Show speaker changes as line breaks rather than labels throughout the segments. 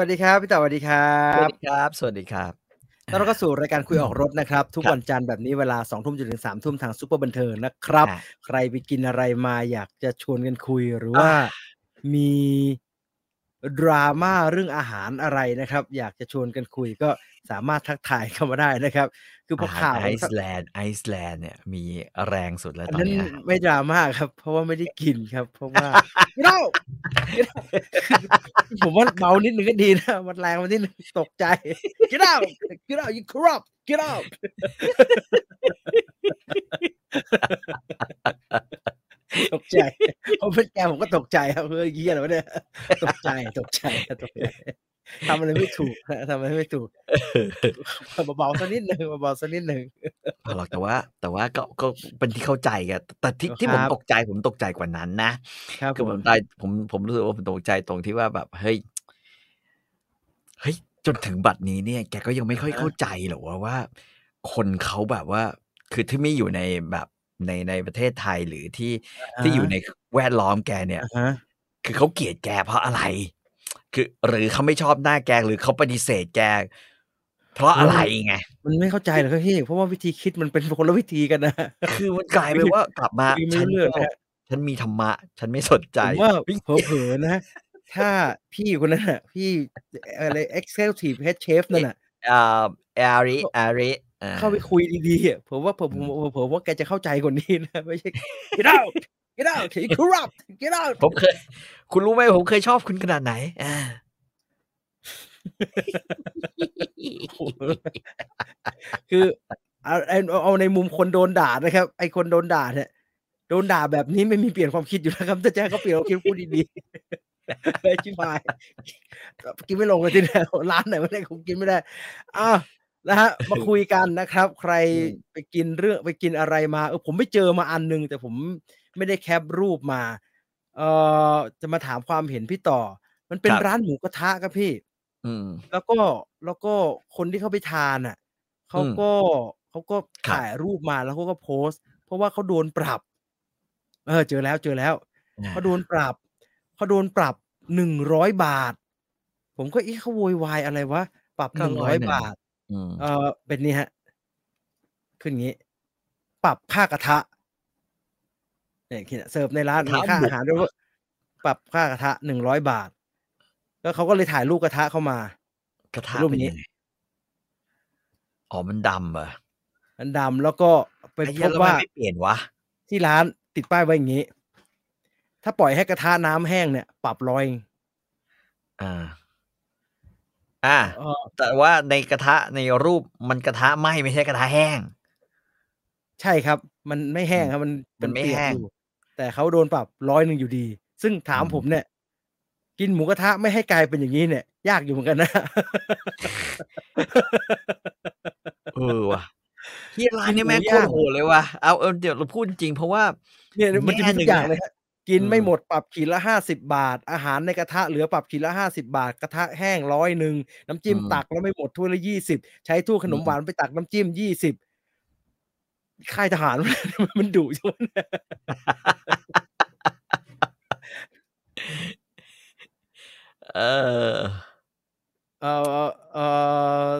วัสดีครับ พี่เต่อสวัสดีครั
ส
บ
วัสดีครับ สวัสดีครับ
ต้อนรับเข้าสู่รายการคุยออกรถนะครับ ทุก
ครับ
วันจันทร์แบบนี้เวลา2องทุ่มจนถึงสามทุ่มทางซุปเปอร์บันเทิงนะครับ
อ่ะ
ใครไปกินอะไรมาอยากจะชวนกันคุยหรือว่า
อ่า
มีดราม่าเรื่องอาหารอะไรนะครับ อยากจะชวนกันคุยก็สามารถทักทายเข้ามาได้นะครับ คือพอ
อาหาร
ข่าว
ไอซ์แลนด์ไอซ์แลนด์เนี่ยมีแรงสุดแล้ว
อัน
ตอน
นั้น
เนี้ย
ไม่ดราม่าครับ เพราะว่าไม่ได้กินครับ เพ ราะว่า ไม่เรา ผมว่าเบานิดนึงก็ดีนะ มันแรงมันนิดนึงตกใจ get out get out you corrupt get out ตกใจผมเป็นแกผมก็ตกใจครับเฮ้ยเยี่ยอะไรวะเนี่ยตกใจตกใจตกใจทำอะไรไม่ถูกนะทำอะไรไม่ ถูกเบาๆสักนิดหนึ่งเบาๆสักนิดหนึ่ง
เอาหรอกแต่ว่าแต่ว่าก็ก็เป็นที่เข้าใจกันแต่ที่ที่
ค
ผ
รั
ม
บ
ตกใจผมตกใจกว่านั้นนะ
ครับ
คือ
ผ
ผม
ม
ตายผมผมรู้สึกว่าผมตกใจตรงที่ว่าแบบเฮ้ยเฮ้ยจนถึงบัดนี้เนี่ย แกก็ยังไม่ค่อยเข้าใจหรอกว่าว่า คนเขาแบบว่า คือที่ไม่อยู่ในแบบในในประเทศไทยหรือที่ที่อยู่ในแวดล้อมแกเนี่ย
อ่าฮะ
คือเขาเกลียดแกเพราะอะไร คือหรือเขาไม่ชอบหน้าแกหรือเขาปฏิเสธแก เพราะอะไรไง
มันไม่เข้าใจหรอกครับพี่ เพราะว่าวิธีคิดมันเป็นคนละวิธีกันนะ
คือมันกลายเป็นว่ากลับมา
คุยไม่รู้
ฉัน
เรื่อง
ก็
นะ
ฉันมีธรรมะ ฉันไม่สนใจ
ผมว่า
เฮ้ย
เผลอๆนะ ถ้าพี่คนนั้นน่ะ พี่อะไร executive head chef นั่นน่ะ
อ่าอา ริอาริอ่
เข้าไปคุยดีๆอ่ะผมว่าผมผมผมผมว่าแกจะเข้าใจกว่านี้นะ ไม่ ใช่ get out get out you corrupt get out
ผมเคย คุณรู้ไหมผมเคยชอบคุณขนาดไหนอ่า
คือเอาเอาเอาในมุมคนโดนด่านะครับ ไอคนโดนด่าเนี่ยโดนด่าแบบนี้ไม่มีเปลี่ยนความคิดอยู่นะครับแต่แจ้งเขาเปลี่ยนความคิดพูดดีๆไอ ชิบหายกินไม่ลงเลยทีเดียวร้านไหนไม่ได้ผมกินไม่ได้อ้าวนะฮะมาคุยกันนะครับ ใครไปกินเรื่องไปกินอะไรมาเออผมไม่เจอมาอันนึง แต่ผมไม่ได้แคปรูปมา เอ่อจะมาถามความเห็นพี่ต่อ มันเป็นร้านหมูกระทะครับพี่
อืม
แล้วก็แล้วก็คนที่เขาไปทานอ่ะเขา
อืม
ก็เขาก็
ครับ
ถ่ายรูปมาแล้วเขาก็โพสต์ เพราะว่าเขาโดนปรับ เออ เจอแล้วเจอแล้วเขาโดนปรับเขาโดนปรับหนึ่งร้อยบาท ผมก็เอ๊ะเขาโวยวายอะไรวะปรับหนึ่งร้อยบาท
อืม
เออเป็นนี่ฮะ ขึ้นงี้ ปรับค่ากระทะเนี่ยคิดนะเสิร์ฟในร้านมีค่าอาหารด้วยว่าปรับค่ากระทะหนึ่งร้อยบาท แล้วเขาก็เลยถ่ายรูปกระทะเข้ามา
กระทะ
รูป
เป็น
นี้
ยังไงอ๋อมันดำเหรอ
อันดำแล้วก็ไป
ไอ้
พ
เหี้ย
บ
แล้วมัน
ว่า
ไม่เปลี่ยนวะ
ที่ร้านติดป้ายไว้อย่างนี้ ถ้าปล่อยให้กระทะน้ำแห้งเนี่ย ปรับร้อย
อ่า อ่า
เออ
แต่ว่าในกระทะในรูปมันกระทะไหมไม่ใช่กระทะแห้ง
ใช่ครับ มันไม่แห้งครับ มัน
มันไม่
เปียก
แห้ง
อยู่แต่เขาโดนปรับร้อยหนึ่งอยู่ดี ซึ่งถาม
อืม
ผมเนี่ย กินหมูกระทะไม่ให้กลายเป็นอย่างนี้เนี่ย ยากอยู่เหมือนกันนะ
เออว่ะเฮียร้านเนี่ยแม่ง
หมู
โค
ย่าง
ตรโหดเลยว่ะเอาเอาเดี๋ยวเราพูดจริงเพราะว่า
เนี่ยมันจะมีทุกอย่าง
แง่หนึ่
เลย
งอะ
ฮะกิน
อืม
ไม่หมดปรับขีดละห้าสิบาท อาหารในกระทะเหลือปรับขีดละห้าสิบาท กระทะแห้งร้อยหนึ่งน้ำจิ้มตักแล้วไม่หมดถ้วยละยี่สิบใช้ถ้วยขนมหวานไปตักน้ำจิ้มยี่สิบค่ายทหาร มันดุจังวะเนี่ย
เออ
เออเออ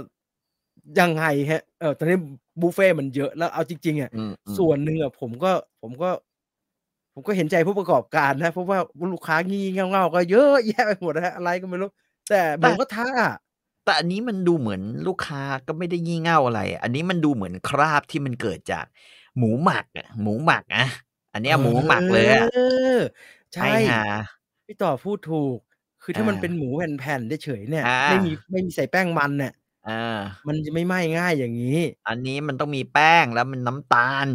ยังไงฮะเออตอนนี้บุฟเฟ่ต์มันเยอะแล้วเอาจริงๆอ่ะ
อืมอืม
ส่วนหนึ่งอ่ะผมก็ผมก็ ผมก็เห็นใจผู้ประกอบการนะ เพราะว่าลูกค้างี่เง่าเง่าๆก็เยอะแยะไปหมดนะฮะอะไรก็ไม่รู้ แต่หมูกระทะอะ
แต่อันนี้มันดูเหมือนลูกค้าก็ไม่ได้งี่เง่าอะไร อันนี้มันดูเหมือนคราบที่มันเกิดจาก หมูหมักอะหมูหมักอะอันเนี้ยหมูหมักเลยอะ
เออใช่
ไอ้ห่า
พี่ต่อพูดถูก คือถ้ามัน
อ่า
เป็นหมูแผ่นๆเฉยๆเนี่ย
อ่า
ไม่มีไม่มีใส่แป้งมันเนี่ย
อ่า
มันจะไม่ไหม้ง่ายอย่างนี้
อันนี้มันต้องมีแป้งแล้วมันน้ำตาล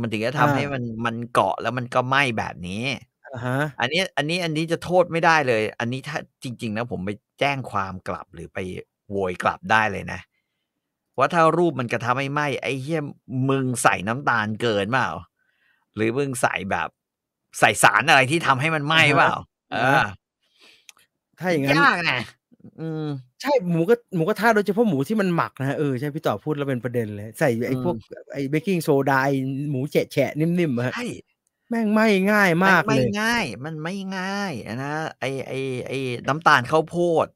มันถึงจะทำ
อ่า
ให้มันมันเกาะแล้วมันก็ไหม้แบบนี้
อ่าฮะ
อันนี้อันนี้อันนี้จะโทษไม่ได้เลย อันนี้ถ้าจริง ๆ นะผมไปแจ้งความกลับหรือไปโวยกลับได้เลยนะ ว่าถ้ารูปมันกระทำไม่ไหมไอ้เหี้ยมึงใส่น้ำตาลเกินเปล่า หรือมึงใส่แบบใส่สารอะไรที่ทำให้มันไหมเปล่าเอ
อ่าฮะ
อ
ถ้าอย่างนั้น
ยากนะอืม
ใช่หมูก็หมูกระทะโดยเฉพาะหมูที่มันหมักนะฮะเออใช่พี่ต่อพูดแล้วเป็นประเด็นเลย ใส่ไอ้
อืม
พวกไอ้เบกกิ้งโซดาไอ้หมูแฉะๆนิ่มๆอะฮะ
ใช่
แม่งไหม้ง่ายมาก
ไม่
เลย
ง่าย มันไม่ง่ายนะไอไอไอน้ำตาลข้าวโพด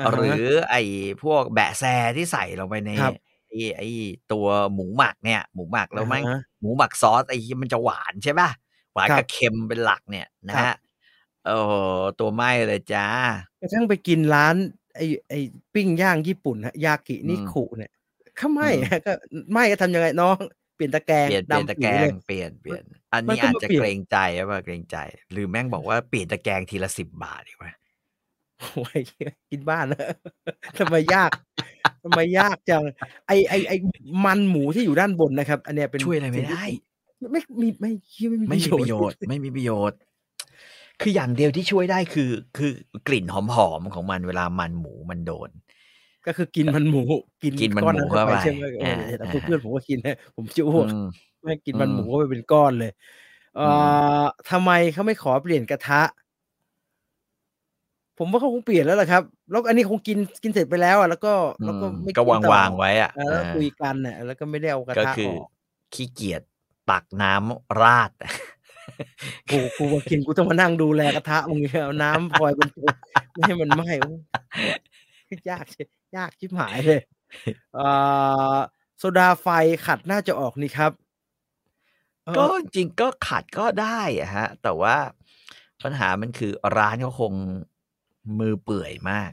าฮะ
หรือไอ้พวกแบะแซที่ใส่ลงไปใน
ครับ
ไอ้ไอ้ตัวหมูหมักเนี่ย หมูหมักแล้วแมัน
อ่าฮะ
หมูหมักซอสไอ้ที่มันจะหวานใช่ป่ะ หวาน
ครั
กับบ เค็มเป็นหลักเนี่ยนะ
ครั
ฮะ
บ
โอ้โหตัวไหมเลยจ้า
กระทั่งไปกินร้านไอ้ไอ้ปิ้งย่างญี่ปุ่นฮะยากินิคุเนี่ยเขาไม่
อืม
ฮ ะก็ไม่ก็ทำยังไงน้อง เปลี่ยนตะแกรง
เปลี่ยนเปลี่ยน
ดำ
ตะแกร
ปี๋เล
ง
ย
เปลี่ยนเปลี่ยน อัน
มัน
นี้
ก็
อาจ
มา
จะ
เปลี่ยน
เกรงใจว่าเกรงใจ หรือแม่งบอกว่าเปลี่ยนตะแกรงทีละสิบบาทดีกว่า
โอ้ยกินบ้ านแล้วทำไมยากทำไมยากจังไอไอไอมันหมูที่อยู่ด้านบนนะครับ อันเนี้ยเป็น
ช่วยอะไรไม่ได้
สิ่งที่ไม่มีไม่ไม่
ไม่
มี
มีประโยชน์ ไม่มีประโยชน์ คืออย่างเดียวที่ช่วยได้คือ คือกลิ่นหอมๆของมันเวลามันหมูมันโดน
ก็คือกินมันหมูกิน
กินมัน
ก้อ
หมูเข้าไป
ใช่ไหมเออ
อ่า
แต่
อ่า
เพื่อนผมก็กินนะผมจะอ้วก
อืม
ไม่กินมัน
อืม
หมูก็ไปเป็นก้อนเลย เอ่
อื
อทำไมเขาไม่ขอเปลี่ยนกระทะ ผมว่าเขาคงเปลี่ยนแล้วล่ะครับ แล้วอันนี้คงกินกินเสร็จไปแล้วอ่ะแล้วก็แล้วก็ไม่
ก็วาง
นต่อ
วางๆไว้อะ
เออแล้ว
อ่า
คุยกันน่ะแล้วก็ไม่ได้เอากระ
ก็
ทะ
คือ อ
อก
ขี้เกียจตักน้ำราด
กูกูมากินกูต้องมานั่งดูแลกระทะมึงเนี่ยเอาน้ำพลอยบนตัว ไม่ให้มันไหม้โอ้ยยากชิยากชิบหาย เลยเอ่อโซดาไฟขัดน่าจะออกนี่ครับเออ
ก็จริงๆก็ขัดก็ได้อะฮะ แต่ว่าปัญหามันคือร้านเขาคงมือเปื่อยมาก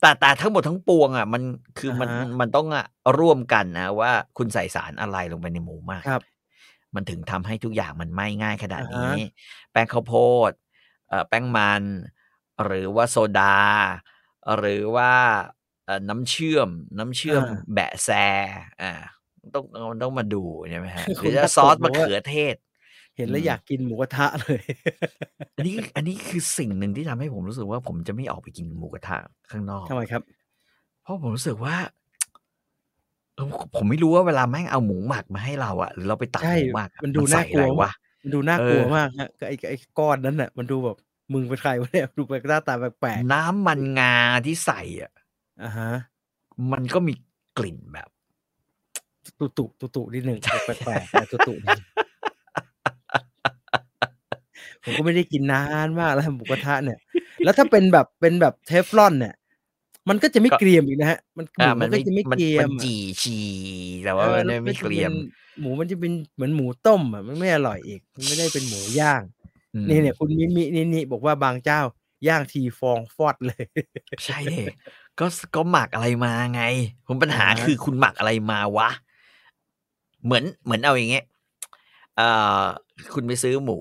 แต่แต่ทั้งหมดทั้งปวงอ่ะ มันคือมัน
อ่าฮะ
มันต้องอะร่วมกันนะว่าคุณใส่สารอะไรลงไปในหมูหมาก
ครับ
มันถึงทำให้ทุกอย่างมันไหม้ง่ายขนาด
อ่า
นี้
ฮะ
แป้งข้าวโพดเอ่อแป้งมัน หรือว่าโซดา หรือว่าเอ่อน้ำเชื่อม น้ำเชื่อม
อ่า
แบะแซอ่าต้องมันต้องมาดูใช่ไหมฮะ
คือ
ห
คุ
รื
ณ
อ
ทัก
ว่า
ษิณ
ซอส
บอ
มะ
กว่า
เขือเทศ
เห็นแล้ว
อืม
อยากกินหมูกระทะเลย
อั นนี้อันนี้คือสิ่งหนึ่งที่ทำให้ผมรู้สึกว่าผมจะไม่ออกไปกินหมูกระทะข้างนอก
ทำไมครับ
เพราะผมรู้สึกว่าเออผมไม่รู้ว่าเวลาแม่งเอาหมูหมักมาให้เราอะหรือเราไปตัก
ใช่
หมูหมักอะ
มันดู
ใส่
น่ากลัว
อะไรวะ
มันดูน่ากลัว
เออ
มากฮะก็ไอ้ไอ้ก้อนนั้นน่ะ มันดูแบบมึงเป็นใครวะเนี่ยดูแปลกหน้าตาแปลก
น้ำมันงาที่ใส่อะ
ๆอ่าฮะ
มันก็มีกลิ่นแบบ
ตุตุตุตุนิดหนึ่งแปลกแปลกๆนะตุตุนิดหนึ่งผมก็ไม่ได้กินนานมากแล้วหมูกระทะเนี่ย แล้วถ้าเป็นแบบเป็นแบบเทฟลอนเนี่ย มันก็จะไม่
ก็
เกรียมอีกนะฮะ มันห
อ่า
มูมั
มั
น นก็
ไม่
จะไม่
มัน
เกรีย
มัน
มอะ
จี่ชีแต่
เอ
ว่า
อ
มัน
แล้ว
ไม่
จะ
เกรียม
ป็นหมูมันจะเป็นเหมือนหมูต้มอ่ะมันไม่อร่อยอีกมันไม่ได้เป็นหมูย่าง
อืม
นี่เนี่ยคุณมิมินี่นี่บอกว่าบางเจ้า ย่างทีฟองฟอดเลย
ใช่เลย ก็ก็หมักอะไรมาไง ผมปัญหา
อ่าฮะ
คือคุณหมักอะไรมาวะ เหมือนเหมือนเอาอย่างเงี้ยเอ่อคุณไปซื้อหมู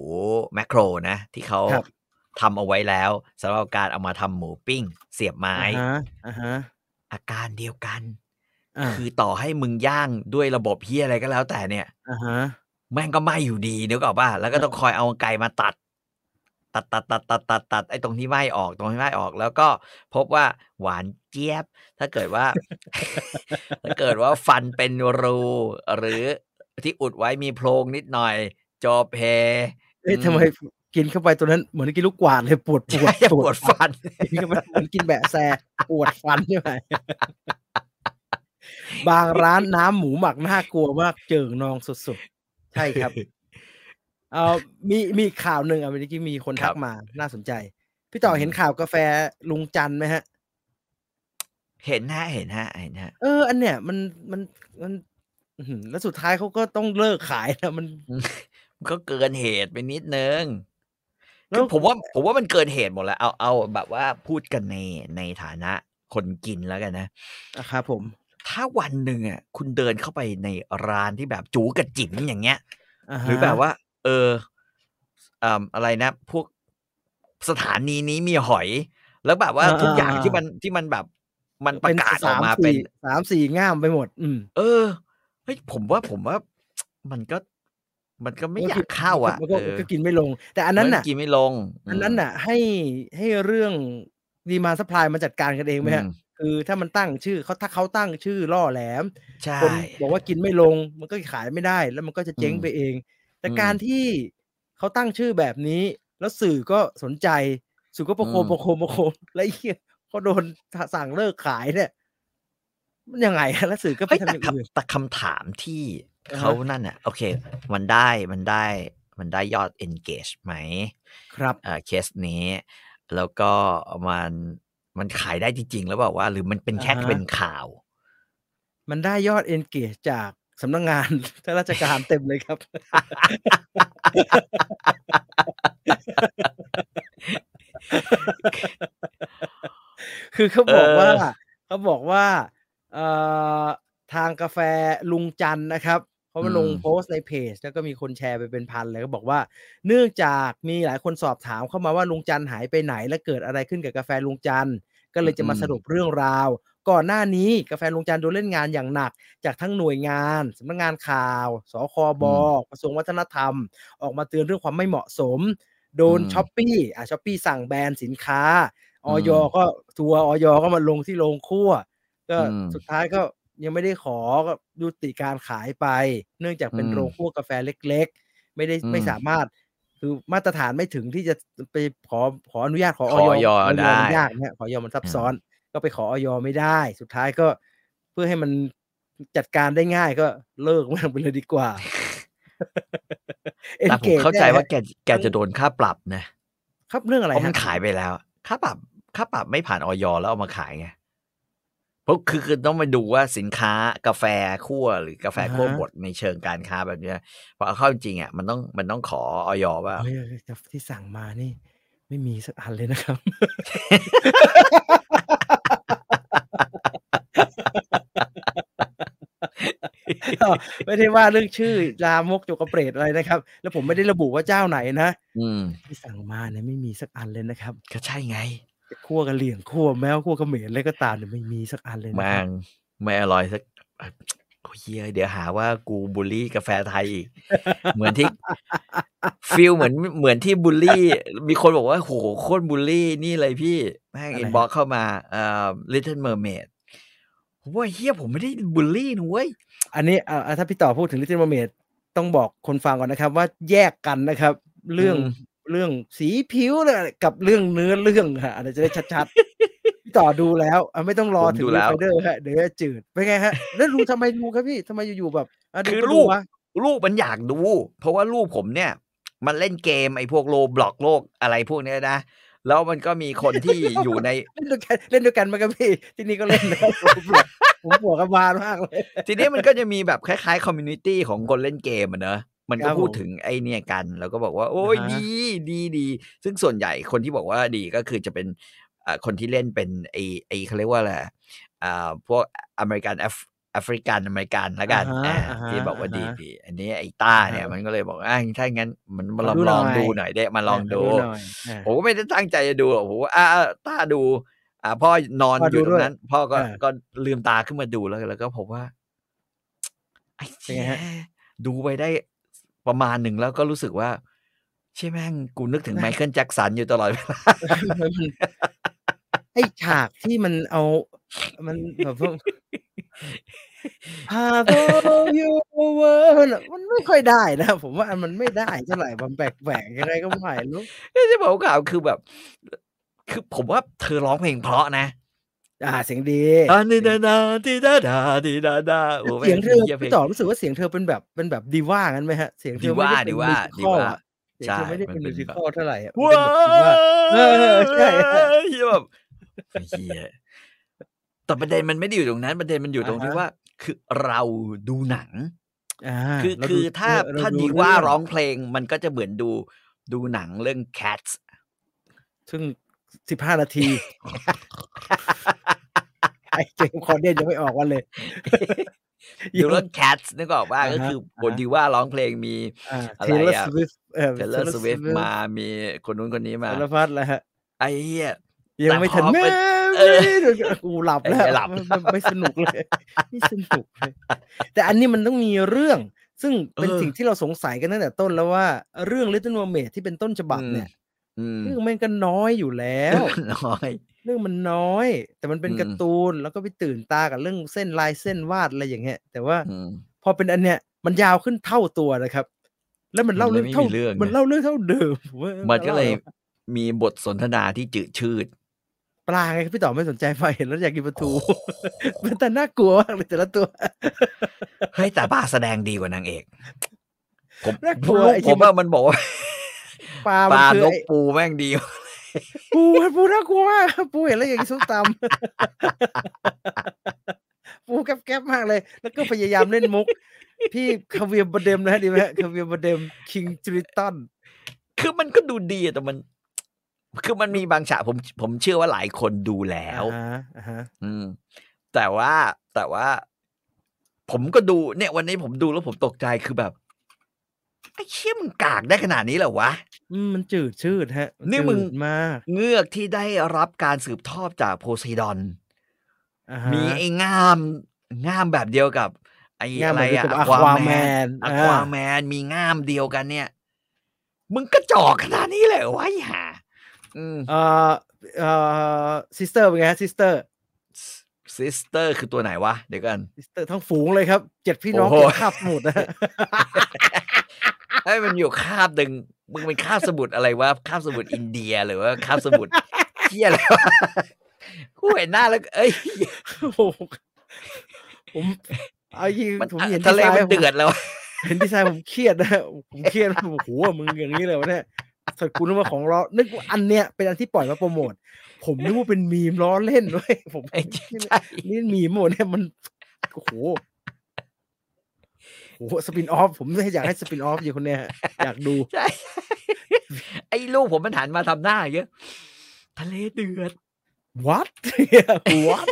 แมคโครนะ ที่เขา
ครับ
ทำเอาไว้แล้วสำหรับการเอามาทำหมูปิ้ง เสียบไม้
อ่าฮะอ่าฮะ
อาการเดียวกัน
อ่า
คือต่อให้มึงย่างด้วยระบบเฮียอะไรก็แล้วแต่เนี่ย
อ่าฮะ
แม่งก็ไหม้อยู่ดีนึกออกป่ะแล้วก็ต้องคอยเอาไก่มาตัด ตัดตัดตัดตัดตัดตัดไอ้ตรงที่ไหม้ออกตรงที่ไหม้ออก แล้วก็พบว่าหวานเจี๊ยบ ถ้าเกิดว่า ถ้าเกิดว่าฟันเป็นรู หรือที่อุดไว้มีโพรงนิดหน่อย จบเพ
เอ๊ะ
อืม
ทำไมกินเข้าไปตัวนั้นเหมือนกินลูกกวาดเลยปวดปวด
จะปวดฟัน
กินเข้าไปเหมือนกินแบะแซปวดฟันใช่ไหม บางร้านน้ำหมูหมักน่ากลัวมากเจิ่งนองสุดๆ ใช่ครับ เออมีมีอีกข่าวหนึ่งอ่ะเมื่อกี้มีคน
ครั
ทั
บ
กมาน่าสนใจ พี่ต่อ
ม
เห็นข่าวกาแฟลุงจันทร์ไหมฮะ
เห็นฮะเห็นฮะเห็นฮะ
เออ อันเนี้ยมันมันมันอื้อหือแล้วสุดท้ายเขาก็ต้องเลิกขายนะมัน
ก็เกินเหตุไปนิดนึง
แล้
คือ
ว
ผมว่าผมว่ามันเกินเหตุหมดแล้ว เอาเอาแบบว่าพูดกันในในฐานะคนกินแล้วกันนะ
นะครับผม
ถ้าวันหนึ่งอ่ะคุณเดินเข้าไปในร้านที่แบบจูกระจิ๋มอย่างเงี้ย
า
ห
ฮะ
รือแบบว่า เออเอิ่มอะไรนะ พวกสถานีนี้มีหอย แล้วแบบว่าทุกอย่างที่มันที่มันแบบมันประกาศออกมาเป็น
สสามสี่ง่ามไปหมด อืม
เออเฮ้ยผมว่าผมว่า มันก็ มันก็ไม่อยากเข้าอ่ะ
มันก็
เออ
มันก็กินไม่ลง แต่อันนั้น
มั
น่ะ
กินไม่ลง
อันนั้นน่ะ ให้ให้เรื่องดีมาสป라이มันจัดการกันเองไหมฮะ
อื
คือถ้ามันตั้งชื่อเขาถ้าเขาตั้งชื่อล่อแหลม
ใช่
คนบอกว่ากินไม่ลง มันก็ขายไม่ได้ แล้วมันก็จะเจ๊ง
อืม
ไปเอง แต่
อืม
การที่เขาตั้งชื่อแบบนี้ แล้วสื่อก็สนใจ สื่อก็ประโคม
อืม
ประโคมประโคมแล้วไอ้เหี้ยเขาโดนสั่งเลิกขายเนี่ย มันยังไงอะแล้วสื่อก็ไป
เฮ้ย
ทำอ
แต่
ย่าง
ค
อื่น
ำแต่คำถามที่
อ่าฮะ
เขานั่นน่ะ โอเค มันได้มันได้มันได้ยอด engage ไหม
ครับ
เอ่อเคสนี้ แล้วก็มัน มันขายได้จริงๆแล้วเปล่าว่า หรือมันเป็นแค่
อ่าฮะ
เป็นข่าว
มันได้ยอด engage จากสำนักงงาน ข้าราชการเต็มเลยครับ คือเขาบอกว่าเขาบอกว่าเอ่อทางกาแฟลุงจันทร์นะครับเขามาลงโพสต์ในเพจ แล้วก็มีคนแชร์ไปเป็นพันเลยก็บอกว่า เนื่องจากมีหลายคนสอบถามเข้ามาว่าลุงจันทร์หายไปไหน และเกิดอะไรขึ้นกับกาแฟลุงจันทร์ก็เลยจะมาสรุปเรื่องราว ก่อนหน้านี้กาแฟลุงจันทร์โดนเล่นงานอย่างหนัก จากทั้งหน่วยงานสำนักงานข่าว สคบกระทรวงวัฒนธรรม ออกมาเตือนเรื่องความไม่เหมาะสม โดน
อืม
ช้อปปี้อ่ะช้อปปี้สั่งแบนสินค้าออย
อืม
ก็ทัวร์ออยก็มาลงที่โรงคั่ว ก็
อืม
สุดท้ายก็ยังไม่ได้ขอก็ยุติการขายไป เนื่องจากเป็น
อืม
โรงคั่วกาแฟเล็ก ๆ ไม่ได้
อืม
ไม่สามารถ คือมาตรฐานไม่ถึงที่จะไปขอขออนุญาตขอ
ข
อ
อ
อย
อย
มัน
ได้
ยากนะขอยอมันซับซ้อน ก็ไปขอออยไม่ได้ สุดท้ายก็เพื่อให้มันจัดการได้ง่ายก็เลิกมันไปเลยดีกว่า
แต่ผม
Engage
เข้าใจ
ได้ฮะ
ว่าแกแกจะโดนค่าปรับนะครับ
เรื่องอะไร
เพราะมัน
ฮะ
ขายไปแล้ว ค่าปรับค่าปรับไม่ผ่านออยแล้วเอามาขายไงเพราะคือคือต้องไปดูว่าสินค้ากาแฟคั่วหรือกาแฟคั่ว
อ่าฮะ
บดในเชิงการค้าแบบเนี้ยเพราะเอาเข้าจริงๆอ่ะมันต้องมันต้องขอออยว่า
เฮ้ยแต่ที่สั่งมานี่ ไม่มีสักอันเลยนะครับ อ้าวไม่ได้ว่าเรื่องชื่อลามกจกกระเปรตอะไรนะครับ แล้วผมไม่ได้ระบุว่าเจ้าไหนนะ
อืม
ที่สั่งมาเนี่ยไม่มีสักอันเลยนะครับ
ก็ใช่ไง
จะคั่วกะเหลี่ยงคั่วแมวคั่วกระเหม็นอะไรก็ตามเนี่ยไม่มีสักอันเลยนะค
แมั
รับ
งไม่อร่อยสัก โอ้ยเหี้ยเดี๋ยวหาว่ากูบูลลี่กาแฟไทยอีก เหมือนที่ฟิลเหมือนเหมือนที่บูลลี่ มีคนบอกว่าโหโคตรบูลลี่นี่เลยพี่แม่งอินบ็อกเข้ามาเอ่อ Little Mermaid ผมว่าเฮียผมไม่ได้บูลลี่นะเว้ย
อันนี้อ่าถ้าพี่ต่อพูดถึงลิ t เ l ิ m ล r m เม d ต้องบอกคนฟังก่อนนะครับ ว่าแยกกันนะครับ เรื่อง
อืม
เรื่องสีผิวอะไรกับเรื่องเนื้อเรื่องฮะอันนี้จะได้ชัดๆ พี่ต่อดูแล้วอ่ะไม่ต้องรอ
ผม
ถึง
ดูแล้ว
ไฟเดอร์ฮะเดี๋ยวจะจืดเป็นไงฮะ แล้วดูทำไมดูครับพี่ทำไมอยู่ๆแบบะดู
คือ
ก็ดู
ลูก
วะ
ลูกมันอยากดู เพราะว่าลูกผมเนี่ย มันเล่นเกมไอ้พวกโลบล็อกโลกอะไรพวกเนี้ยนะ แล้วมันก็มีคนที่อยู่ใน
เล่นด้วยกันเล่นด้วยกันไหมครับพี่ ที่นี่ก็เล่นนะครับ ผมบอกผมหัวกระบาลมากเลย
ทีนี้มันก็จะมีแบบคล้ายๆคอมมูนิตี้ของคนเล่นเกมอะเนอะมันก็
ครับ
พูด
ผม
ถึงไอเนี่ยกัน แล้วก็บอกว่า โอ้ย
อ่าฮะ
ดีดีดีซึ่งส่วนใหญ่คนที่บอกว่าดีก็คือจะเป็นเอ่อคนที่เล่นเป็นไอไอเขาเรียกว่าอะไรอ่าพวกอเมริกันแอฟริกันอเมริกันละกัน
อ่าฮะ
อ่า
อ่าฮะ
ที่บอกว่า
อ่าฮะ
ดีดีอันนี้ไอต้าเนี่ย
อ่าฮะ
มันก็เลยบอกอ่าถ้างั้นมันมาลอง
ขอดู
ลอง
หน่อย
ดูหน่อยได้มาลองดู
หน่อยอ่ะ
ผมก็ไม่ได้ตั้งใจจะดูหรอกผมว่าอ่าต้าดู อ่าพ่อนอน
พ่อ
อ
ดู
ยู่ตร
ด้วย
งนั้น พ่อก็
อ่า
ก็ลืมตาขึ้นมาดูแล้วแล้วก็ผมว่าไอ้
เป็น
เชี่
ไง
ย
ฮะ
ดูไปได้ประมาณหนึ่งแล้วก็รู้สึกว่า ใช่ยแม่งกูนึก ถึงไมเคิลแจ็คสันอยู่ตลอดเวลา
ไอ้ฉากที่มันเอา มันแบบพวก พาโตยูเวอร์น่ะมันไม่ค่อยได้นะ ผมว่ามันไม่ได้เท่าไหร่มันแปลกๆยังไงก็ไม่รู้
ที่จะบอกข่าวคือแบบ คือผมว่าเธอร้องเพลงเพราะนะ
อ่าเสียงดี
อั นนี้ดาดาดีดาดาดีดาดาโอ้
เสียงเธอ
แม่หี้พล
พี่ต่อรู้สึกว่าเสียงเธอเป็นแบบเป็นแบบดีว่างั้นไหมฮะ เสียงเธอไม่ไเป็น
ดีว่า
มิวสิค
ดี
อล
ว่า
อะเสียงเธอ
ใช่
ไม่ได้เป็
มัน น
มิ
เป็น
วสิ
แบบ
คอลเท่าไหร่อะมัน
ว้า
เป็นแบบดีว่า เออใช่
เฮียแบบเฮียแต่ประเด็นมันไม่ได้อยู่ตรงนั้น ประเด็นมันอยู่ตรงที่ว่า คือเราดูหนัง
อ่า
คือ
เรดู
คือถ้า
เร
ถ้าดี
เ
ว่าร้อ
เ
งเพลงมันก็จะเหมือนดูดูหนังเรื่อง cats
ซึ่งสิบห้านาที ไอ้เจมส์คอนเดนยังไม่ออกวันเลย
ดูเรื่อง cats นึกออกว่า
อ่าฮะ
ก็คือ
อ่าฮะ
บทดีว่าร้องเพลงมี
อ่า
อะไร
Taylor
อะ
Swift เอ่อ
เทเลอร์สวิฟมามีคนนู้นคนนี้มา
สารพัดแล้วฮะ
ไอ้เหี้ย
ยังไม่ทัน
แต่พอ
แม่
ไปเออ
กูหลับแล้ว
ไอ้หลับ
ไม่ไม่ไม่สนุกเลย ไม่สนุกเลย แต่อันนี้มันต้องมีเรื่อง ซึ่งเป็นสิ่งที่เราสงสัยกันตั้งแต่ต้นแล้วว่าเรื่อง Little Mermaid ที่เป็นต้นฉบับเนี่ย
อืม
เรื่องแม่งก็น้อยอยู่แล้ว
น้อย
เรื่องมันน้อย แต่มันเป็น
อืม
การ์ตูนแล้วก็ไปตื่นตากับเรื่องเส้นลายเส้นวาดอะไรอย่างเงี้ยแต่ว่า
อืม
พอเป็นอันเนี้ยมันยาวขึ้นเท่าตัวนะครับ แล้วมันเล่า
มั
เรื่
น
อง
ไม่
เท่า
มีเรื่อง
มัน
นะ
เล่าเรื่องเท่าเดิมผมว่า
มันก็เลย
า
มีบทสนทนาที่จืดชืด
ปลาไงพี่ต่อไม่สนใจไฟเห็นแล้วอยากกินปลาทู มันแต่น่ากลัวมากเลยแต่ละตัว
เฮ้ยแต่ป้าแสดงดีกว่านางเอก ผม
น่ากลั
ผม
วไอ้ที่มัน
ผมว่ามันบอกว่า
ปลา
ป
มัน
ลา
คือน
ก
ไอ้
ปูแม่งดี
ปูปูน่ากลัวมากครับปูเห็นแล้วอย่างนี้ส้มตำ ปูแก๊บแก๊บมากเลย แล้วก็พยายามเล่นมุก พี่คาเวียร์บดเดมนะดีไหมฮะคาเวียร์บดเดมคิงจริตัน
คือมันก็ดูดีอะแต่มัน คือมันมีบางฉากผมผมเชื่อว่าหลายคนดูแล้ว
อ่าฮะอ่าฮะ
อืม แต่ว่าแต่ว่า ผมก็ดูเนี่ย วันนี้ผมดูแล้วผมตกใจคือแบบไอ้เชี่ยมึงกากได้ขนาดนี้เหรอวะ
อืมมันจืดชืดฮะ
นี่มึง
จืดมาก
เงือกที่ได้รับการสืบทอดจากโพไซดอน
อ่าฮะ
มีไอ้ง่ามง่ามแบบเดียวกับ ไอ้
ง่าย
อะ
เห
ไร
มือน
อะ
กับควาแมน
อะควาแมนมีง่ามเดียวกันเนี่ย มึงกระจอกขนาดนี้เลยเหรอวะไอ้ห่าอืม
เอ่อเอ่อซิสเตอร์เป็นไงฮะซิสเตอร์
ซิสเตอร์คือตัวไหนวะ เดี๋ยว กัน
ซิสเตอร์ทั้งฝูงเลยครับเจ็ดพี่น้อง
โอ้โห
เก็บคาบสมุดนะฮะ
ไอ้ยมันอยู่คาบหนึ่งมึงเป็นคาบสมุทรอะไรวะคาบสมุทรอินเดียหรือว่าคาบสมุทรเที่ยอะไรวะกูเห็นหน้าแล้ว เอ้ย
โอ้โหผมเอายิง
มัน
ผมเห็น
ทะเล
ดีไซ
มัน
ผม
เดือดแล้ว
เห็นดีไซน์ผมเครียดนะฮะผมเครียดผมโอ้โหมึงอย่างนี้เลยวะเนี่ยสดคุณนึกว่าของล้อนึกว่าอันเนี้ยเป็นอันที่ปล่อยมาโปรโมทผมนึกว่าเป็นมีมล้อเล่นด้วย ผม
ไอ้ใช่
นี่มีหมดเนี่ยมัน โอ้โหโอ้โหสปินออฟ ผมอยากให้สปินออฟอยู่คนเนี้ยฮะอยากดู
ใช่ ไอ้ลูกผมมันหันมาทำหน้าอย่างเงี้ยทะเลเดือด
what what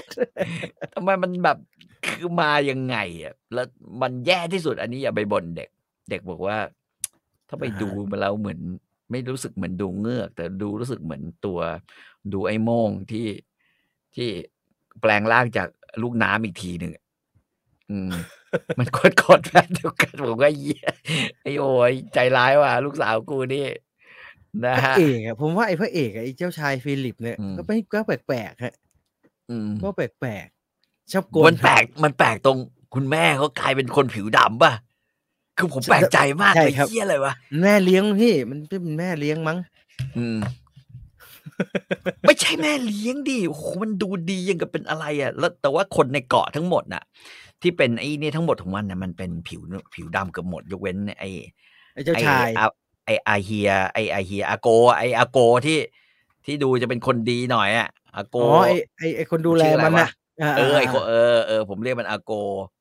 ทำไมมันแบบคือมายังไงอ่ะแล้วมันแย่ที่สุดอันนี้อย่าไปบ่นเด็ก เด็กบอกว่า ถ้าไป
อ่าฮะ
ดูมาแล้วเหมือน ไม่รู้สึกเหมือนดูเงือก แต่ดูรู้สึกเหมือนตัวดูไอ้โมงที่ที่แปลงร่างจากลูกน้ำอีกทีหนึ่งอะอืม มันโคตรโคตรแบบเดียวกันผมก็เยี่ยไอ้โอ้ยใจร้ายว่ะลูกสาวกูนี่ นะ
พ
ฮะ
ระเอกอะผมว่าไอ้พระเอกอะไอ้เจ้าชายฟิลิปเนี่ย
อืม
ก็ไม่ก็แปลกๆฮะ
อืม
ก็แปลกๆชอบโก
มัน นแปลก มันแปลกตรงคุณแม่เขากลายเป็นคนผิวดำป่ะ คือผมแปลกใจมากเลยเฮี้ยอะไรวะ
แม่เลี้ยงพี่มันเป็นแม่เลี้ยงมั้ง
อื ม ไม่ใช่แม่เลี้ยงดิโอ้โหมันดูดียังกับเป็นอะไรอ่ะ แล้วแต่ว่าคนในเกาะทั้งหมดน่ะ ที่เป็นไอ้เนี่ยทั้งหมดของมันน่ะมันเป็นผิวผิวดำเกือบหมด ยกเว้นไอ้
ไอ้เจ้าชาย
ไอ้อะไออาเฮียไออาเฮียอาโก ไออาโกที่ที่ดูจะเป็นคนดีหน่อยอ่ะอาโก
อ๋อไอ้ไอ้ไอ้คนดูแล
ชื่ออะไร
มัน
วะ
อะา
เออไอโกเออเออผมเรียกมันอาโก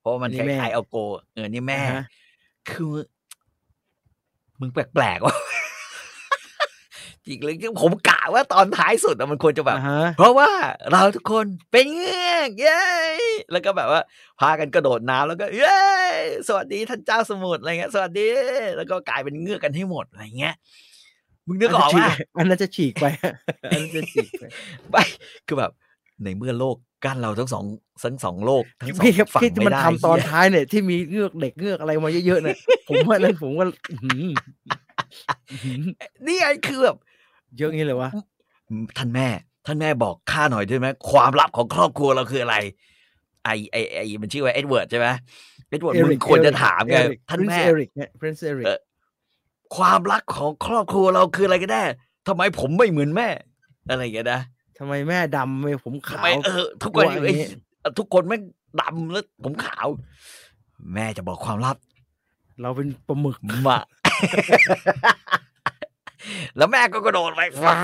เพราะว่ามัน
นี่
ค
แม่
ล้ายๆอาโก เออนี่แม่
อ่าฮะ
คือ มึงแปลกๆว่ะ จริงเลยผมกะว่าตอนท้ายสุดอะมันควรจะแบบ
อ่าฮะ
เพราะว่าเราทุกคนเป็นเงือกเย้แล้วก็แบบว่า พากันกระโดดน้ำแล้วก็ เย้สวัสดีท่านเจ้าสมุทรอะไรเงี้ยสวัสดี แล้วก็กลายเป็นเงือกกันให้หมดอะไรเงี้ยมึงนึกออกว่า
อันนั้นจะฉีกไป อันนั้นจะฉีกไป
ไม่คือแบบ ในเมื่อโลกกั้นเราทั้งสองทั้งสองโลกทั้ง สอง
พี่ครับ
ฝั่ง
ที่
ไม่
มัน
ได้
ทำตอน
เหี้ย
ท้ายเนี่ยที่มีเงือกเด็กเงือกอะไรมาเยอะๆเนี่ย ผมว่านั้นผมว่าอื้อหืออื้อหือ
นี่ไงคือแบบ
เยอะงี้เลยวะ
ท่านแม่ ท่านแม่บอกข้าหน่อยได้ไหมความลับของครอบครัวเราคืออะไร ไอไอไอมันชื่อว่าเอ็ดเวิร์ดใช่ไหมเอ็ดเวิร์ดมึงควรจะถามไงท่านแม่
เอริกเนี่ย Prince Eric
เออ ความรักของครอบครัวเราคืออะไรกันแน่ทำไมผมไม่เหมือนแม่ อะไรอย่างเงี้ยนะ
ทำไมแม่ดำทำไมผม
ทำ
ขาว
ไมเออ ทุกคน
ตัว
อยู่
อ
ไอ้
ย่างงี้
ทุกคนแม่งดำแล้วผมขาว แม่จะบอกความลับ
เราเป็นปลาหมึก
มา แล้วแม่ก็กระโดดไปฟ้า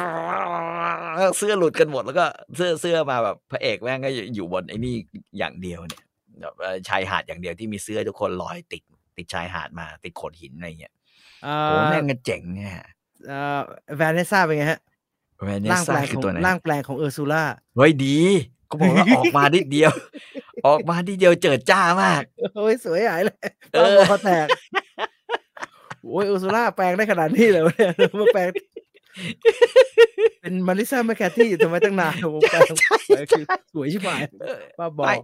เสื้อหลุดกันหมดแล้วก็เสื้อเสื้อมาแบบพระเอกแม่งก็อยู่อยู่บนไอ้นี่อย่างเดียวเนี่ยแบบว่าชายหาดอย่างเดียวที่มีเสื้อทุกคนลอยติด ติดชายหาดมาติดโขดหินอะไรเงี้ย
เอ่
โอ้
อ
แม่งก็เจ๋งเนี่ย
เอ่อแวเนซ่าเป็นไงฮะ
แวนิ
ร่างแป
ซ่า
ลง
คือ
ของ
ตัวไหน
ร่างแปลงของเออร์ซูล่า
เฮ้ยดี ก็บอกว่าออกมานิดเดียว ออกมานิดเดียวเจิดจ้ามาก
โอ้ยสวยหายเลย
เอ
บ้า
อ
บอแตกโอ้ยเออร์ซูล่าแปลงได้ขนาดนี้เลยวะเนี่ยมาแปลง เป็นมาริซาแมคแคทที่ทำไมตั้งนานผมแปลงไปคือสวยชิบหาย
เออ
บ้าบอ
ไม่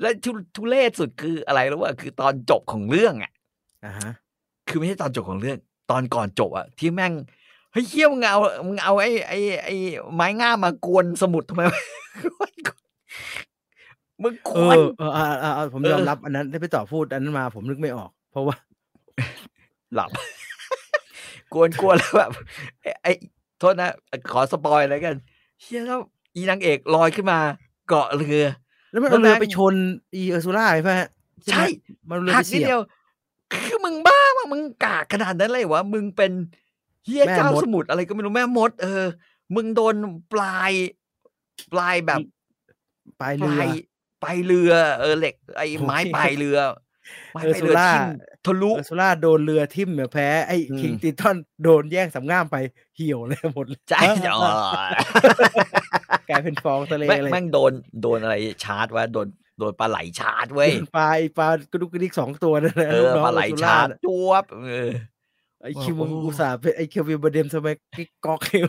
แล้วทุทุเลศสุดคืออะไรรู้ว่าคือตอนจบของเรื่องอะ
อ่าฮะ
คือไม่ใช่ตอนจบของเรื่อง ตอนก่อนจบอะที่แม่งเฮ้ยเฮี้ยมึงเอามึงเอาไอ้ไอ้ไอ้ไม้ง่ามมากวนสมุดทำไมวะ มึงค
เอ
ว
อ
ร
เอออ่าอ่าอ่าผม
เออ
ยอมรับอันนั้นได้ไปต่อพูดอันนั้นมาผมนึกไม่ออก เพราะว่า
หลับ กวนกวนแล้วแบบ ไอ้ไอ้โทษนะขอสปอยอะไรกันเฮี้ยแล้วอีนางเอกลอยขึ้นมา เกาะเรือ
แล้วมัน
แล้
เอา
ว
เรือ
แม่ง
ไปชนอีเออร์ซูล่าใช่ไหมฮะ
ใช่
ไหมมันเอาเรือไป
หักนิ
เสี
ด
ยบ
เดียว คือมึงบ้าว่ะมึงกากขนาดนั้นเลยวะมึงเป็นเฮี้ย
แม่
เจ้าม
ด
สมุทรอะไรก็ไม่รู้แม่มด เออ มึงโดนปลาย ปลายแบบ
ปลาย
ป
เรือ
ลายปลายเรือเออเหล็ก ไอ้
โอ้ย
ไม้ปลายเรือไม้ปลายเรื
เออสุ
อ
รา
ทิ่มทะลุ
เออร์ซูล่าโดนเรือทิ่มเนี่ยแพ้ไอ้
อืม
คิงติทอนโดนแย่งสำง่ามไปเหี่ยวเลยหมดเลย
ใจ
เอ
อ๋
อเอ
อ
อกลายเป็นฟองทะเล
แม่ง
เลย
แม่งโดนโดนอะไรชาร์จว่าโดนโดนปลาไหลชาร์จเว้ย
โดนปลาไอ้ปลากระดุกกระดิกสองตัวนั่นแหละ
เอ
ลูก
อ
น้ง
ปลาไหล
เอร์ซู
ชาร์จ
น่ะ
จวบเออ
ไอ้คิว
โอ้โห
อุตส่าห์เป็นไอ้เควินบเดมสมัยกิ๊กกอกเหี้ยว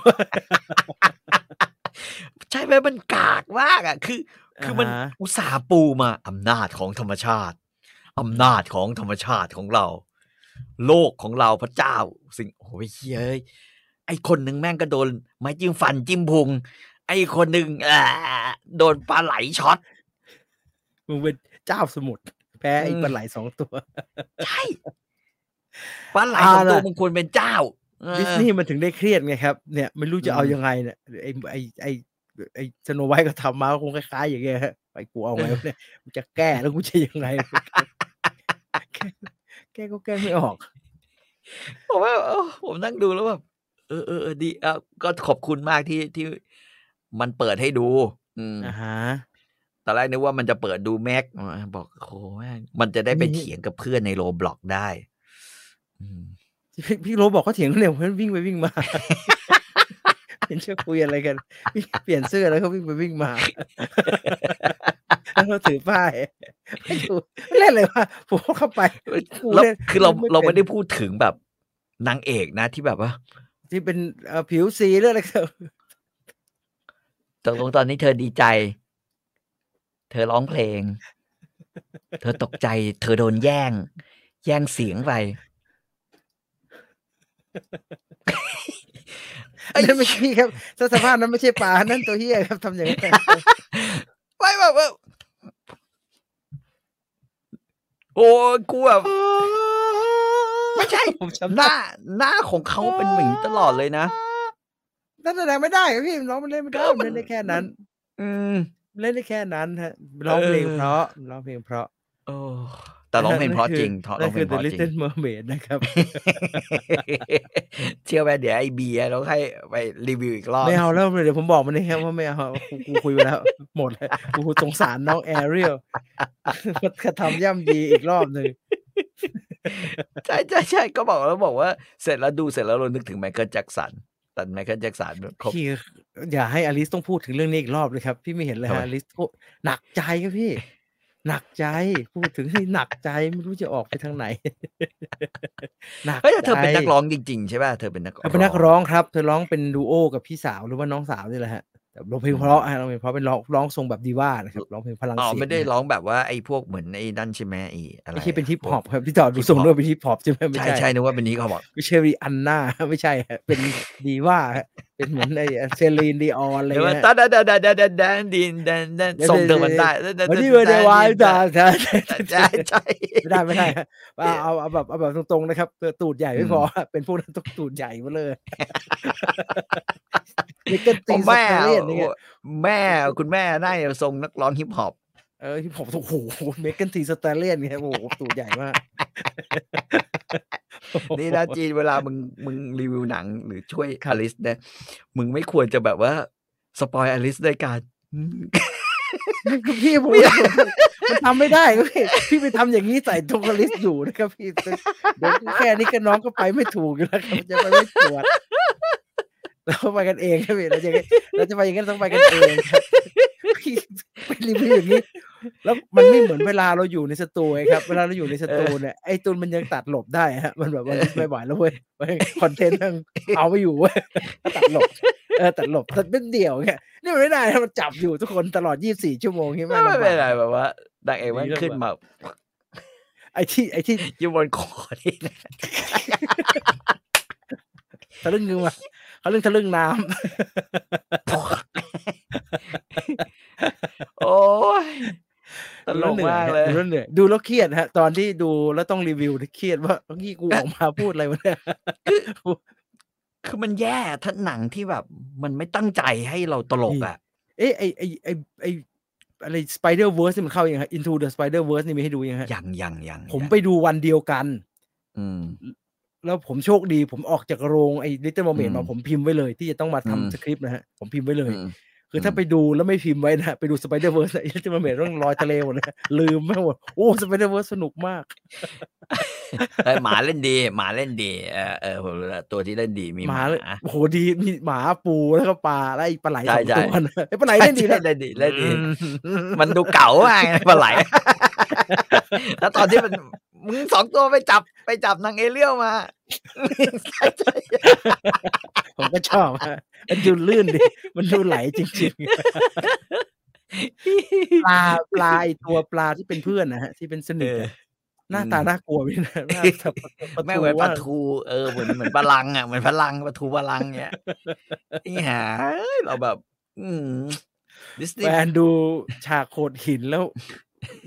ใช่ไหมมันกากมากอ่ะ คือ คือมัน
อ่าฮะ
อุตส่าห์ปูมาอำนาจของธรรมชาติอำนาจของธรรมชาติของเรา โลกของเราพระเจ้า สิ่งโอ้ยเฮ้ยเอ้ยไอคนหนึ่งแม่งก็โดนไม้จิ้มฟันจิ้มพุง ไอคนหนึ่งอ่าโดนปลาไหลช็อต
มึงเป็นเจ้าสมุทรแพ้ไอ้
อืม
ปลาไหลสองตัว
ใช่ ปลาไหลของ
เอา
ตัว
ล่ะ
มันควรเป็นเจ้าเออ
ดิสนีย์มันถึงได้เครียดไงครับเนี่ยไม่รู้จะเอา
อืม
ยังไงเนี่ยไอ้ไอ้ไอ้ไอ้สโนไวท์ก็ทำมาก็คงคล้ายๆอย่างเงี้ยฮะไปกูเอาไงวะ เนี่ยกูจะแก้แล้วกูจะยังไง แก้แก้ก็แก้ไม่ออก
ผมว่าเออผมนั่งดูแล้วแบบเออเออเออดีอ่ะก็ขอบคุณมากที่ที่มันเปิดให้ดู อืม
อ่าฮะ
ตอนแรกนึกว่ามันจะเปิดดูแม็กบอกโอ้โหแม่งมันจะได้ไป
นี่
เถียงกับเพื่อนในโรบล็อกได้ อืม
พี่พี่โรบอกเขาเถียงกันเร็ว เพื่อนวิ่งไปวิ่งมา เป็นเชื่อคุยอะไรกัน วิ่งเปลี่ยนเสื้อแล้วเขาวิ่งไปวิ่งมา แล้วเราถือป้าย ไม่ดูเล่นเลยวะผมเข้าไป กู
แล้ว
เนี่ย
คือเรา
ไม่
เรา
เป็
ไม่
น
ได้พูดถึงแบบนางเอกนะที่แบบว่า
ที่เป็นเอ่อผิวสีเรื่องอะไรก็
ตกลงตอนนี้เธอดีใจ เธอร้องเพลง เธอตกใจ เธอโดนแย่ง แย่งเสียงไป ไอ้
นั่นไม่ใช่ครับสสภาพนั้นไม่ใช่ปลานั่นตัวเฮียครับทำอย่างนี้ น
ไม่แบบว่าโอ้ยกูแบบไม่ใช่
ผมจำ
ห
ได้
น้าหน้าของเขาเป็นหมีตลอดเลยนะ
นั่นแสดงไม่ได้ครับพี่ร้องมันเล่นไม่ ได้
ก็มัน
เล่นได้แค่นั้น
อืม
เล่นได้แค่นั้นฮะร้องเพลง
เออ
เพราะร้องเพลงเพราะ
โอ้แต่ร้องเพลงเพราะจริงร้
นั่
อง
น
เพล
คือง
เพ
นั่นคือ
ราะ
The
จริง
Little Mermaid นะครับ
เชื่อไหมเดี๋ยวไอเบียร์ต้องให้ไปรีวิวอีกรอบ
ไม่เอาแล้วเดี๋ยวผมบอกมันเองครับว่าไม่เอากูกูคุยไปแล้ว หมดแล้วกูสงสารน้องแอเรียลมันกระทำย่ำยีอีกรอบหนึ่ง
ใช่ใช่ใช่ก็บอกแล้วบอกว่าเสร็จแล้วดูเสร็จแล้วเรานึกถึงไมเคิลแจ็คสันแต่ไมเคิลแจ็คสันเขา
พี่อย่าให้อลิสต้องพูดถึงเรื่องนี้อีกรอบเลยครับ พี่ไม่เห็นเลยฮะอลิสโคหนักใจครับพี่ หนักใจพูดถึงที่หนักใจไม่รู้จะออกไปทางไหนหนัก
เฮ้ยแต่เธอเป็น
ใจ
นักร้องจริง ๆ ใช่ป่ะเธอเป็นนักร้อง
เธอเป็นนักร้องครับ เธอร้องเป็นดูโอกับพี่สาวหรือว่าน้องสาวนี่แหละฮะแต่ร้องเพลงเพราะฮะร้องเพลงเพราะเป็นร้องร้องทรงแบบดีว่านะครับร้องเพลงพลัง
อ๋อ
เสียง
ไม่ได้
นะ
ร้องแบบว่าไอ้พวกเหมือนไอ้นั่นใช่ไหมไอ้อะไร
ไม่ใช่เป็นฮิปฮอป
พวก
ครับพี่ต่อดู
hip
ทรง
hop
ด้วยเป็นฮิปฮอปใช่ไหมไม่
ใช่
ใช่
ใช่นึกว่าเป็นนี้เขาบอก
ไม่ใช่ริอันนา ไม่ใช่ฮะเป็นดีว่าฮะเป็นเหมือนไอ้เซรีนดีออนอะไร
เดี๋ยวมัน
เงี้ย
ตา
ฮะ
ดาดาดาดาดาดาดินดันดันส่งเธอมันได้
วันนี้วันเดวายดาใช่
ใช่ใช่
ไม่ได้ไม่ ได้ฮะเอาเอาเอาแบบเอาแบบตรงๆนะครับเออตูดใหญ่ไม่
อืม
พอฮะเป็นพวกนั้นต้องตูดใหญ่มา เลยนี่ก็ตี
โอ้
ส
แม่
เปเรียนอย่างเงี้ย
แม่คุณแม่น่าจะทรงนักร้องฮิปฮอป
เออที่ผมโอ้โหเมกันทีสแตเลียนไงโอ้โหตูดใหญ่มาก
นี่นะจีนเวลามึงมึงรีวิวหนังหรือช่วยอลิสนะมึงไม่ควรจะแบบว่า สปอยอลิสด้วยการ
พี่ผม ว่ามันทำไม่ได้ครับพี่พี่ไปทำอย่างนี้ใส่ทุกลิสอยู่นะครับพี่เดี๋ยวแค่นี้ก็น้องก็ไปไม่ถูกอยู่แล้วครับจะไปไม่ตรวจเราไปกันเองครับพี่เราจะเราจะไปอย่างนั้นต้องไปกันเองครับพี่ไปรีวิวอย่างนี้ แล้วมันไม่เหมือนเวลาเราอยู่ในสตูไงครับ เวลาเราอยู่ในสตูเนี่ยไอ้ตุนมันยังตัดหลบได้ฮะมันแบบว่าไม่ไหวแล้วเว้ยเว้ยคอนเทนต์มันเอาไม่อยู่เว้ย ตัดหลบ เออตัดหลบตัดเป็นเดี่ยวเนี่ยนี่มันไม่ได้นะมันจับอยู่ทุกคนตลอด 24 ชั่วโมงใช่ไหม
ไม่
นลำบาก
เป็นไรแบบว่านางเอกมันขึ้นมา
ไอ้ที่ไอ้ที่
อยู่บนคอนี่ นะ
ทะลึ่งงึงมาเขาเรื่องทะลึ่งน้
โอ้ย
ำ
ตลกมากเลย
ดูแล้วเหนื่อยดูแล้วเครียดฮะ ตอนที่ดูแล้วต้องรีวิวเนี่ยเครียดว่าเมื่อกี้กูออกมาพูดอะไรวะเนี่ย
คือมันแย่ทั้งหนังที่แบบมันไม่ตั้งใจให้เราตลกอ่ะ
เอ้ยไอไอไอไออะไรสไปเดอร์เวิร์สนี่มันเข้ายังฮะ Into the Spider Verse นี่มีให้ดูยังฮะ
ยังยังยัง
ผม
ยัง
ไปดูวันเดียวกัน
อืม
แล้วผมโชคดี ผมออกจากโรงไอ้ Little Mermaid
อืม
มาผมพิมพ์ไว้เลย ที่จะต้องมา
อืม
ทำสคริปต์นะฮะ ผมพิมพ์ไว้เลย
อืม
คือถ้า
อืม
ไปดูแล้วไม่พิมพ์ไว้นะ ไปดู Spider-Verse ไอ้ Little Mermaid ต้องลอยทะเลหมดนะลืมไปหมดโอ้ Spider-Verse สนุกมาก
เอ้ยหมาเล่นดี หมาเล่นดี เออเออผมรู้ละตัวที่เล่นดีมี
ห
ห
มา
มา
เลยโอ้โหดีมีหมาปูแล้วก็ปลาแล้วไอ้ปลาไหล
ใช่
สองตั
ใช่
วนะไอ้ปลาไหลเล่นดีนะ
เล่นดีเล่นดี มันดูเก่าไงปลาไหล แล้วตอนที่มันมึงสองตัวไปจับไปจับนางเอเลี่ยว มา
ผมก็ชอบฮะมันดูลื่นดิมันดูไหลจริง ๆปลาปลาไอ้ตัวปลาที่เป็นเพื่อนนะฮะ ที่เป็นสนิทอะหน้าตาน่ากลัวพี่นะหน้าตาประ
แม่ง
ตู
เหมือนป
ว่า
ลาทูเออเหมือนเหมือนปลาลังอ่ะเหมือนปลาลังปลาทูปลาลังเนี่ยนี่หาเอ้ยเราแบบ อืมดิสนี
แฟ
ย์
นดูฉากโขดหินแล้ว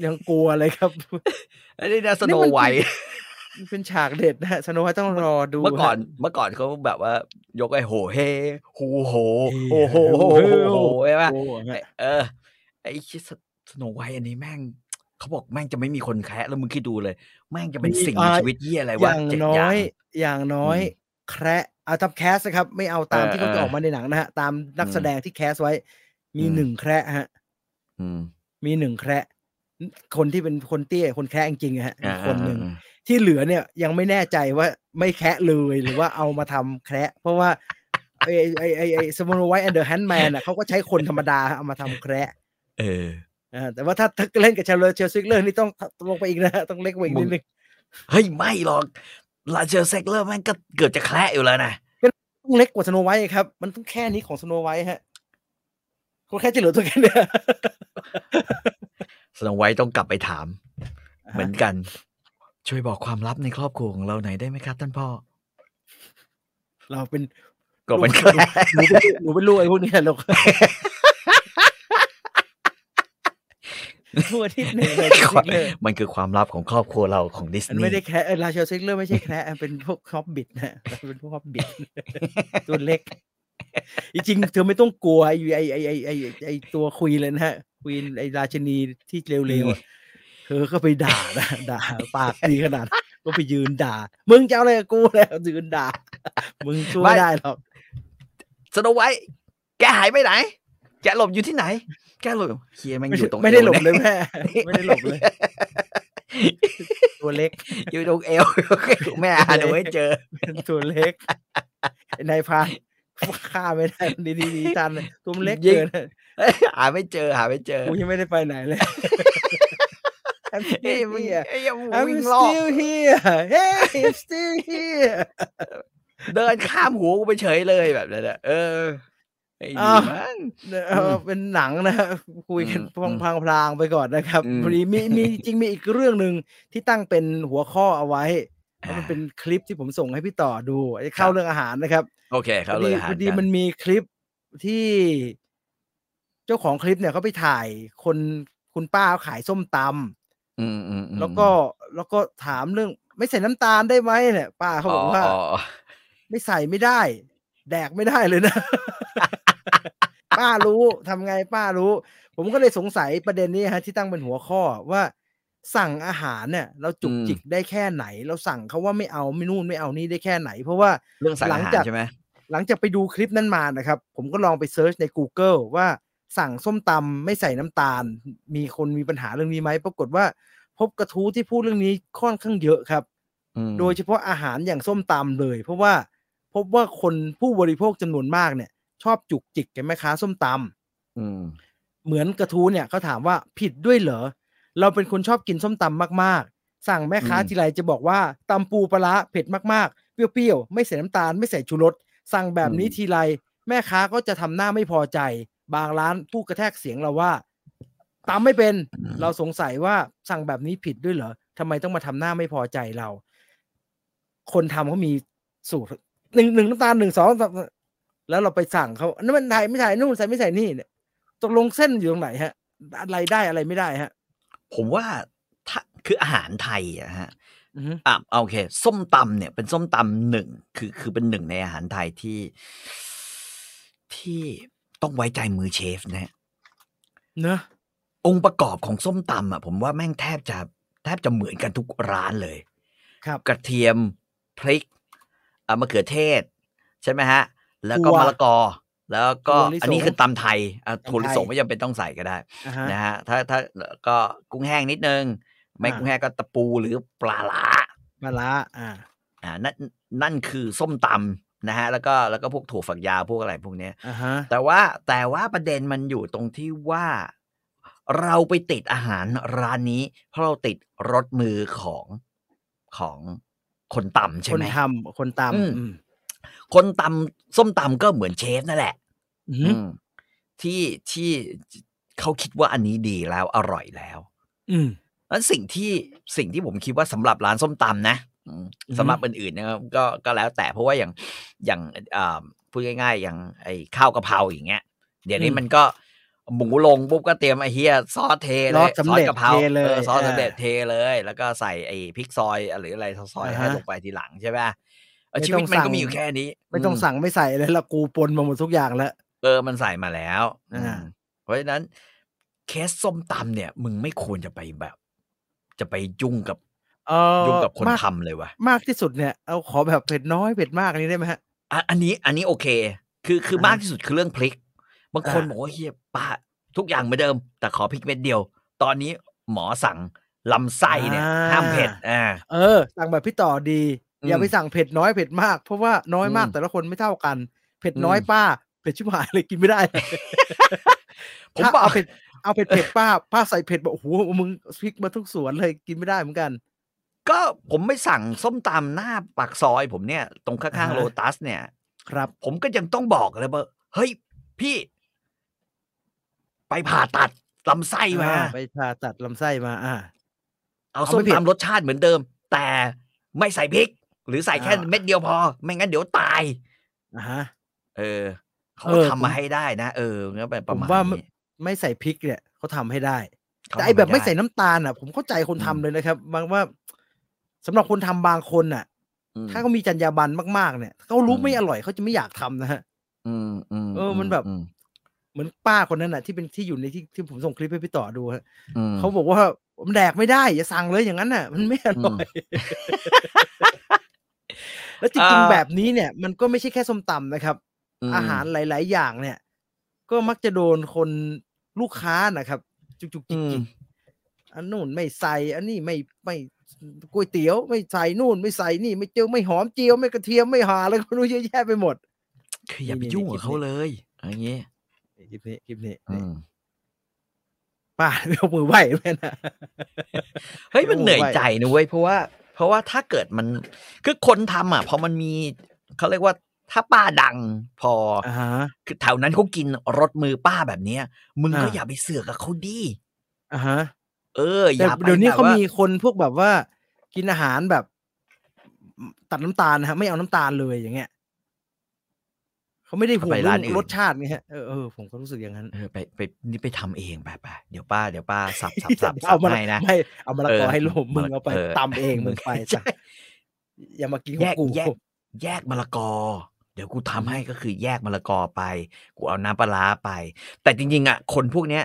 ยังกลัวเลยครับ
อันนี้นะส
นี่
โน
มัน
ไวท์
มันเป็นฉากเด็ดนะฮะสโนุกต้องรอดู
เมื่อก่อน
ฮะ
เมื่อก่อนเขาแบบว่า ยกไอ้โหเฮฮูโห
เฮ้
โอ้โหโห
โอ้โห
โหใช่ปะ
โอ้โหฮะ
เออไอ้ชิสโนไวอันนี้แม่ง เขาบอกแม่งจะไม่มีคนแคะแล้วมึงคิดดูเลย แม่งจะเป็น
มี
สิ่ง
อ่า
มีชีวิตเยี่ยอะไร
อ
วะ
ย่าง
เจ็ด
น้
อย่า
อง ย อย่างน้อย
อืม
แคระเอาทำแคสนะครับ ไม่เอาตามที่เขาจะออกมาในหนังนะฮะ ตามนักแสดงที่แคสไว้ มี
อืม
หนึ่งแคระฮะ
อืม
มีหนึ่งแคระคนที่เป็นคนเตี้ยคนแคระจริงๆอะฮะมี
อ่า
คนหนึ่ง
อ่า
ที่เหลือเนี่ยยังไม่แน่ใจว่าไม่แคระเลยหรือว่าเอามาทำแคระเพราะว่าไอไอไอไอสมอนไวท์แอนเดอร์แฮนด์แมนอ่ะเขาก็ใช้คนธรรมดาเอามาทำแคระ
เออ
อ่าแต่ว่าถ้าถ้าเล่นกับเชลเลอร์เชลซิกเลอร์นี่ต้องลงไปอีกนะฮะต้องเล็กกว่าอีกนิดนึง
เฮ้ย ไม่หรอกลาเจอเซกเลอร์แม่งก็เกือบจะแคละอยู่แล้วนะ
ต้องเล็กกว่าสโนไวท์ครับ มันต้องแค่นี้ของสโนไวท์ฮะคนแค่จะเหลือตัวแค่เนี้ย
สโนไวท์ต้องกลับไปถาม เหมือนกัน ช่วยบอกความลับในครอบครัวของเราหน่อยได้ไหมครับท่านพ่อ
เราเป็น
ก็เป็นแค
ห
ละ
นูเป็นลูกหนูเป็นลูกไอ้พวกเนี้หรอกทั่วอาที่หนึ่งเลยจริงๆเลย
มันคือความลับของครอบครัวเราของดิส
มัน
นี
ไม่ได้
ย์
แคระเออราเชลซิกเลอร์ไม่ใช่แคระเป็นพวกฮอบบิทนะเป็นพวกฮอบบิทตัวเล็กจริงๆเธอไม่ต้องกลัวไอ้ไอ้ไอ้ไอ้ไอ้ไอ้ตัวคุยเลยนะฮะควีนไอ้ราชนีที่เร็วๆอะเธอก็ไปด่านะด่าปากดีขนาดนั้นก็ไปยืนด่า มึงจะเอาอะไรกับกูแล้วยืนด่า มึงช่วยไม่ได้หรอก
สโนไวท์แกหายไปไหน แกหลบอยู่ที่ไหน แกหลบเฮียแม่งอยู่ตรง
ไม่ได้หลบเลย แม่ ไม่ได้หลบเลย ตัวเล็ก
อยู่ตรง เอว แม่หาหนูให้เจอ
ตัวเล็กนายพรานฆ่าไม่ได้ดีดีดีตันเลยตัวมันเล็ก
ยิง
เกินอะ
หาไม่เจอหาไม่เจอ
กูยังไม่ได้ไปไหนเลย I'm
เอ้ย
still
มึง
here
เอ้ยมึง
I'm
วิ่งรอบ
still here Hey I'm still here
เดินข้ามหัวกูไปเฉยเลยแบบนั้นอะเออไอ้ดี
อ้าว
มั้ง
เออเป็นหนังนะคุยกัน
อืม
พลางพลางพลางไปก่อนนะครับ
อืม
พอดีมีมีจริงมีอีกเรื่องหนึ่งที่ตั้งเป็นหัวข้อเอาไว้แล้วมันเป็นคลิปที่ผมส่งให้พี่ต่อดูไอ้เข้าเรื่องอาหารนะครับ
โอเคเขาเลยหา
พ
กั
อดีมัน นมีคลิปที่เจ้าของคลิปเนี่ยเขาไปถ่ายคนคุณป้าขายส้มตำ
อืมอืมอืม
แล้วก็แล้วก็ถามเรื่อง ไม่ใส่น้ำตาลได้ไหมเนี่ยป้าเขาบอกว่า
อ๋ออ๋อ
ไม่ใส่ไม่ได้ แดกไม่ได้เลยนะ ป้ารู้ทำไงป้ารู้ ผมก็เลยสงสัยประเด็นนี้ฮะที่ตั้งเป็นหัวข้อว่าสั่งอาหารเนี่ยเราจุกจิกได้แค่ไหน เราสั่งเขาว่าไม่เอาไม่นู่นไม่เอานี่ได้แค่ไหน เพราะว่า
เรื่องสั่ง
หลั
อาง หาร
จาก
ใช่ไหม
หลังจากไปดูคลิปนั้นมานะครับ ผมก็ลองไปเซิร์ชใน Google ว่าสั่งส้มตำไม่ใส่น้ำตาล มีคนมีปัญหาเรื่องนี้ไหมปรากฏว่า พบกระทู้ที่พูดเรื่องนี้ค่อนข้างเยอะครับ
อืม
โดยเฉพาะอาหารอย่างส้มตำเลย เพราะว่าพบว่าคนผู้บริโภคจำนวนมากเนี่ย ชอบจุกจิกกับแม่ค้าส้มตำ
อืม
เหมือนกระทู้เนี่ยเขาถามว่าผิดด้วยเหรอ เราเป็นคนชอบกินส้มตำมากๆ สั่งแม่ค้าทีไรจะบอกว่าตำปูปลาร้าเผ็ดมากๆ เปรี้ยวๆ ไม่ใส่น้ำตาลไม่ใส่ชูรสสั่งแบบนี้ทีไร แม่ค้าก็จะทำหน้าไม่พอใจ บางร้านพูดกระแทกเสียงเราว่าตำไม่เป็น เราสงสัยว่าสั่งแบบนี้ผิดด้วยเหรอทำไมต้องมาทำหน้าไม่พอใจเรา คนทำเขามีสูตรหนึ่งหนึ่งน้ำตาลหนึ่งสองสามแล้วเราไปสั่งเขานั่นมันใส่ไม่ใส่นู่นใส่ไม่ใส่นี่เนี่ยตกลงเส้นอยู่ตรงไหนฮะ อะไรได้อะไรไม่ได้ฮะ
ผมว่าถ้าคืออาหารไทยอะฮะ
อือฮึ
อ่ะโอเค ส้มตำเนี่ย เป็นส้มตำหนึ่งคือคือเป็นหนึ่งในอาหารไทยที่ ที่ต้องไว้ใจมือเชฟนะฮะ
เนอะ
องค์ประกอบของส้มตำอ่ะ ผมว่าแม่งแทบจะแทบจะเหมือนกันทุกร้านเลย
ครับ
กระเทียมพริก อ่ะมะเขือเทศ ใช่ไหมฮะ แล้วก็
ถั่ว
มะละกอ แล้วก็
ถั่วลิสง
อันนี้คือตำไทยอ่ะถั่วลิสง
ตำไทย
ไม่จำเป็นต้องใส่ก็ได้
อ่าฮะ
นะฮะถ้าถ้าก็กุ้งแห้งนิดนึง ไม่
อ่า
กุ้งแห้งก็ตะปูหรือปลาล้า
มะละอ่า
อ่านั่นนั่นคือส้มตำนะฮะ แล้วก็แล้วก็พวกถั่วฝักยาวพวกอะไรพวกเนี้ย
อ่าฮะ
แต่ว่าแต่ว่าประเด็นมันอยู่ตรงที่ว่า เราไปติดอาหารร้านนี้ เพราะเราติดรสมือของของคนตำใช่
คน
ไหม
ทำคนตำ
อื
อืม
มคนตำส้มตำก็เหมือนเชฟนั่นแหละ
อื
อื
ม
มที่ที่เขาคิดว่าอันนี้ดีแล้วอร่อยแล้ว
อืม
แล้วสิ่งที่สิ่งที่ผมคิดว่าสำหรับร้านส้มตำนะอืม
อือฮึ
สำหรับอื่นๆเนี่ยก็ก็แล้วแต่เพราะว่าอย่างอย่างอ่าพูดง่ายๆ อย่างไอ้ข้าวกะเพราอย่างเงี้ย เดี๋ยวนี้มันก็หมูลงปุ๊บก็เตรียมไอ้เฮียซอสเทเล
ซอย สสำเร็จ
กะเพรา
เทเลย
ออซอส
อ่า
สำเร็จเทเลย แล้วก็ใส่ไอ้พริกซอยหรืออะไรซอย
อ่า
ให้
ฮะ
ลงไปทีหลังใช่ไหมเออ
ไม่
ชีวิต
ต้อง
มัน
สั่
ก็
ง
มีอยู่แค่นี้
ไม่ต้อง
อืม
สั่งไม่ใส่เลยละกูปนมาหมดทุกอย่างแล้ว
เออ มันใส่มาแล้ว
อ่า
อืมเพราะฉะนั้น เคสส้มตำเนี่ย มึงไม่ควรจะไปแบบ จะไปยุ่งกับ
เออ
ยุ่งกับคน
มาก
ทำเลยวะ
มากที่สุดเนี่ยเอาขอแบบเผ็ดน้อยเผ็ดมากอันนี้ได้ไหมฮะ
อ่ะอันนี้ อันนี้โอเค คือคือ
อ่าม
มากที่สุดคือเรื่องพริก บางคน
อ่า
บอกว่าเฮียป้าทุกอย่างเหมือนเดิม แต่ขอพริกเม็ดเดียว ตอนนี้หมอสั่งลำไส้เนี่ย ห้ามเผ็ดอ่า
เออ สั่งแบบพี่ต่อดี
อืม
อย่าไปสั่งเผ็ดน้อยเผ็ดมาก เพราะว่าน้อยมาก
อืม
แต่ละคนไม่เท่ากัน เผ็ดน้อย
อืม
ป้าเผ็ดชิบหายเลยกินไม่ได้
ผม
ถ้า
บอก
เอาเผ็ดเอาเผ็ดเผ็ดป้าป้าใส่เผ็ดบอกโอ้โหมึงพริกมาทุกสวนเลยกินไม่ได้เหมือนกัน
ก็ผมไม่สั่งส้มตำหน้าปากซอยผมเนี่ย ตรงข้างๆ
อ่าฮะ
โลตัสเนี่ย
ครับ
ผมก็ยังต้องบอกเลยว่าเฮ้ย พี่ ไปผ่าตัดลำไส้มา
อ่ไปผ่าตัดลำไส้มา อ่า
เอา
เอา
ส้
ไม่
ม
ผิด
ตำรสชาติเหมือนเดิม แต่ไม่ใส่พริก หรือใส่แค่
อ่า
เม็ดเดียวพอ ไม่งั้นเดี๋ยวตาย
อ่าฮะ
เออ เขา
เออผ
ทำ
ม
มาให้ได้นะ เอองั้นแบบประมาณ
ผมว่ามัน
นี้
ไม่ใส่พริกเนี่ยเขาทำให้ได้
เขา
แต่ไอแบบ
ทำ
ไม่
ด้
ใส่น้ำตาลอ่ะ ผมเข้าใจคน
อืม
ทำเลยนะครับ บางว่าสำหรับคนทำบางคนอ่ะ
อืม
ถ้าเขามีจรรยาบรรณมากๆเนี่ยเขารู้
อืม
ไม่อร่อยเขาจะไม่อยากทำนะฮะ
อืมอืม
เออมันแบบ
อืม
เหมือนป้าคนนั้นน่ะที่เป็นที่อยู่ในที่ที่ผมส่งคลิปให้พี่ต่อดูฮะ
อืม
เขาบอกว่ามันแดกไม่ได้อย่าสั่งเลยอย่างนั้นน่ะ มันไม่อร่อย แล้วจริง
อ่า
ๆแบบนี้เนี่ย มันก็ไม่ใช่แค่ส้มตำนะครับ
ม
อาหารหลาย ๆ อย่างเนี่ย ก็มักจะโดนคนลูกค้านะครับ จุกจุกจิ
อื
ก
ม
จิกอันนู่นไม่ใส่ อันนี้ไม่ไม่ก๋วยเตี๋ยว ไม่ใส่นู่น ไม่ใส่นี่ ไม่เจียวไม่หอมเจียวไม่กระเทียมไม่หาอะไร ก็ไม่รู้เยอะแยะไปหมด
คืออย่าไป
นี่
ยุ่ง
นี่
กับ
คลิป
เขาเลยอะไรเงี้ย
นี่คลิปนี้คลิปนี้
อื
นี่
ม
ป้ ายกมือไหวแม่นะ
เฮ้ยมัน
โอ้
เหนื่อย
ไหว
ใจนะเว้ยเพราะว่า เพราะว่าถ้าเกิดมันคือคนทำอ่ะพอมันมีเขาเรียกว่าถ้าป้าดังพออ
อ่าฮะ
คือแถวนั้นเขากินรสมือป้าแบบเนี้ย มึงก็
อ่า
อย่าไปเสือกกับเขาดี
อ่าฮะ
เออ อ
แต่
ย่าไป
เดี๋ยวนี้
แบบ
เขา
ว่า
มีคนพวกแบบว่า กินอาหารแบบ ตัดน้ำตาลนะฮะไม่เอาน้ำตาลเลยอย่างเงี้ยเขาไม่ได้ห่วงเรื่องรสชาติไงฮะเออเออผมก็รู้สึกอย่างนั้น
เออไปไปนี่ไปทำเองไปไปเดี๋ยวป้าเดี๋ยวป้าสับสับสับสั
เอา
บ
มา
ให้นะ
ไม่เอามาละ
เอก อ
อให้ลูกมึง
มะละ
เอาไป
เออ
ตำเองมึงไป
ใช่
จ้ะอย่ามากินข
แย
อง
ก
กู
แยกแยกมะละกอ เดี๋ยวกูทำให้ก็คือแยกมะละกอไป กูเอาน้ำปลาร้าไป แต่จริงๆอ่ะคนพวกเนี้ย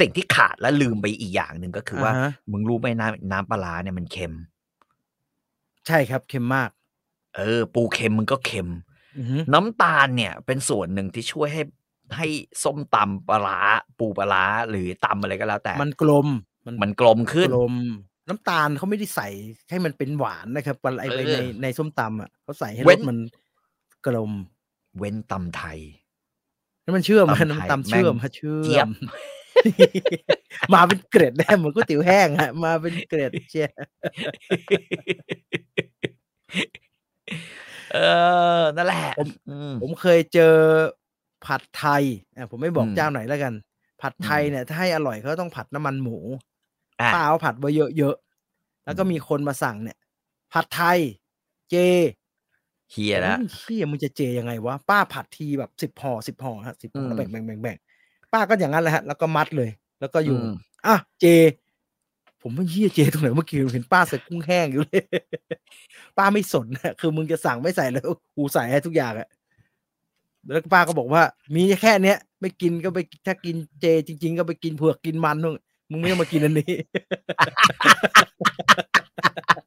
สิ่งที่ขาดและลืมไปอีกอย่างหนึ่งก็คือว่า
ฮะ
มึงรู้ไหมน้ำน้ำปลาร้าเนี่ยมันเค็ม
ใช่ครับเค็มมาก
เออ ปูเค็มมึงก็เค็ม
อือฮึ
น้ำตาลเนี่ยเป็นส่วนหนึ่งที่ช่วยให้ให้ส้มตำปลาร้าปูปลาร้าหรือตำอะไรก็แล้วแต่
มันกลมมัน
มันกลมขึ้น
กลม น้ำตาลเขาไม่ได้ใส่ให้มันเป็นหวานนะครับปลาไอ้ไอ้
เออ
ในในส้มตำอ่ะเขาใส่ให้
เว้
ร
น
สมันกลม
เว้นตำไทย
นั่นมันเชื่อมฮะ
ตำไทย
น้ำตำ
แม่ง
เชื่อมฮะเชื่
เจี๊
อย
บ
ม มาเป็นเกร็ดได้เหมือนก๋วยเตี๋ยวแห้งฮะมาเป็นเกร็ดเชี ย
เออนั่นแหละอืม
ผมเคยเจอผัดไทยอ่ะผมไม่บอก
อืม
เจ้าไหนแล้วกัน ผัดไทย
อืม
เนี่ยถ้าให้อร่อยเขาต้องผัดน้ำมันหมู
อ่ะ
ป้าเอาผัดไว้เยอะๆแล้วก็
อืม
มีคนมาสั่งเนี่ย ผัดไทย เจ
เฮียแล้ว
โอ้ยเชี่ยมันจะเจยังไงวะป้าผัดทีแบบสิบห่อสิบห่อฮะสิบห่อแล้ว
อื
แบ่ง
ม
แบ่งแบ่งแบ่งป้าก็อย่างนั้นแหละฮะแล้วก็มัดเลย แล้วก็อ
อื
ยู่
ม
อ่ะเจ ผมไม่าเยี่ยเจตรงไหนเมื่อกี้ผมเห็นป้าใส่กุ้งแห้งอยู่เลย ป้าไม่สนนะคือมึงจะสั่งไม่ใส่แล้วกูใส่ให้ทุกอย่างอะแล้วป้าก็บอกว่า มีแค่เนี้ยไม่กินก็ไปถ้ากินเจ จริง ๆ ก็ไปกินเผือกกินมันนู่นมึงไม่ต้องมากินอันนี้ ผม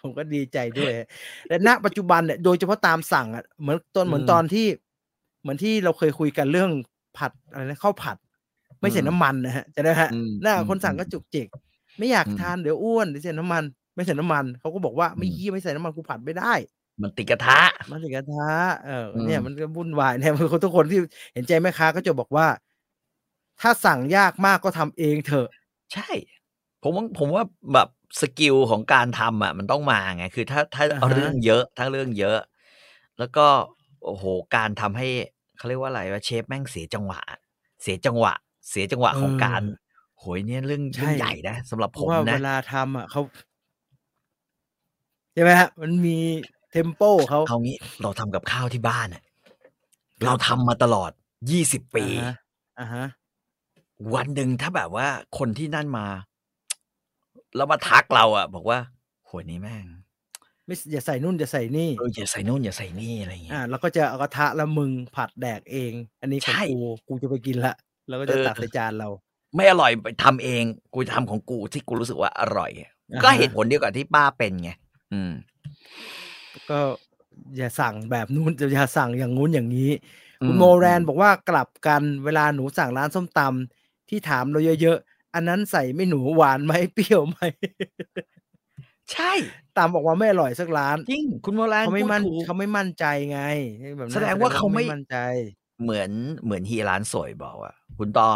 ผมก็ดีใจด้วยฮะและณปัจจุบันเนี่ยโดยเฉพาะตามสั่งอ่ะเหมือนตอนเหมือน
อืม
ตอนที่ เหมือนที่เราเคยคุยกันเรื่องผัดอะไรนะข้าวผัด ไม่ใส่
อืม
น้ำมันนะฮะจะได้ฮะ
อืม
น่า
อืม
คนสั่งก็จุกจิกไม่อยาก
อืม
ทานเดี๋ยวอ้วนเดี๋ยวใส่น้ำมัน ไม่ใส่น้ำมันเขาก็บอกว่าไม่
อืม
ยี่ไม่ใส่น้ำมันกูผัดไม่ได้
มันติดกระทะ
มันถึงกระทะเอออ เนี่ย
ม
มันก็วุ่นวายเนี่ยคนทุกคนที่เห็นใจแม่ค้าก็จะบอกว่า ถ้าสั่งยากมากก็ทำเองเถอะ
ใช่ ผมว่าผมว่าแบบสกิลของการทำอ่ะ มันต้องมาไง คือถ้าถ้า
อ่าฮะ
เรื่องเยอะทั้งเรื่องเยอะ แล้วก็โอ้โหการทำให้เขาเรียกว่าอะไรว่าเชฟแม่งเสียจังหวะ เสียจังหวะ เสียจังหวะของการ
เออ
โหยเนี่ยเรื่อง
ใช่
เรื่องใหญ่นะสำหรับ
เพ
ผ
ราะ
ม
ว่าเว
นะ
ลาทำอ่ะเขาใช่ไหมฮะ มันมีเทมโปเขา
เอางี้เราทำกับข้าวที่บ้านอะ
ครับ
เราทำมาตลอดยี่สิบปี
อ่าฮะอ่าฮะ
วันหนึ่งถ้าแบบว่าคนที่นั่นมา แล้วมาทักเราอ่ะ บอกว่าโหยนี่แม่ง
ไม่อย่าใส่นู่นอย่าใส่นี่
เอออย่าใส่นู่นอย่าใส่นี่อะไรอย่างเงี้ย
อ่าแล้วก็จะเอากระทะละมึงผัดแดกเอง อันนี้ของ
ใช่
กูกูจะไปกินละแล้วก็จะ
เออ
ตักใส่จานเรา
ไม่อร่อยไปทำเอง กูจะทำของกูที่กูรู้สึกว่าอร่อย
อ่าฮะ
ก็เหตุผลเดียวกับที่ป้าเป็นไงอืม
ก็อย่าสั่งแบบนู้นอย่าสั่งอย่างงู้นอย่างนี้ คุณ
อืม
โมแรน
อืม
บอกว่ากลับกันเวลาหนูสั่งร้านส้มตำที่ถามเราเยอะๆ อันนั้นใส่ไม่หนูหวานไหมเปรี้ยวไหม
ใช่
ตามบอกว่าไม่อร่อยสักร้าน
จริง คุณโมแลน
เขาไม่
พูด
มั่น
ถูก
เขาไม่มั่นใจไงแบบนั้น
แสดงว่าเขาไม่
มั่นใจ
เหมือนเหมือนฮีร้านสวยบอกว่าคุณตอ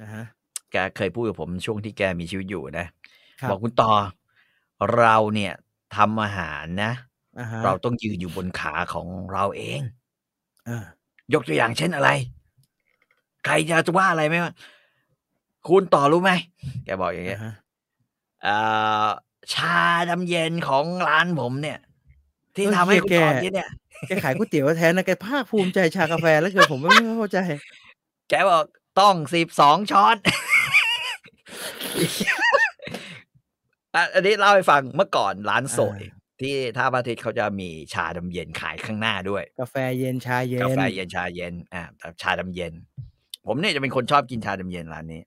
นะฮะ
แกเคยพูดกับผมช่วงที่แกมีชีวิตอยู่นะครับ บอกคุณต่อ เราเนี่ยทำอาหารนะ
อ่าฮะ
เราต้องยืนอยู่บนขาของเราเอง
อ่าย
กตัวอย่างเช่นอะไร ใครจะว่าอะไรไหมว่าคุณต่อรู้ไหมแกบอกอย่างเงี้ย
อ่าฮะ
เอ่อชาดำเย็นของร้านผมเนี่ย ที่ทำให้คุณต่อกินเนี่ย
แกขายก๋วยเตี๋ยวแท้นะแกภาคภูมิใจชากาแฟแล้วเกินผมไม่ไม่เข้าใจ
แกบอกต้องสิบสองช้อน อ่ะอันนี้เล่าให้ฟังเมื่อก่อนร้านโสย
อ่
ที่ท่าพระอาทิตย์เขาจะมีชาดำเย็นขายข้างหน้าด้วย
กาแฟเย็นชาเย็น
กาแฟเย็นชาเย็น อ่าแต่ชาดำเย็น ผมเนี่ยจะเป็นคนชอบกินชาดำเย็นร้านนี้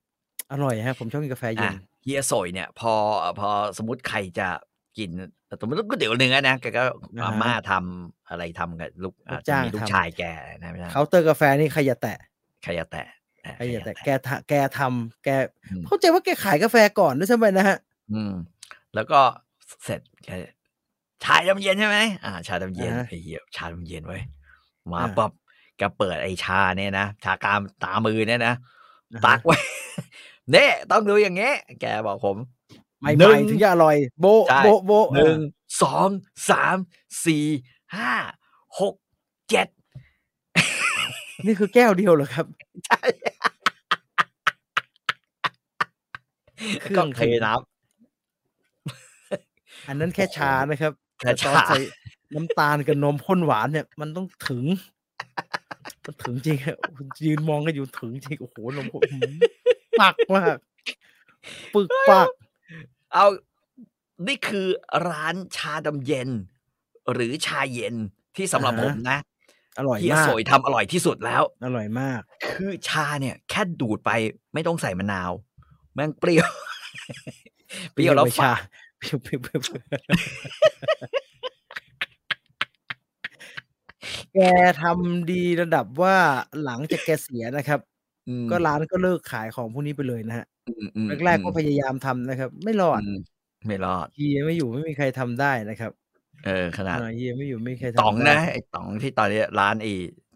อร่อยฮะผมชอบกินกาแฟเย็
อ่ะ
น
เฮียโสยเนี่ย พอพอสมมติใครจะกินสมมติก๋วยเตี๋ยวเนื้อนะแกก็
อ่าฮะ
อาม่าทำอะไรทำกับลูกอ่ะ
ลูก
จะ
จ้าง
มีลูก
ทำ
ชายแกนะไม่ใช่
เคาน์เตอร์กาแฟนี่ใครอย่าแตะ
ใครจะแตะอ่ะ
ใครอย่าแตะ
ะ
แกทะแกทำแก
อืม
เข้าใจว่าแกขายกาแฟก่อนด้วยใช่ไหมนะฮะ
อืม แล้วก็เสร็จแค่ชาดำเย็นใช่ไหมอ่า ชาดำเย็น
อ่าฮะ
ไอ้เหี้ยชาดำเย็นไว้ยมา
อ่า
ปั๊บแกเปิดไอ้ชาเนี่ยนะชากามตามือเนี่ยนะ
อ่าฮะ
ตักไว้ เนี่ยต้องดูอย่างเงี้ยแกบอกผม
ไม่
หนึ่
ไป
ง
ถึงจะอร่อย โบะ
ใช่
โบะโบะ
หนึ่งสองสามสี่ห้าหกเจ็ด
อ่ะนี่คือแก้วเดียวเหรอครับ
ใช่
เครื่
ก็
อง
เท
คือ
น้
อันนั้นแค่
โอ้โห
ชานะครับ
แค่
แต่ตอน
ชา
ใส่น้ำตาลกับนมข้นหวานเนี่ย มันต้องถึงมันถึงจริงฮะโอ้โหยืนมองกันอยู่ถึงจริงโอ้โหนมข้นหืมปักมากปึกปัก
ำเอา นี่คือร้านชาดำเย็น หรือชาเย็นที่สำหรับผมนะ
อร่อย
เฮีย
มา
ส
ก
วยทำอร่อยที่สุดแล้ว
อร่อยมาก
คือชาเนี่ย แค่ดูดไปไม่ต้องใส่มะนาว แม่งเปรี้ยว เปรี้ยวแล้วฝาด
เปรี้ยวเปรี้ยวเปรี้ยวเปรี้ยว แกทำดีระดับว่าหลังจากแกเสียนะครับ
อืม
ก็ร้านก็เลิกขายของพวกนี้ไปเลยนะฮะ
อืมอืม
แรกๆก็พยายามทำนะครับ ไม่รอด
อืมไม่รอด
เฮียไม่อยู่ไม่มีใครทำได้นะครับ
เออ ขนาด
อ่าเฮียไม่อยู่ไม่มีใคร
ต๋อง
ทำได้
นะไอ้ต๋องที่ตอนนี้ร้านไอ้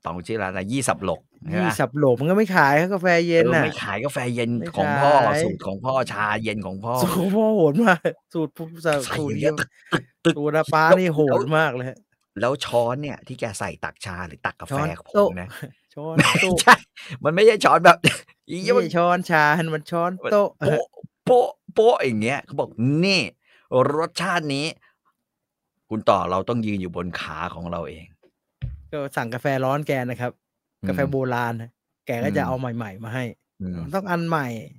ต๋องชื่อร้านอะไรยี่สับหลกใช่ไหม
ยี่สับโหลมันก็ไม่ขายครับกาแฟเย็น
เออ
น่ะ
ไม่ขายกาแฟเย็น
ไม่
ของพ่อ
ขาย
สูตรของพ่อชาเย็นของพ่อ
สูตรพ่อโหดมากสูตรสูตร
ใส่
สูตร
เย
เดีย
อะ
ว
ตึกตึกตึก
สูตรอาป้านี่โหดมากเลยฮะ
แล้วช้อนเนี่ย ที่แกใส่ตักชาหรือตักกาแฟ
ช้อน
ของผ
โต๊ะ
มนะ
ช้อนโต๊ะ
ใช่ มันไม่ใช่ช้อนแบบ อี
ไม่
เหี้ยมัน
ใช่ช้อนชามันช้อนโต๊ะ
โป๊ะโป๊ะโป๊ะอย่างเงี้ยเขาบอกนี่ รสชาตินี้ คุณต่อเราต้องยืนอยู่บนขาของเราเอง
ก็สั่งกาแฟร้อนแกนะครับ
อืม
กาแฟโบราณนะแกก็จะ
อืม
เอาใหม่ ๆ มาให้
อืม
ต้องอันใหม่
อื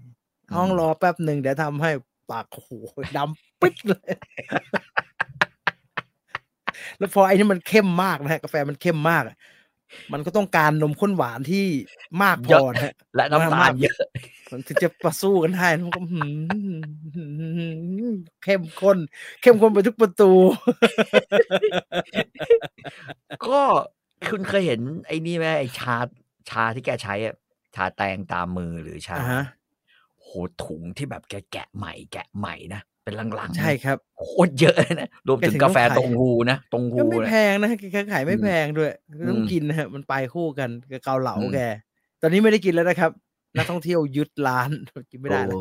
ม
ห้องรอแป๊บหนึ่งเดี๋ยวทำให้ปากโอ้โหดำปิ๊ดเลย แล้วพอไอ้นี่มันเข้มมากนะฮะกาแฟมันเข้มมากอะมันก็ต้องการนมข้นหวานที่มากพอนะฮะ
และน้ำตาลเยอะ
มันถึงจะมาสู้กันได้นะมันก็หืมเข้มข้นเข้มข้นไปทุกประตู
ก็คุณเคยเห็นไอ้นี่ไหมไอ้ชาชาที่แกใช้อะชาแตงตามมือหรือชา
อ่าฮะ
โหถุงที่แบบแกแกะใหม่ แกะใหม่นะเป็นลังๆ
ใช่ครับ
โคตรเยอะเลยนะรวมถึง
แกถึง
กาแฟ
ต้
ต
องงขาย
ฮูนะตงฮู
ก็ไม่
นะ
แพงนะแกขายไม่
อืม
แพงด้วยก็ต้อง
อืม
กินนะฮะมันไปคู่กันกับเกาเหลา
อืม
แก ตอนนี้ไม่ได้กินแล้วนะครับ นักท่องเที่ยวยึดร้าน กินไม่ได้แล้ว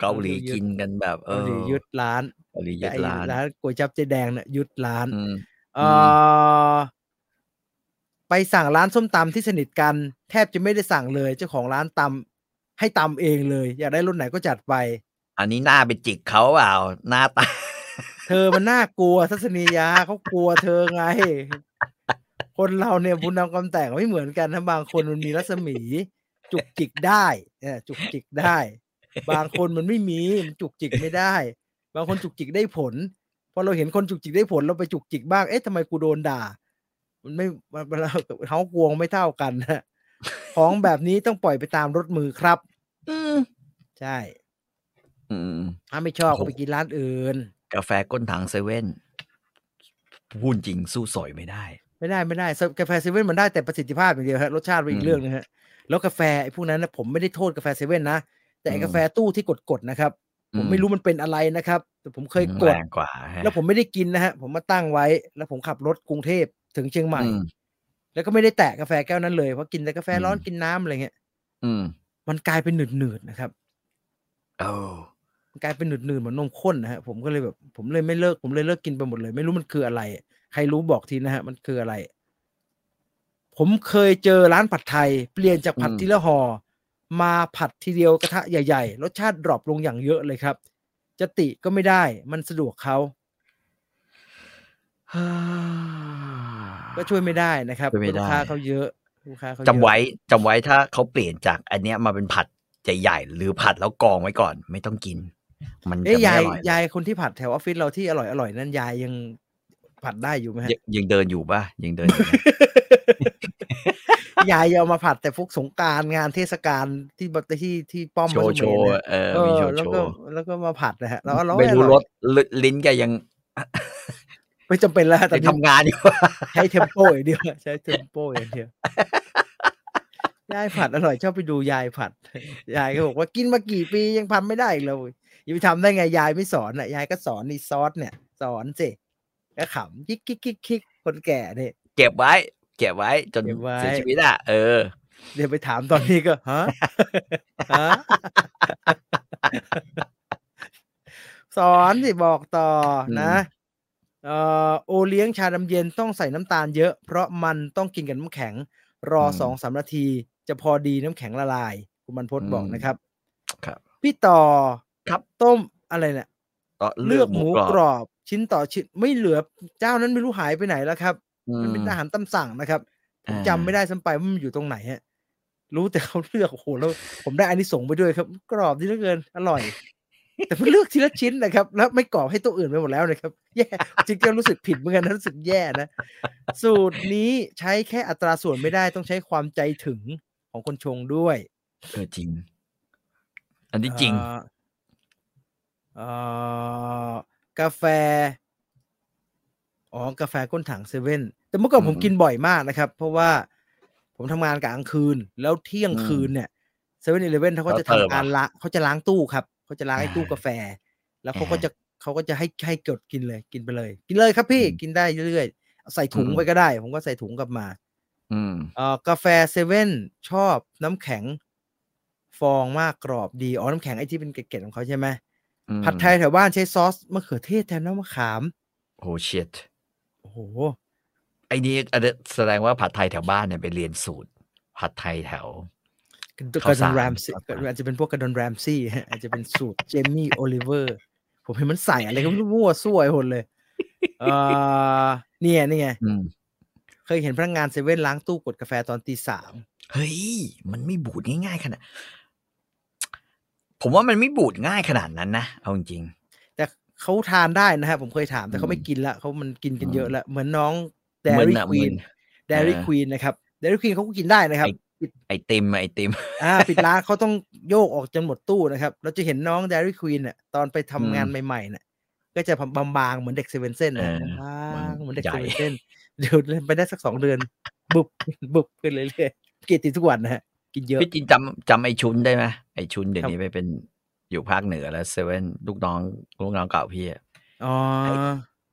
เกาหลี
เกาหลียึด
กินกันแบบเอ
เกา
อ
หลียึดร้าน
เกาหลียึ
แต่
ด
ไอ้
ร้าน
ร้านก๋วยจับเจ๊แดงเนี่ยยึดร้าน
อืม
เออไปสั่งร้านส้มตำที่สนิทกัน แทบจะไม่ได้สั่งเลย เจ้าของร้านตำให้ตำเองเลย อยากได้รุ่นไหนก็จัดไป
อันนี้หน้าไปจิกเขาเปล่าหน้าตา
เธอมันน่ากลัวทัศนียาเขากลัวเธอไง คนเราเนี่ยบุญนำกรรมแต่งไม่เหมือนกันนะบางคนมันมีรัศมี จุกจิกได้เออจุกจิกได้ บางคนมันไม่มีมันจุกจิกไม่ได้ บางคนจุกจิกได้ผลพอเราเห็นคนจุกจิกได้ผลเราไปจุกจิกบ้างเอ๊ะทำไมกูโดนด่า มันไม่มันมันเราเขากวงไม่เท่ากันนะของแบบนี้ต้องปล่อยไปตามรถมือครับ
อืม
ใช่
อืม
ถ้าไม่ชอบ
โอ้
ก็
โห
ไปกินร้านอื่น
กาแฟก้นถังเซเว่นพูดจริงสู้สอยไม่ได้
ไม่ได้ไม่ได้เซอร์กาแฟเซเว่นมันได้แต่ประสิทธิภาพอย่างเดียวฮะรสชาติเป็นอี
อื
ก
ม
เรื่องนะฮะแล้วกาแฟไอ้พวกนั้นนะผมไม่ได้โทษกาแฟเซเว่นนะแต่ไอ้
อืม
กาแฟตู้ที่กดๆนะครับ ผมไม่รู้มันเป็นอะไรนะครับ แต่ผมเคยก
แร
ด
งกว่าฮะ
แล้วผมไม่ได้กินนะฮะผมมาตั้งไว้ แล้วผมขับรถกรุงเทพถึงเชียงใหม่
อืม
แล้วก็ไม่ได้แตะกาแฟแก้วนั้นเลยเพราะกินแต่กาแฟร้อน
อืม
กินน้ำอะไรเงี้ย
อืม
มันกลายเป็นหนืดๆนะครับ
โอ้
มันกลายเป็นหนืดๆเหมือนนมข้นนะฮะผมก็เลยแบบผมเลยไม่เลิกผมเลยเลิกกินไปหมดเลย ไม่รู้มันคืออะไร ใครรู้บอกทีนะฮะมันคืออะไร ผมเคยเจอร้านผัดไทย เปลี่ยนจากผัดทีละห่อมาผัดทีเดียวกระทะใหญ่ๆ รสชาติดรอปลงอย่างเยอะเลยครับ จะติก็ไม่ได้ มันสะดวกเขา ก็ช่วยไม่ได้นะครับ
ช่วยไม่
ลูก
ได้
ค้าเขาเยอะลูกค้าเขาเยอะ
จำไว้จำไว้ถ้าเขาเปลี่ยนจาก อันเนี้ยมาเป็นผัดจะใหญ่ๆหรือผัดแล้วกองไว้ก่อน ไม่ต้องกิน มันจะ
เอ้ย
ไม่
ยา
อย ร่อยเลย
ยายคนที่ผัดแถวออฟฟิศเราที่อร่อยอร่อยๆนั่นยายยังผัดได้อยู่ไหมฮะ
ยังยังเดินอยู่ป่ะยังเดินอยู่ไหม
ยายเอามาผัดแต่พวกสงกรารงานเทศกาลที่บัตที่ที่ป้ อม
โช
พระ
ว์
สุ
โช
เมรุ
ว์
เนี่ย
เออ
เอ
มี
อ
โชว์โช
แล้วก็
ว์
แล้วก็มาผัดนะฮะแล้วออย
ไม่รู้
ออย
รสลิ้นลิ้นแกยัง
ไม่จำเป็นแล้วฮะตอน
ยัง
นี้
ทำงานอยู่
ใช้เทมโปอย่างเดียว ใช้เทมโปอย่างเดีย วยายผัดอร่อยชอบไปดูยายผัด ยายก็บอกว่ากินมากี่ปียังทำไม่ได้อีกเลยอยังไปทำได้ไงยายไม่สอนอ่ะยายก็สอนนี่ซอสเนี่ย สอนสิก็ขำคิกคิกคิกคิกคนแก่เนี่ย
เก็บไว้ เก็บไว้จน
เก็บไว้
เสียชีวิตอ่ะเออ
เดี๋ยวไปถามตอนนี้ก็ ฮะฮะสอนสิบอกต่อนะเอ่อโอเลี้ยงชาดำเย็นต้องใส่น้ำตาลเยอะ เพราะมันต้องกินกับน้ำแข็ง รออ
ม
สองสามนาที จะพอดีน้ำแข็งละลาย คุณบรรพศบอก
อืม
นะครับ
ครับ
พี่ต่อ
ครับ
ต้มอะไรเนี่ย
ต่อ
เลือกหมูกร
อบ
อบ ชิ้นต่อชิ้นไม่เหลือเจ้านั้นไม่รู้หายไปไหนแล้วครับ มันเป็นอาหารตามสั่งนะครับ ผมจำไม่ได้ซ้ำไปว่ามันอยู่ตรงไหนฮะ รู้แต่เขาเลือก โอ้โหแล้วผมได้อันนี้ส่งส์ไปด้วยครับ กรอบดีเหลือเกินอร่อย แต่มันเลือกทีละชิ้นนะครับ แล้วไม่กรอบให้ตัวอื่นไปหมดแล้วนะครับ แย่จริงๆรู้สึกผิดเหมือนกันนะรู้สึกแย่นะ สูตรนี้ใช้แค่อัตราส่วนไม่ได้ต้องใช้ความใจถึงของคนชงด้วย
เออจริง อันนี้จริง
เอ่อเอ่อกาแฟอ๋อกาแฟก้นถังเซเว่นแต่เมื่อก่อนผม
อืม
กินบ่อยมากนะครับ เพราะว่าผมทำงานกลางคืน แล้วเที่ยง
อืม
คืนเนี่ยเซเว่นอีเลเว่นเขาก็จะ
เขาเติม
ทำการ
อ่ะ
ละเขาจะล้างตู้ครับเขาจะล้างไอ้ตู้
อ่าก
กาแฟ แล้วเขาก็
อ่า
จะเขาก็จะให้ให้กดกินเลย กินไปเลย กินเลยครับพี่
อืม
กินได้เรื่อยๆใส่ถุง
อืม
ไปก็ได้ ผมก็ใส่ถุงกลับมา
อืม
เอ่อกาแฟเซเว่นชอบน้ำแข็ง ฟองมากกรอบดี อ๋อ น้ำแข็งไอ้ที่เป็นเกล็ดๆของเขาใช่ไหม
อืม
ผัดไทยแถวบ้านใช้ซอสมะเขือเทศแทนน้ำมะขาม
โอ้เชียด
โอ้โห
ไอ้นี่อันนี้แสดงว่าผัดไทยแถวบ้านเนี่ยไปเรียนสูตร ผัดไทยแถว
กระดก
ข้าว
ระดอ
สาร
นแรมซี่
ข้าวสาร
อาจจะเป็นพวกกระดอนแรมซี่ฮะอาจจะเป็นสูตรเจมี่โอลิเวอร์ ผมเห็นมันใส่อะไรก็ไม่รู้มั่วซั่วไอ้คนเลยเอ่อเนี่ยนี่ไง
อืม
เคยเห็นพนักงานเซเว่นล้างตู้กดกาแฟตอนตีสาม
เฮ้ย มันไม่บูดง่ายๆขนาดผมว่ามันไม่บูดง่ายขนาดนั้นนะเอาจริง
แต่เขาทานได้นะฮะผมเคยถามแต่เขาไม่
อืม
กินละเขามันกินกัน
อืม
เยอะละเหมือนน้อง
ๆ
แดรี่
อะ
ควีน
มึ
ดรี่
อ่า
ควีนนะครับเดรี่ควีนเขาก็กินได้นะครับ
ไอ้ ไอติมไอติม
อ่าปิดร้านเขาต้องโยกออกจนหมดตู้นะครับ เราจะเห็นน้อง Dairy Queen น่ะตอนไปทำงาน
อืม
ใหม่ๆน่ะก็จะบางๆเหมือนเด็กเซเว่นเส้นนะ
เออบ
างๆเหมือนเด็ก
ใหญ่
เซเว่นเส้นเดี๋ยวไปได้สักสองเดือน บุบบุบขึ้นเรื่อยๆกินติดทุกวันนะฮะ กินเยอะ
พี่จินจำจำไอชุนได้ไหมไอชุนเดี๋ยว
ครับ
นี้ไปเป็นอยู่ภาคเหนือแล้วเซเว่นลูกน้องลูกน้องเก่าพี่อะ
อ๋อ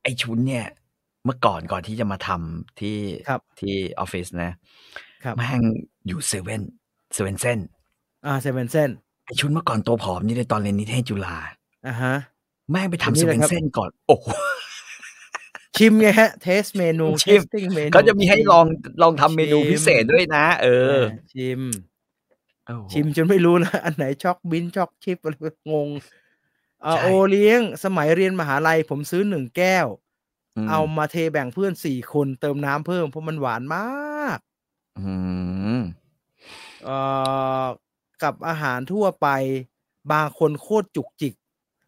ไอชุนเนี่ย เมื่อก่อนก่อนที่จะมาทำที่
ครับ
ที่ออฟฟิศนะครับ แม่งอยู่เซเว่นเซเว่นเส้น
อ่าเซเว่นเส้น
ไอชุนเมื่อก่อนตัวผอมนี่เลยตอนเรียนนิเทศจุฬา
อ่าฮะ
แม่งไป
อัน
ทำ
นี้
เซ
เลย
เว่น
ครับ
เส้นก่อน โอ้โห
ชิมไงฮะเทสเมนู
ชิม
testing เมนู
เขาจะมีให้ลองลองทำเมนู
ชิม
พิเศษด้วยนะ เอ
เอ
อ
อชิม
โอ้โห
ชิมจนไม่รู้ แล้วอันไหนช็อกบินช็อกชิปอะไรงงเอ่อ
ใช่
โอเลี้ยงสมัยเรียนมหาลัยผมซื้อหนึ่งแก้ว
ม
เอามาเทแบ่งเพื่อนสี่คนเติมน้ำเพิ่มเพราะมันหวานมาก
อืม
เอ่อกับอาหารทั่วไปบางคนโคตรจุกจิก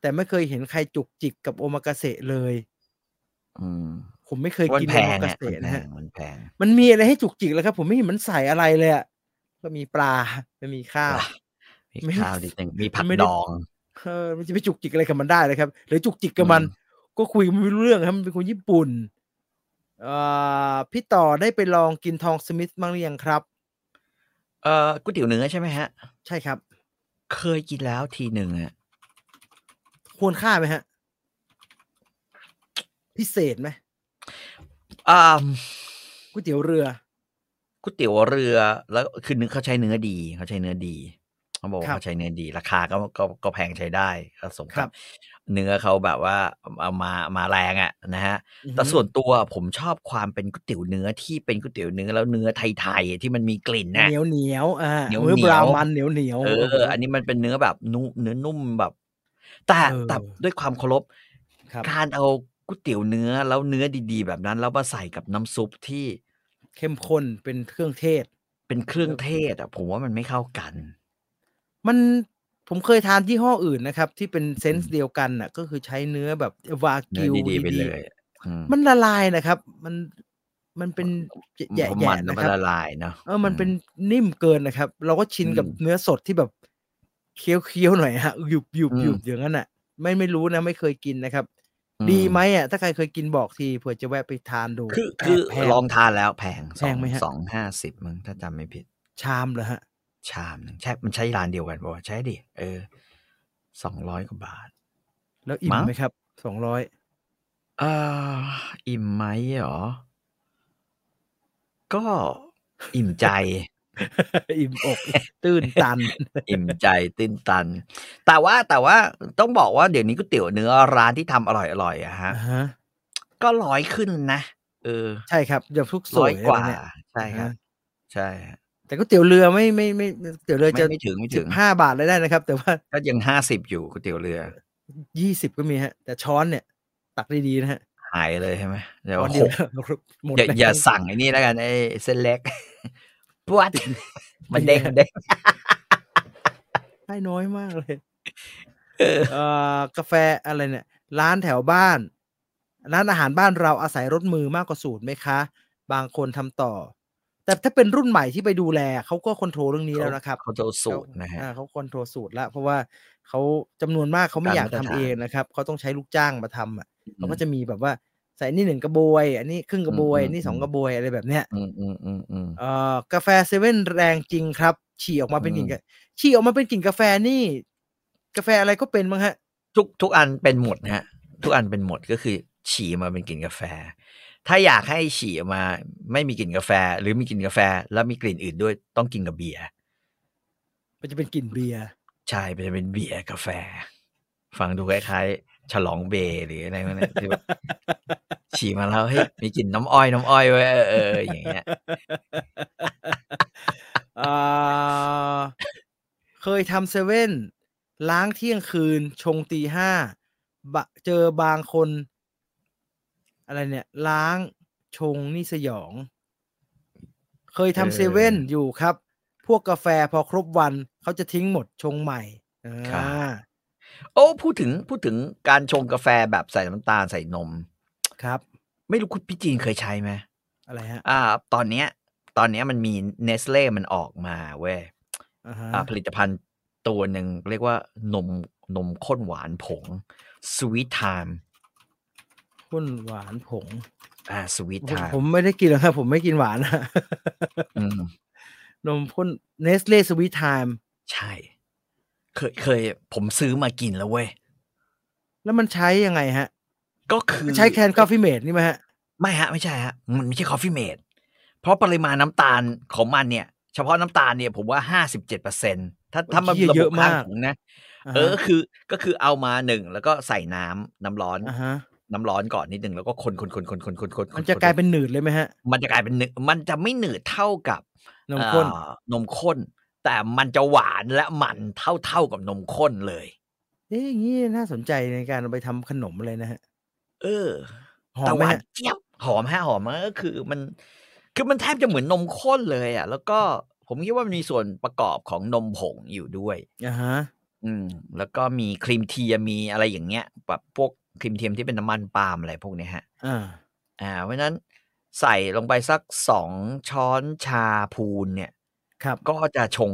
แต่ไม่เคยเห็นใครจุกจิกกับโอมากาเสะเลย
อืม
ผมไม่เคย
มัน
กิน
แพ
โอง มากา
อะ
เสะนะฮะ
มันแพง
มันมีอะไรให้จุกจิกแล้วครับ ผมไม่เห็นมันใส่อะไรเลยอะก็มีปลา ไม่มีข้าว
มี
ไม่
ข้าวนิดนึงมีผัก
ไม่ได้
ดอง
เออมันจะไปจุกจิกอะไรกับมันได้เลยครับ หรือจุกจิกกับมัน ก็คุยกันไม่รู้เรื่องครับ มันเป็นคนญี่ปุ่นเอ่อพี่ต่อได้ไปลองกินทองสมิธบ้างหรือยังครับ
เอ่อก๋วยเตี๋ยวเนื้อใช่ไหมฮะ
ใช่ครับ
เคยกินแล้วทีหนึ่งอะ
ควรค่าไหมฮะ พิเศษไหม
อ่า
ก๋วยเตี๋ยวเรือ
ก๋วยเตี๋ยวเรือแล้วคือเนื้อเขาใช้เนื้อดีเขาใช้เนื้อดีเขาบอกว่า
ครับ
เขาใช้เนื้อดี ราคาก็ก็ก็แพงใช้ได้ก็สม
ครั
กับ บ เนื้อเขาแบบว่าเอามามาแรงอะนะฮะ
อือฮึ
แต่ส่วนตัวผมชอบความเป็นก๋วยเตี๋ยวเนื้อที่เป็นก๋วยเตี๋ยวเนื้อแล้วเนื้อไทยๆที่มันมีกลิ่นนะ
เหนียวเหนียวอ่า
เหนียว
มือ
เหนี
บ
ยว
ราวมันเหนียวเหนียว
เออ อันนี้มันเป็นเนื้อแบบนุ่มเนื้อนุ่มแบบ แต่
เออ
แต่ด้วยความเคารพ
ครับ
การเอาก๋วยเตี๋ยวเนื้อแล้วเนื้อดีๆ แบบนั้น แล้วมาใส่กับน้ำซุปที่
เข้มข้นเป็นเครื่องเทศ
เป็นเครื่องเทศอ่ะผมว่ามันไม่เข้ากัน
มันผมเคยทานยี่ห้ออื่นนะครับ ที่เป็นเซนส์เดียวกันน่ะ ก็คือใช้เนื้อแบบวา
เนื้
กิ
อ
ว
ดีๆไปเลยอืม
มันละลายนะครับ มันมันเป็นแย่
เพราะมัน
ๆ
แล้ว
นะ
มั
คน รับ
ละลายเนาะ
เออ มันเป็น
ม
นิ่มเกินนะครับ เราก็ชิน
อืม
กับเนื้อสดที่แบบเคี้ยวเคี้ยวๆหน่อยฮะหยุบหยุบ
อืม
หยุบอย่างนั้นอ่ะ ไม่ไม่รู้นะ ไม่เคยกินนะครับ
อื
ดีไหมอ่ะ ถ้าใครเคยกินบอกทีเผื่อจะแวะไปทานดู
คือ
แพง
คือ
แพง
ลองทานแล้วแพงส
แพ
อง ง
ไหมฮะ
สองห้าสิบมึงถ้าจำไม่ผิด
ชามเหรอฮะ
ชามหนึ่งใช่มันใช้ร้านเดียวกันป่าวะใช้ดิเออสองร้อยกว่าบาท
แล้วอิ่ม
มั้ง
ไหมครับสอง ร้อย
เอ่ออิ่มไหมเหรอ ก็อิ่มใจ
อิ่มอก ตื้นตัน
อิ่มใจตื้นตัน แต่ว่าแต่ว่าต้องบอกว่าเดี๋ยวนี้ก๋วยเตี๋ยวเนื้อร้านที่ทำอร่อยๆอะฮะ
อ่าฮะ
ก็ร้อยขึ้นนะเออ
ใช่ครับอย่างทุกส
ร้อ
วย ย
ก
อะ
ว่า
ไรเนี่ย
ใช่ครับ
อ่าฮะ
ใช่ฮะ
แต่ก๋วยเตี๋ยวเรือไม่ไม่ไม่ไม่เตี๋ยวเรือ
ไม่
จะ
ไม่ถึงไม่
สิ
ถึ
บ
ง
ห้าบาทเลยได้นะครับ แต่ว่า
ก็ยังห้าสิบอยู่ก๋วยเตี๋ยวเรือ
ยี่สิบก็มีฮะ แต่ช้อนเนี่ย ตักดีๆนะฮะ
หายเลยใช่ไหมเดี๋ยว
ช้อนเดี
ห
ยว
ก
หมด
อย่า
แล้ว
อย่าสั่งไอ้นี่แล้วกันไอ้เส้นเล็ก ปวดมันเด้ง
ติด
มันเด้ง
ได้น้อยมากเลย
เออ
เอ่อกาแฟอะไรเนี่ย ร้านแถวบ้าน ร้านอาหารบ้านเราอาศัยรถมือมากกว่าสูตรไหมคะ บางคนทำต่อ แต่ถ้าเป็นรุ่นใหม่ที่ไปดูแลเขาก็คอนโทรลเรื่องนี้แล้วนะครับ
เขาจะเอาสูตรนะฮะ
อ่าเขาคอนโทรลสูตรละเพราะว่าเขาจำนวนมากเขาไม่
ตาม
อยาก
มาตร
ทำ
ฐาน
เองนะครับเขาต้องใช้ลูกจ้างมาทำอ่ะเขาก็จะมีแบบว่าใส่นี่หนึ่งกระบวย อันนี้ครึ่งกระบวยอันนี้สองกระบวยอะไรแบบเนี้ย
อืมอืมอืมอืม
เอ่อกาแฟเซเว่นแรงจริงครับ ฉี่ออกมาเป็นกลิ่น
อืม
กาฉี่ออกมาเป็นกลิ่นกาแฟนี่ กาแฟอะไรก็เป็นมั้งฮะ
ทุกทุกอันเป็นหมดนะฮะ ทุกอันเป็นหมดก็คือฉี่มาเป็นกลิ่นกาแฟ ถ้าอยากให้ฉี่ออกมาไม่มีกลิ่นกาแฟ หรือมีกลิ่นกาแฟ แล้วมีกลิ่นอื่นด้วยต้องกินกับเบียร์
มันจะเป็นกลิ่นเบียร์
ใช่เป็นเป็นเบียร์กาแฟ ฟังดูคล้ายๆ ฉลองเบย์หรืออะไรพวกเนี้ย ที่แบบ ฉี่มาแล้วเฮ้ยมีกลิ่นน้ำอ้อยน้ำอ้อยไว้ยเออเอออย่างเงี้ย
เอ่ อเคยทำเซเว่นล้างเที่ยงคืน ชงตีห้าบะเจอบางคน อะไรเนี่ย ล้างชงนี่สยอง เคย
เออ
ทำเซเว่นอยู่ครับ พวกกาแฟพอครบวันเขาจะทิ้งหมดชงใหม่อ่า
โอ้พูดถึงพูดถึงการชงกาแฟแบบใส่น้ำตาลใส่นม
ครับ
ไม่รู้คุณพี่จีนเคยใช้ไหม
อะไรฮะ
อ่าตอนเนี้ย ตอนเนี้ยมันมีเนสเล่มันออกมาเว้ย
อ่าฮะ
อ่ะผลิตภัณฑ์ตัวหนึ่งเรียกว่านมนมข้นหวานผงสวีทไทม์
ข้นหวานผง
อ่าสวีท
ผม
ไทม์
ผมไม่ได้กินหรอกครับ ผมไม่กินหวาน นะ
อืม
นมข้นเนสเล่สวีทไทม์
ใช่ เคยเคย ผมซื้อมากินแล้วเว้ย
แล้วมันใช้ยังไงฮะ
ก็คือ
ใช้แคนกาแฟเมดนี่ไหมฮะ
ไม่ฮะ ไม่ใช่ฮะ มันไม่ใช่คอฟฟี่เมดเพราะปริมาณน้ำตาลของมันเนี่ย เฉพาะน้ำตาลเนี่ยผมว่าห้าสิบเจ็ดเปอร์เซ็นถ้าถ้ามัน
เหี้ย
ระ
เย
บุ
อะ
ข้าง
มาก
ถุงนะ
ฮะ
เออคือก็คือเอามาหนึ่งแล้วก็ใส่น้ำน้ำร้อน
อ่าฮะ
น้ำร้อนก่อนนิดหนึ่งแล้วก็คนคนคนคนคนคนคน
มันจะกลายเป็นหนืดเลยไหมฮะ
มันจะกลายเป็นหนึ่งมันจะไม่หนืดเท่ากับ
นมข้น
เอ่อนมข้น แต่มันจะหวานและมันเท่าเท่ากับนมข้นเลย
เอ๊ะอย่างนี้น่าสนใจในการเอาไปทำขนมเลยนะฮะ
เออ
หอม
แต่
ไห
ห
ม
วาน
ฮะ
เจี๊ยบหอมฮะหอมมากก็คือมัน คือมันแทบจะเหมือนนมข้นเลยอ่ะ แล้วก็ผมคิดว่ามันมีส่วนประกอบของนมผงอยู่ด้วย
อ่าฮะ
อืม แล้วก็มีครีมเทียมมีอะไรอย่างเงี้ยแบบพวกครีมเทียมที่เป็นน้ำมันปาล์มอะไรพวกเนี้ยฮะ
อ่า
อ่าเพราะฉะนั้นใส่ลงไปสักสองช้อนชาพูนเนี่ย
ครับ
ก็จะชง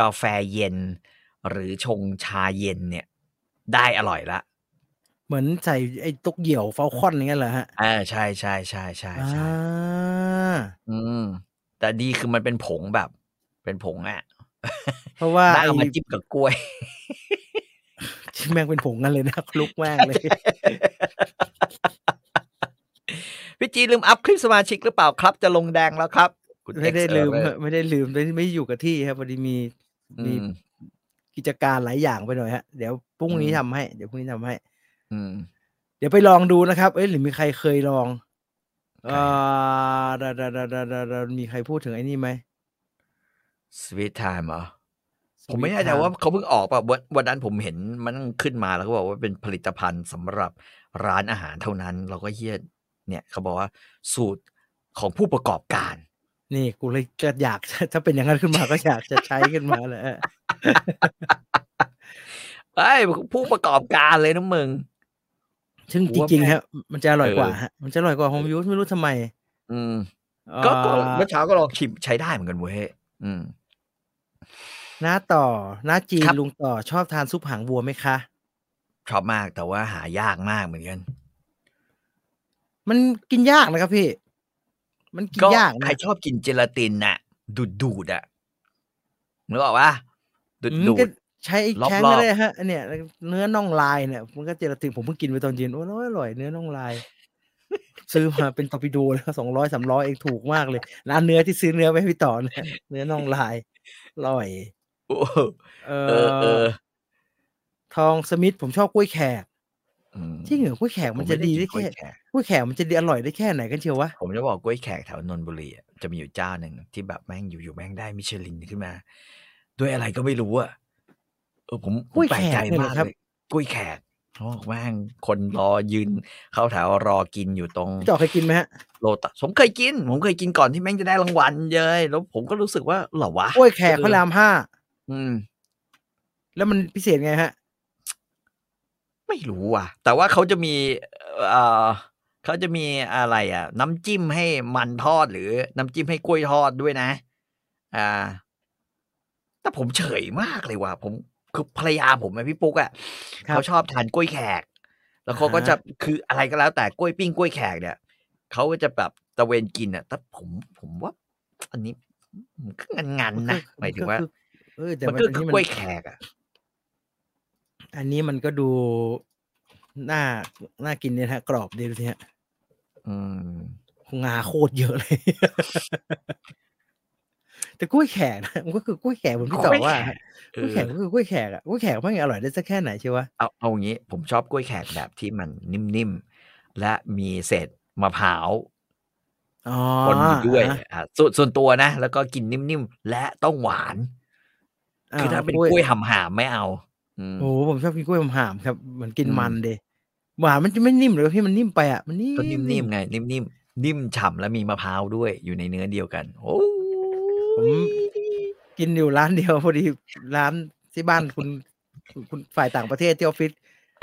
กาแฟเย็น หรือชงชาเย็นเนี่ย ได้อร่อยละ
เหมือนใส่ไอ้ตกเหี่ยวเฟลคอนอย่างเงี้ยเหรอฮะ
อ่าใช่ใช่ใช่ใช่
อ่
ใช่
า
อืม แต่ดีคือมันเป็นผงแบบ เป็นผงอะ
เพราะ ว่า
ได้
ไอ้
เอามาจิ้มกับกล้วย
ที่แม่งเป็นผงกันเลยนะค ลุกแม่งเลย
พี่จีลืมอัพคลิปสมาชิกหรือเปล่าครับ จะลงแดงแล้วครับ คุณ
ไม่ได้ลืม
เอ็กซ์เออร์
ฮะ
เรอร์
ไม่ได้ลืมแต่ไม่อยู่กับที่ครับพอดีมี
อื
มี
ม
กิจการหลายอย่างไปหน่อยฮะเดี๋ยวพรุ่งนี้
อืม
ทำให้เดี๋ยวพรุ่งนี้ทำให้
อืม
เดี๋ยวไปลองดูนะครับ เอ้ยหรือมีใครเคยลอง
ใค
เอ
ร
อดาดาดาดาดาดามีใครพูดถึงไอ้นี่ไหม
สวีทไทม์เหรอ
Sweet
ผมไม่แน่ใจ
Time
ว่าเขาเพิ่งออกป่ะวันวันนั้นผมเห็นมันขึ้นมาแล้วก็บอกว่าเป็นผลิตภัณฑ์สำหรับร้านอาหารเท่านั้น เราก็เฮียเนี่ย เขาบอกว่าสูตรของผู้ประกอบการ
นี่กูเลยจะอยาก ถ้าเป็นอย่างนั้นขึ้นมาก็อยากจะใช้ขึ้นมาแหละฮะ
เอ้ยผู้ประกอบการเลยนะมึง
ซึ่ง
กู
จ
ว่า
ริงๆ
แม่ง
ฮะมันจะอร่อยกว่า
เออ
ฮะมันจะอร่อยกว่าโฮมยูสไม่รู้ทำไม
อืม
เอ่อ
ก็ก็เมื่อเช้าก็ลองชิมใช้ได้เหมือนกันเว้ย อืม
น้าต่อน้าจีน
ครับ
ลุงต่อชอบทานซุปหางวัวไหมคะ
ชอบมากแต่ว่าหายากมากเหมือนกัน
มันกินยากนะครับพี่ มันกิน
ก็
ยาก
ใค
นะ
รชอบกินเจลาตินน่ะ ดูดดูดๆอ่ะนึกออกปะดูด
อืม
ดู
ก็
ด
ใช้ไอ้
รอบๆ
แข้งก็ได้ฮะอันเนี่ยเนื้อน่องลายเนี่ยมันก็เจลาตินผมเพิ่งกินไปตอนเย็นโอ้ยอร่อยเนื้อน่อง ลาย ซื้อมาเป็นตอร์ปิโดเลยสองร้อยสามร้อยเองถูกมากเลยร้านเนื้อที่ซื้อเนื้อไปพี่ต่อเนยเนื้อน่องลายอร่อย
โอ้
เอ
เออเอ
อ
อ
ทองสมิธผมชอบกล้วยแขก
อืม
ที่เหนือกล้วยแขก
ผ
มันจะ
ไ
ดีได้
กินกล้
แค่
วยขก
กล้วยแขกมันจะดีอร่อยได้แค่ไหนกันเชียววะ
ผมจะบอกกล้วยแขกแถวนนทบุรีอะจะมีอยู่เจ้าหนึ่งที่แบบแม่งอยู่ๆแม่งได้มิชลินขึ้นมา ด้วยอะไรก็ไม่รู้อ่ะเออผมผมแปลกใจมากเลยกล้วยแขกโอ้แม่งคนรอยืนเข้าแถวรอกินอยู่ตรง
พี่ต่อเคยกินไหมฮะ
โลตัสผมเคยกิน ผมเคยกินก่อนที่แม่งจะได้รางวัลเยยแล้วผมก็รู้สึกว่าเหรอวะ
กล้วยแขกพระรามห้า
อืม
แล้วมันพิเศษไงฮะ
ไม่รู้ว่ะ แต่ว่าเขาจะมีเอ่อเขาจะมีอะไรอ่ะ น้ำจิ้มให้มันทอดหรือน้ำจิ้มให้กล้วยทอดด้วยนะ อ่า แต่ผมเฉยมากเลยว่ะผมคือภรรยาผมไอพี่ปุ๊กอ่ะ
ครับ
เขาชอบทานกล้วยแขก แล้วเขาก็
อ่าฮะ
จะคืออะไรก็แล้วแต่กล้วยปิ้งกล้วยแขกเนี่ยเขาก็จะแบบตะเวนกินอ่ะแต่ผมผมว่า อันนี้มันก็งันๆนะหมายถึงว่า
นก็คือเออแต่
มัน
มันอัน
ก็คื
นี้
อ
มั
กล้วน ยแขกอ่ะ
อันนี้มันก็ดูน่าน่ากินเนี่ยนะฮะ กรอบดีเลยฮะ
อืม
งาโคตรเยอะเลย แต่กล้วยแขกนะมันก็คือกล้วยแขกเหมือนพี่ต่อก
ล้วย
ว่า
แขก
ฮะกล้วยแขกก็คือกล้วยแขกอะกล้วยแขกมันอร่อยได้สักแค่ไหนเชียววะ
เอาเอาอย่างนี้ผมชอบกล้วยแขกแบบที่มันนิ่มๆ และมีเศษมะพร้าว
อ๋อ
ปนอยู่ด้วย
อ่ะ
อ่ะส่วนส่วนตัวนะ แล้วก็กินนิ่มๆ และต้องหวาน
ะ
คือถ้าเป็น
ล้วย
กล้วยหำหามไม่เอา อืม
โอ้โหผมชอบกินกล้วยหามๆครับเหมือนกิน
อืม
มันเดยหวานมันจะไม่นิ่มหรอกพี่มันนิ่มไปอ่ะมันนิ่ม
ก็นิ่มๆไง นิ่มๆ นิ่มฉ่ำและมีมะพร้าวด้วยอยู่ในเนื้อเดียวกัน โอ้
ผมกินอยู่ร้านเดียวพอดีร้านที่บ้านคุณคุณคุณฝ่ายต่างประเทศที่ออฟฟิศ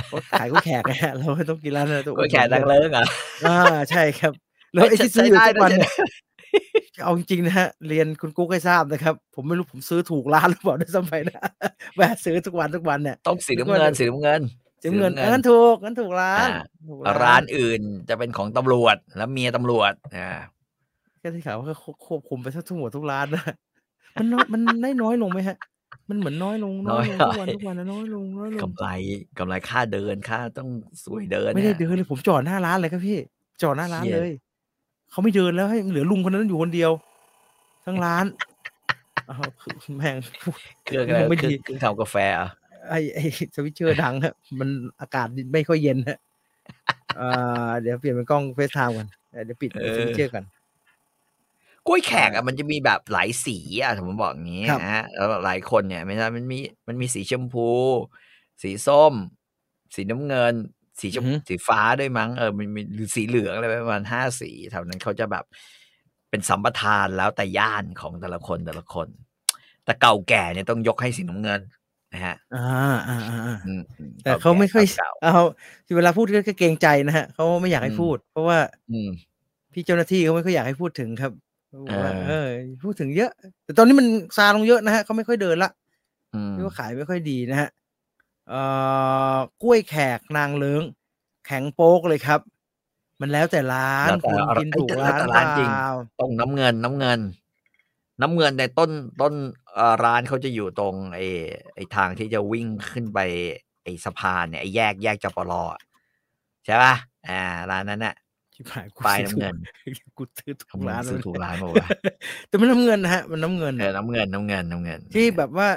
เขาขายกล้วยแขกไงฮะเราก็ต้องกินร้านนั้น
กล้วยแขกดังเลิงอ่ะ
อ่าใช่ครับแล้วไอ้ที่ซื้ออยู่ทุกวันเนี่ย เอาจริงๆนะฮะเรียนคุณกุ๊กให้ทราบนะครับ ผมไม่รู้ผมซื้อถูกร้าน หรือเปล่าด้วยซ้ำไปนะแวะซื้อทุกวันทุกวันเนี่ย
ต้องสีน้ำเงินสีน้ำเงิน
ถึงเงิน
ซื้
เอ
อเงิน
องั้นถูกงั้นถูกร้าน
อ่า
ถูก
ร้านอื่นจะเป็นของตำรวจแล้วเมียตำรวจอ่า
ก็ที่ข่าวว่าเขาควบคุมไปทั้งหมดทุกร้านนะ มันน้อยมันได้น้อยลงไหมฮะ มันเหมือนน้อยลงน้อยลงทุกวันทุกวันนะน้อยลงน้อยล ง
กำไรกำไรค่าเดินค่าต้องสวยเดิน
ไม่ได้
นี่ย
เดินเลยผมจอดหน้าร้านเลยครับพี่ จอดหน้าร้าน
เหี้ย
เลยเขาไม่เดินแล้วให้เหลือลุงคนนั้นอยู่คนเดียว ทั้งร้านอ้าวแม่ง
เครื่องอะไร
ยังไม่
เครื่อ
ดี
งเครื่องทำกาแฟเหรอ่ะ
ไอ้ไอ้ สวิตเชอร์ดังฮะมันอากาศไม่ค่อยเย็นฮะ เอ่อเดี๋ยวเปลี่ยนเป็นกล้องเฟซไทม์ก่อนเอ่อเดี๋ยวปิดสวิตเชอร์ก่อน
กล้วยแขกอ่ะมันจะมีแบบหลายสีอ่ะผมบอกอย่างนี้
ครับ
นะฮะแล้วหลายคนเนี่ยไม่ใช่มันมีมันมีสีชมพู สีส้ม สีน้ำเงิน สีชมสีฟ้าด้วยมั้งเออมันมีหรือสีเหลืองอะไรประมาณห้าสีแถวนั้นเขาจะแบบเป็นสัมปทานแล้วแต่ย่านของแต่ละคนแต่ละคน แต่เก่าแก่เนี่ยต้องยกให้สีน้ำเงินนะฮะ
อ่าอ่าอ่าอ่า
อืมอื
แต่เขาไม่ค่อย
เก่าๆ
เอาเวลาพูดก็เกรงใจนะฮะเขาไม่อยากให้
อืม
พูด เพราะว่า
อืม
พี่เจ้าหน้าที่เขาไม่ค่อยอยากให้พูดถึงครับเขาบอกว่า
เอ
เอ
อ
อ พูดถึงเยอะ แต่ตอนนี้มันซาลงเยอะนะฮะเขาไม่ค่อยเดินละ
อืม
พี่ว่าขายไม่ค่อยดีนะฮะเอ่อกล้วยแขกนางเลิ้งแข็งโป๊กเลยครับ มันแล้วแต่ร้าน
แล้วแต่
คุณกินถูก
เอ้ยแต่
ร้าน
แต่
เป
ร้านจริง
ล่า
ตรงน้ำเงินน้ำเงิน น้ำเงินในต้นต้นเอ่อร้านเขาจะอยู่ตรงไอ้ไอ้ทางที่จะวิ่งขึ้นไป ไอ้สะพานเนี่ยไอ้แยกแยกจปรอะใช่ป่ะอ่า ร้านนั้นน่ะ
ชิบหายกู
ปลาย
ซื้อถูก
น้ำเงิน
กูซื้อถู
เขา
กร้าน
ซื้อถูกร้าน
เลยว
มาะ
แต่มันน้ำเงินนะฮะมันน้ำเงิน
เออน้ำเงินน้ำเงินน้ำเงิน
ที่แบบว่า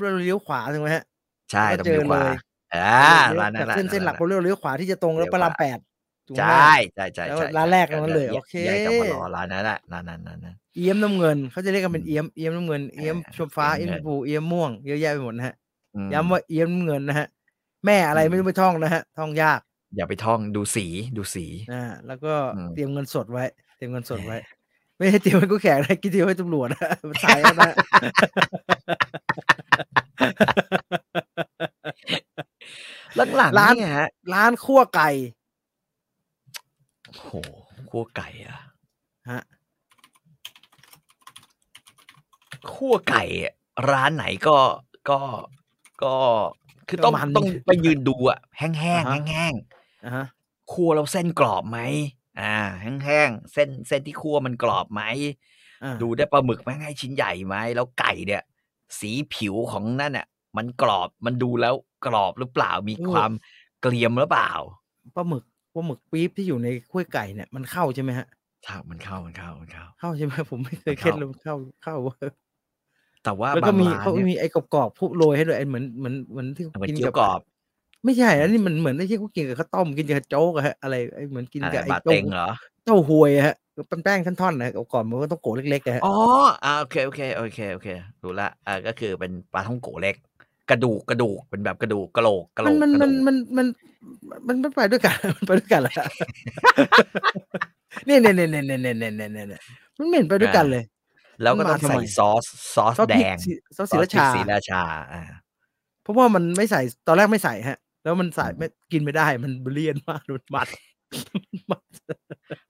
เราเลี้ยวขวาถูกไหมฮะ
ใช่
ก็
ต้อง
เจอ
เลี้ยวขวา
เลย
อ่าร้านนั้
จาน ก
ร้า
เส้นเส้นหลัก
ร้า
เราเลี้ยวเลี้ยวขวาที่จะตรง แล้ว
เลี้ยวข
ประ
วา
รามแปดถูกไหม
ใช่ใช่ใช่
แล้ว
ใช่
ร้านแรกนั้นเลย
แก
โอเค
แยกจปรร้านนั้นแหละร้านนั้นร้านนั้น
เอี้ยมน้ำเงินเขาจะเรียกกันเป็น
อืม
เอี้ยมเอี้ยมน้ำเงินเอี้ยมชมฟ้า
เอี้
เอี้ย
ยม
มชม
เงิน
พูเอี้ยมม่วงเยอะแยะไปหมดนะฮะ
อืม
ย้ำว่าเอี้ยมน้ำเงินนะฮะแม่อะไร
อืม
ไม่รู้ไม่ท่องนะฮะท่องยาก
อย่าไปท่องดูสีดูสี
นะฮะแล้วก็
อืม
เตรียมเงินสดไว้ เตรียมเงินสด ไว้ ไม่ให้เตรียมให้กูแขกนะกิน เตรียมให้ตำรวจนะมันตายแล้วนะ
หลังๆ
ร้าน
เนี่ยฮะ
ร้านคั่วไก่
โอ้โหคั่วไก่อะ
ฮะ
คั่วไก่อะร้านไหนก็ก็ก็คือต้อง
ก็มัน
ต้องไปยืนดูอะแห้ง
อ่าฮะ
ๆแห้ง
อ่ะฮะ
ๆคั่วแล้วเส้นกรอบไหมอ่า แห้งๆเส้นเส้นที่คั่วมันกรอบไหม
อ่ะ
ดูได้ปลาหมึกไหมให้ชิ้นใหญ่ไหมแล้วไก่เนี่ย สีผิวของนั่นอ่ะมันกรอบมันดูแล้วกรอบหรือเปล่ามีความเกรียมหรือเปล่า
ปลาหมึกปลาหมึกปี๊บที่อยู่ในคั่วไก่เนี่ยมันเข้าใช่ไหมฮะ
ถ้ามันเข้ามันเข้ามันเข้า
เข้าใช่ไหมผมไม่เคย
มัน
เค็ด
เข้า
เลยมันเข้าเข้า
แต่ว่า
แล้ว
บา
ก็
ง
มี
ร้าน
เขา
เนี่ย
มีไอ้กรอบๆพวกโรยให้ด้วยไอ้เหมือนเหมือนเหมือนที่
มัน
กิน
เกี๊
กั
ยว
บ
กรอบ
ไม่ใช่อันนี้มันเหมือนไอ้ที่เขากินกับข้าวต้มกินกับโจ๊กอะฮะอะไรไอ้เหมือนกิน
อะไร
กับไอ้
บา
โจ๊
เต็
ก
งเหรอ
เต้าหวยอะฮะเป็นแป้งท่อนๆนะฮะก่อนมันก็ต้องโกะเล็กๆอะฮะ
อ๋ออ่าโอเค โอเค โอเค โอเค รู้ละ อ่า ก็คือเป็นปลาท่องโกะเล็ก กระดูก กระดูก เป็นแบบกระดูกกระโหลก กระโหล
มัน
ก
มัน
กระ
มัน
ดูก
มันมันมันมันไปด้วยกัน มันไปด้วยกันแหละ เนี่ยเนี่ยเนี่ยเนี่ยเนี่ยเนี่ยเนี่ยเนี่ยเนี่ยมันเหม็นไปด้วยกันเลย
แล้วก็
มันมา
ต้อง
ทำ
ใส่
ไม
ซอส ซอส
ซอส
แด
พริก
ง
สีซอสศรีราชา
ซอสพกศรีราชา อ่า
เพราะว่ามันไม่ใส่ตอนแรกไม่ใส่ฮะ แล้วมันใส่
อืม
ไม่กินไม่ได้ มันเลี่ยนมากมันมัด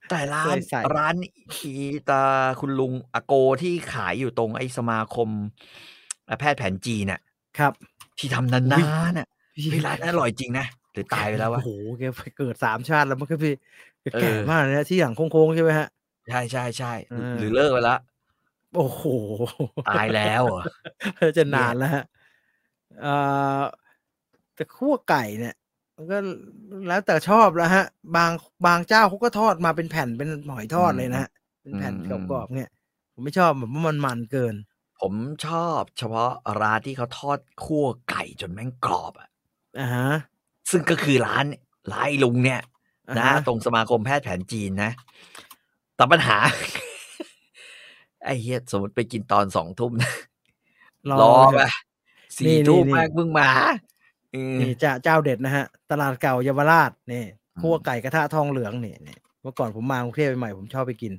แต่ร้า
เคน ยใส่
ร้านอีตาคุณลุงอาโกที่ขายอยู่ตรงไอ้สมาคมแพทย์แผนจีนน่ะ
ครับ
ที่ทำนาน
อุ๊ย
ๆน่ะเฮ้ยร้านนั้นอร่อยจริงนะ หรือตายไปแล้ววะ
โอ้โหแกไปเกิดสามชาติแล้วมั้งครับพี่แกแก่
เออ
มากเลยนะที่หลังโค้งๆใช่ไหมฮะ
ใช่ใช่ใช่
อ่า
หรือเลิกไปแล้ว
โอ้โห
ตายแล้วเหรอ
จะนานแล้วฮะเอ่อแต่คั่วไก่เนี่ยมันก็แล้วแต่ชอบแล้วฮะ บางบางเจ้าเขาก็ทอดมาเป็นแผ่นเป็นหอยทอดเลยนะฮะเป็นแผ่น
อืม
กรอบๆเนี่ย ผมไม่ชอบแบบว่ามันมันเกิน
ผมชอบเฉพาะร้านที่เขาทอดคั่วไก่จนแม่งกรอบอ่ะ
อ่าฮะ
ซึ่งก็คือร้านร้านไอ้ลุงเนี่ย
อ่า
นะ
ฮะ
ตรงสมาคมแพทย์แผนจีนนะ แต่ปัญหา ไอ้เฮียสมมติไปกินตอนสองทุ่ม นะ
รอ
รอ
เถ
ไป
อะ นี่
สี่
นี่
ทุ่ม
นี่
แม่งเพิ่งมาอืม
นี่จะเจ้าเด็ดนะฮะ ตลาดเก่าเยาวราชนี่
อืม
คั่วไก่กระทะทองเหลืองนี่นี่เมื่อก่อนผมมากรุงเทพใหม่ๆผมชอบไปกิน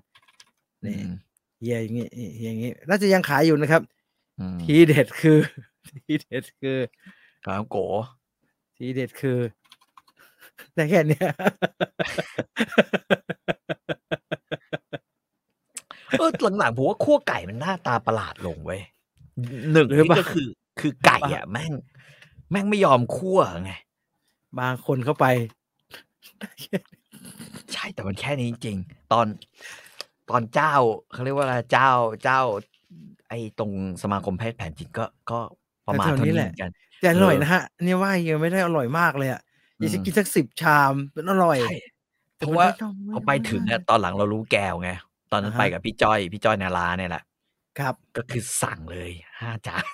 นี่
อืม
เฮียอย่างงี้เฮียอย่างงี้น่าจะยังขายอยู่นะครับ
อืม
ทีเด็ดคือ ทีเด็ดคือ
ร้านโก
ทีเด็ดคือแต่แค่ เนี้ย
เอ อหลังๆผมว่าคั่วไก่มันหน้าตาประหลาดลงเว้ยหนึ่ง
หรือ
นี่
เปล่า
ก็คือคือไก่อ่ะแม่ง แม่งไม่ยอมคั่วไง
บางคนเข้าไป
ใช่แต่มันแค่นี้จริงๆตอนตอนเจ้าเขาเรียกว่าอะไรเจ้าเจ้า ไอ้ตรงสมาคมแพทย์แผนจีนก็ก็ประมาณ
แถวๆ
เท่า
นี้
นี้
แห
เห
ละ
มือนกัน
แต่อร่อย
เออ
นะฮะเนี่ยว่ายังไม่ได้อร่อยมากเลยอ่ะ
อืม
อยากจะกินสักสิบชามมันอร่อย
ใช่เพ
แต่
ราะ
มัน
ว่า
ม่ต้องม่
พอไปถึง
ม่
อะตอนหลังเรารู้แก้วไงตอนนั้นไปกับพี่จ้อยพี่จ้อยนาราเนี่ยแหละ
ครับ
ก็คือสั่งเลยห้าจาน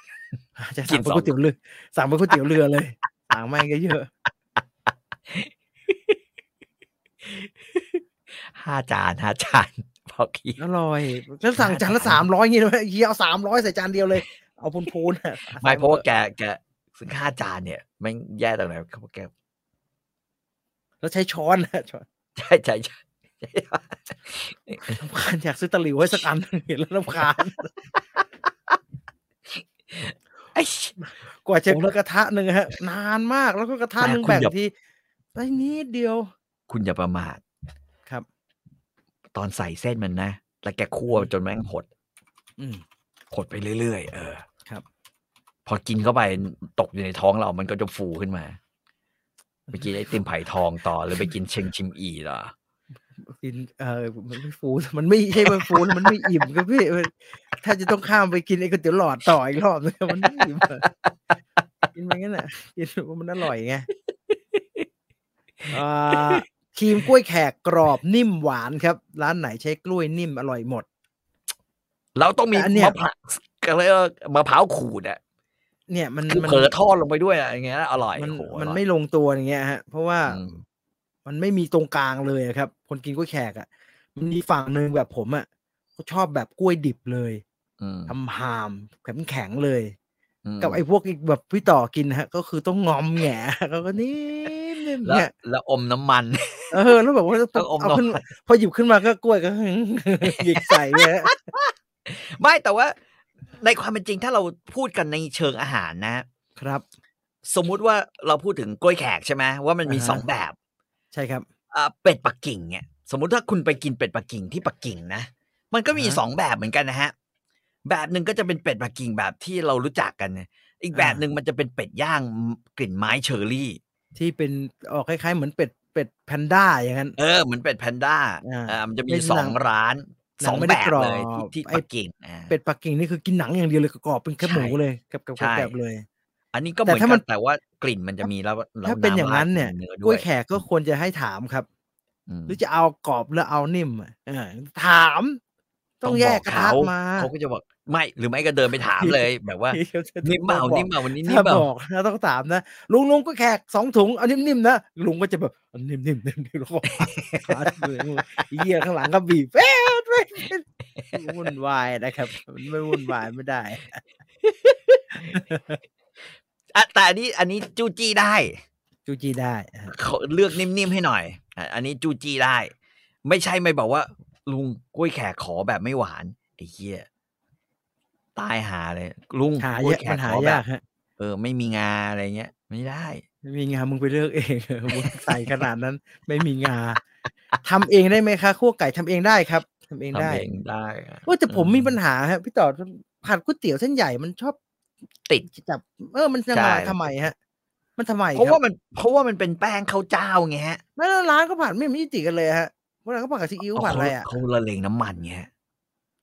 จะ
กิ
สั่
น
ง
สอง
ไปนก๋วยเตี๋ยวเรือสั่งไปนก๋วยเตี๋ยวเรือเลยสั่งไม่ก็เยอะ
ห้าจานห้าจานพอกิน
อร่อยแล้วสั่งจานละ
จาน
สามร้อยงี้เลยเฮียเอาสามร้อยใส่จานเดียวเลย เอาพูนพูนอ่ะ
ไม่เพราะว่าแกแกซึ่งห้าจานเนี่ยแม่งแย่ตรงไหนเขาบอกแก
แล้วใช้ช้อนนะช้อน
ใช่ใช่ใช่
รำคาญอยากซื้อตะหลิวให้สักอันเห็นแล้วรำคาญ
ไอ้
กว่าจะกระทะหนึ่งฮะ นานมากแล้วก็กระทะหนึ่งแบ่งทีไอ้นิดเดียว
คุณอย่าประมาท
ครับ
ตอนใส่เส้นมันนะ แล้วแกคั่วจนแม่งหด
อืม
หดไปเรื่อยๆ เออ
ครับ
พอกินเข้าไปตกอยู่ในท้องเรา มันก็จะฟูขึ้นมา ไปกินไอติมไผ่ทองต่อ หรือไปกินเช งชิมอีต่อ
กินเออมันไม่ฟู มันไม่ใช่มันฟูมันไม่อิ่มครับพี่มันถ้าจะต้องข้ามไปกินไอ้ก๋วยเตี๋ยวหลอดต่ออีกรอบนึงมันไม่อิ่มอะกินไปงั้นน่ะกินว่ามันอร่อยไงอ่าครีมกล้วยแขกกรอบนิ่มหวานครับ ร้านไหนใช้กล้วยนิ่มอร่อยหมด
เราต้องมี
แต่อันเนี้ย
มะพร้าวก็เลยกว่ามะพร้าวขูดอ่ะ
เนี่ยมัน
คือ
มั
เผลอทอดลงไปด้วยอะอย่างเงี้ยอร่อย
มัน
โอ้โห
มัน
อร่อย
ไม่ลงตัวอย่างเงี้ยฮะ เพราะว่า
อืม
มันไม่มีตรงกลางเลยอะครับ คนกินกล้วยแขกอ่ะ มันมีฝั่งหนึ่งแบบผมอ่ะเขาชอบแบบกล้วยดิบเลย
อืม
ทำหามแข็งแข็งๆเลย
ม
กับไอ้พวกอีกแบบพี่ต่อกินนะฮะ ก็คือต้องงอมแหงะ แล้วก็นิ่มๆ
แล้ว
เนี่ย
แล้วอมน้ำมัน
เออแล้วแบบว่า
ต้
ต้
อ
อง ง
อม
เอา
หน่อย
ขึ้นพอหยิบขึ้นมาก็กล้วยก็ หยิกใส่เนี่ยฮะ
ไม่แต่ว่า ในความเป็นจริงถ้าเราพูดกันในเชิงอาหารนะ
ครับ
สมมุติว่าเราพูดถึงกล้วยแขกใช่ไหมว่ามันมี
อ่าฮะ
สองแบบ
ใช่ครับ
อ่าเป็ดปักกิ่งเนี่ยสมมุติถ้าคุณไปกินเป็ดปักกิ่งที่ปักกิ่งนะมันก็มี
อ่าฮะ
สองแบบเหมือนกันนะฮะแบบหนึ่งก็จะเป็นเป็ดปักกิ่งแบบที่เรารู้จักกันเนี่ยอีกแบบ
อ่า
หนึ่งมันจะเป็นเป็ดย่างกลิ่นไม้เชอรี่
ที่เป็นออกคล้ายๆ เหมือนเป็ดเป็ดแพนด้าอย่างนั้น
เออเหมือนเป็ดแพนด้า
อ่า
อ่ามันจะมี
เป็นหนัง
สองร้าน
หนั
ส
ง
อง
ไม่ได้
แบบเลย
กร
ที่
อบ
ที่
ไอ้
ปักกิ่งอ่า
เป็ดปักกิ่งนี่คือกินหนังอย่างเดียวเลยกรอบๆเป็นแคบหมู
ใช่
เลยกับกับ
ใช่
แบบเลย
อันนี้ก็เห
แต่
มือน
ถ้ามั
กัน นแต่ว่ากลิ่นมันจะมีแล้วแล้ว
ถ้าเป็นอย่างนั้นเนี่ย
ำรดมี
กล้วย
ด้
แขกก็ควรจะให้ถามครับ
อืม
หรือจะเอากรอบแล้วเอานิ่มอะเออถามต้องแยกกระทะ
บอกเข
มา
เขาก็จะบอกไม่หรือไม่ก็เดินไปถามเลย แบบว่า นิ่มเบานิ่มเบาวันนี้นิ่
ถ้าม
เบา
บอกนะต้องถามนะลุงลุงก็แขกสองถุงเอานิ่มๆนะลุงก็จะแบบเอานิ่มๆนิ่มๆ แล้วก็ขาดเลยไอ้เหี้ยข้างหลังก็บีบเอ๊ะไม่วุ่นวายนะครับ มันไม่วุ่นวายไม่ได้
อ่ะแต่อันนี้อันนี้จูจี้ได้
จูจีได้อ่ะ
เขาเลือกนิ่มๆให้หน่อยอ่ะอันนี้จูจี้ได้ ไม่ใช่ไม่บอกว่า ลุงกล้วยแขกขอแบบไม่หวานไอ้เหี้ยตายหาเลย ลุง
หาก
ล้วย
ยาก
แข
มั
ก
น
ข
หา
อแบ
ยา
บ
กฮะ
เออ ไม่มีงาอะไรเงี้ย ไม่ได้
ไม่มีงามึงไปเลือกเองเอ อมึงใส่ขนาดนั้น ไม่มีงาทำเองได้ไหมคะคั่วไก่ทำเองได้ครับทำเองได้
ทำเองได้อะ
ว่าแต่ผมมี
อื
ปัญหาฮะพี่ต่อผัดก๋วยเตี๋ยวเส้นใหญ่มันชอบ
ติด
จับเออมันจะมา
ใช่
ทำไมฮะ มันทำไมคบ
เพราะว่ามันเพราะว่ามันเป็นแป้งข้าวเจ้าไงฮะ
ไม่แล้วร้านก็ผ่านไม่มีติกันเลยฮะเวลาก็ผ่านกับซีอิ๊วผ่านอะไรอ่ะ
เขาละเลงน้ำมันไงฮะ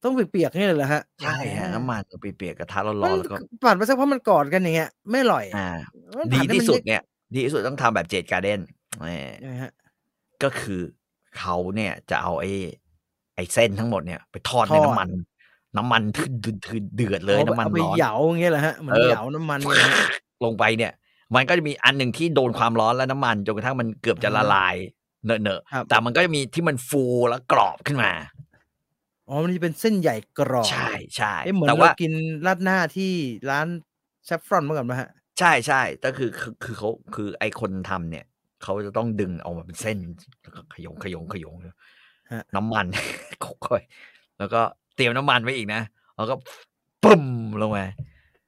ต้องเปียกๆนี่เลยเหรอฮะ
ใช่ฮะน้ำมันเอาไปเปียกกระทะร้
มั
อน นๆแล้วก็
ผ่านไปสักพักมันกอดกันอย่างเงี้ยไม่อร่อย
อ่า
มัน
ดี
ผ่าน
ที่สุด
ไ
เนี่ย ดีที่สุดต้องทำแบบเจดการ์เด้น
มั
แหม
นเละนะฮะ
ก็คือเขาเนี่ยจะเอาไอ้ไอ้เส้นทั้งหมดเนี่ย ไปทอดในน้ำมัน น้ำมันทึดทึดเดือดเลย
อาไป
น้ำมัน
เอาไป
ร้อน
เหยาอย่างเงี้ยเหรอฮะเหมือน
เออ
เหยาน้ำมันเนี่ยนะฮะ
ลงไปเนี่ย มันก็จะมีอันหนึ่งที่โดนความร้อนและน้ำมันจนกระทั่งมันเกือบจะละลายเนอะ
ครับ
ๆแต่มันก็จะมีที่มันฟูแล้วกรอบขึ้นมา
อ๋อมันจะเป็นเส้นใหญ่กรอบ
ใช่ใช่
เอ๊ะเหมือน
แต่
เรา
ว่า
กินราดหน้าที่ร้านเชฟฟรอนเมื่อก่อนไหมฮะ
ใช่ใช่ก็คือคือคือเขาคือไอคนทำเนี่ย เขาจะต้องดึงออกมาเป็นเส้นแล้วก็ขยงขยงขยง
ฮะ
น้ำ มัน ค่อยๆแล้วก็เตรียมน้ำมันไว้อีกนะ แล้วก็ปุ่มลงมา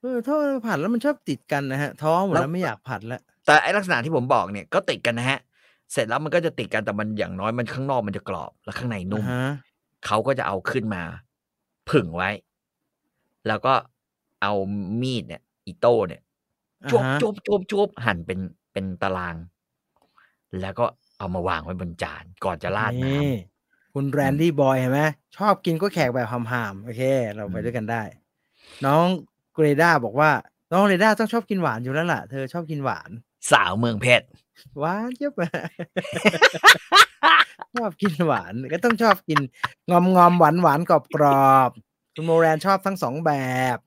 เออถ้าผัดแล้วมันชอบติดกันนะฮะท้องหมดแล้วไม่อยากผัดละ
แต่ไอลักษณะที่ผมบอกเนี่ยก็ติดกันนะฮะ เสร็จแล้วมันก็จะติดกันแต่มันอย่างน้อยมันข้างนอกมันจะกรอบ แล้วข้างในนุ่ม
อ่าฮะ
เขาก็จะเอาขึ้นมา ผึ่งไว้ แล้วก็เอามีดเนี่ยอีโต้เนี่ยจวบ
อ่าฮะ
จวบจวบจวบหั่นเป็นเป็นตาราง แล้วก็เอามาวางไว้บนจานก่อนจะราดน้ำ
นี่คุณแรนดี้บอยเห็นไหมชอบกินก็แขกแบบหามๆโอเค เราไป
อืม
ด้วยกันได้ น้องเกรด้าบอกว่า น้องเกรด้าต้องชอบกินหวานอยู่แล้วล่ะ เธอชอบกินหวาน
สาวเมืองเพชร
หวานเยอะ ไป ชอบกินหวาน ก็ต้องชอบกินงอมงอมหวานหวานกรอบกรอบๆคุณโมแรนชอบทั้งสองแบบ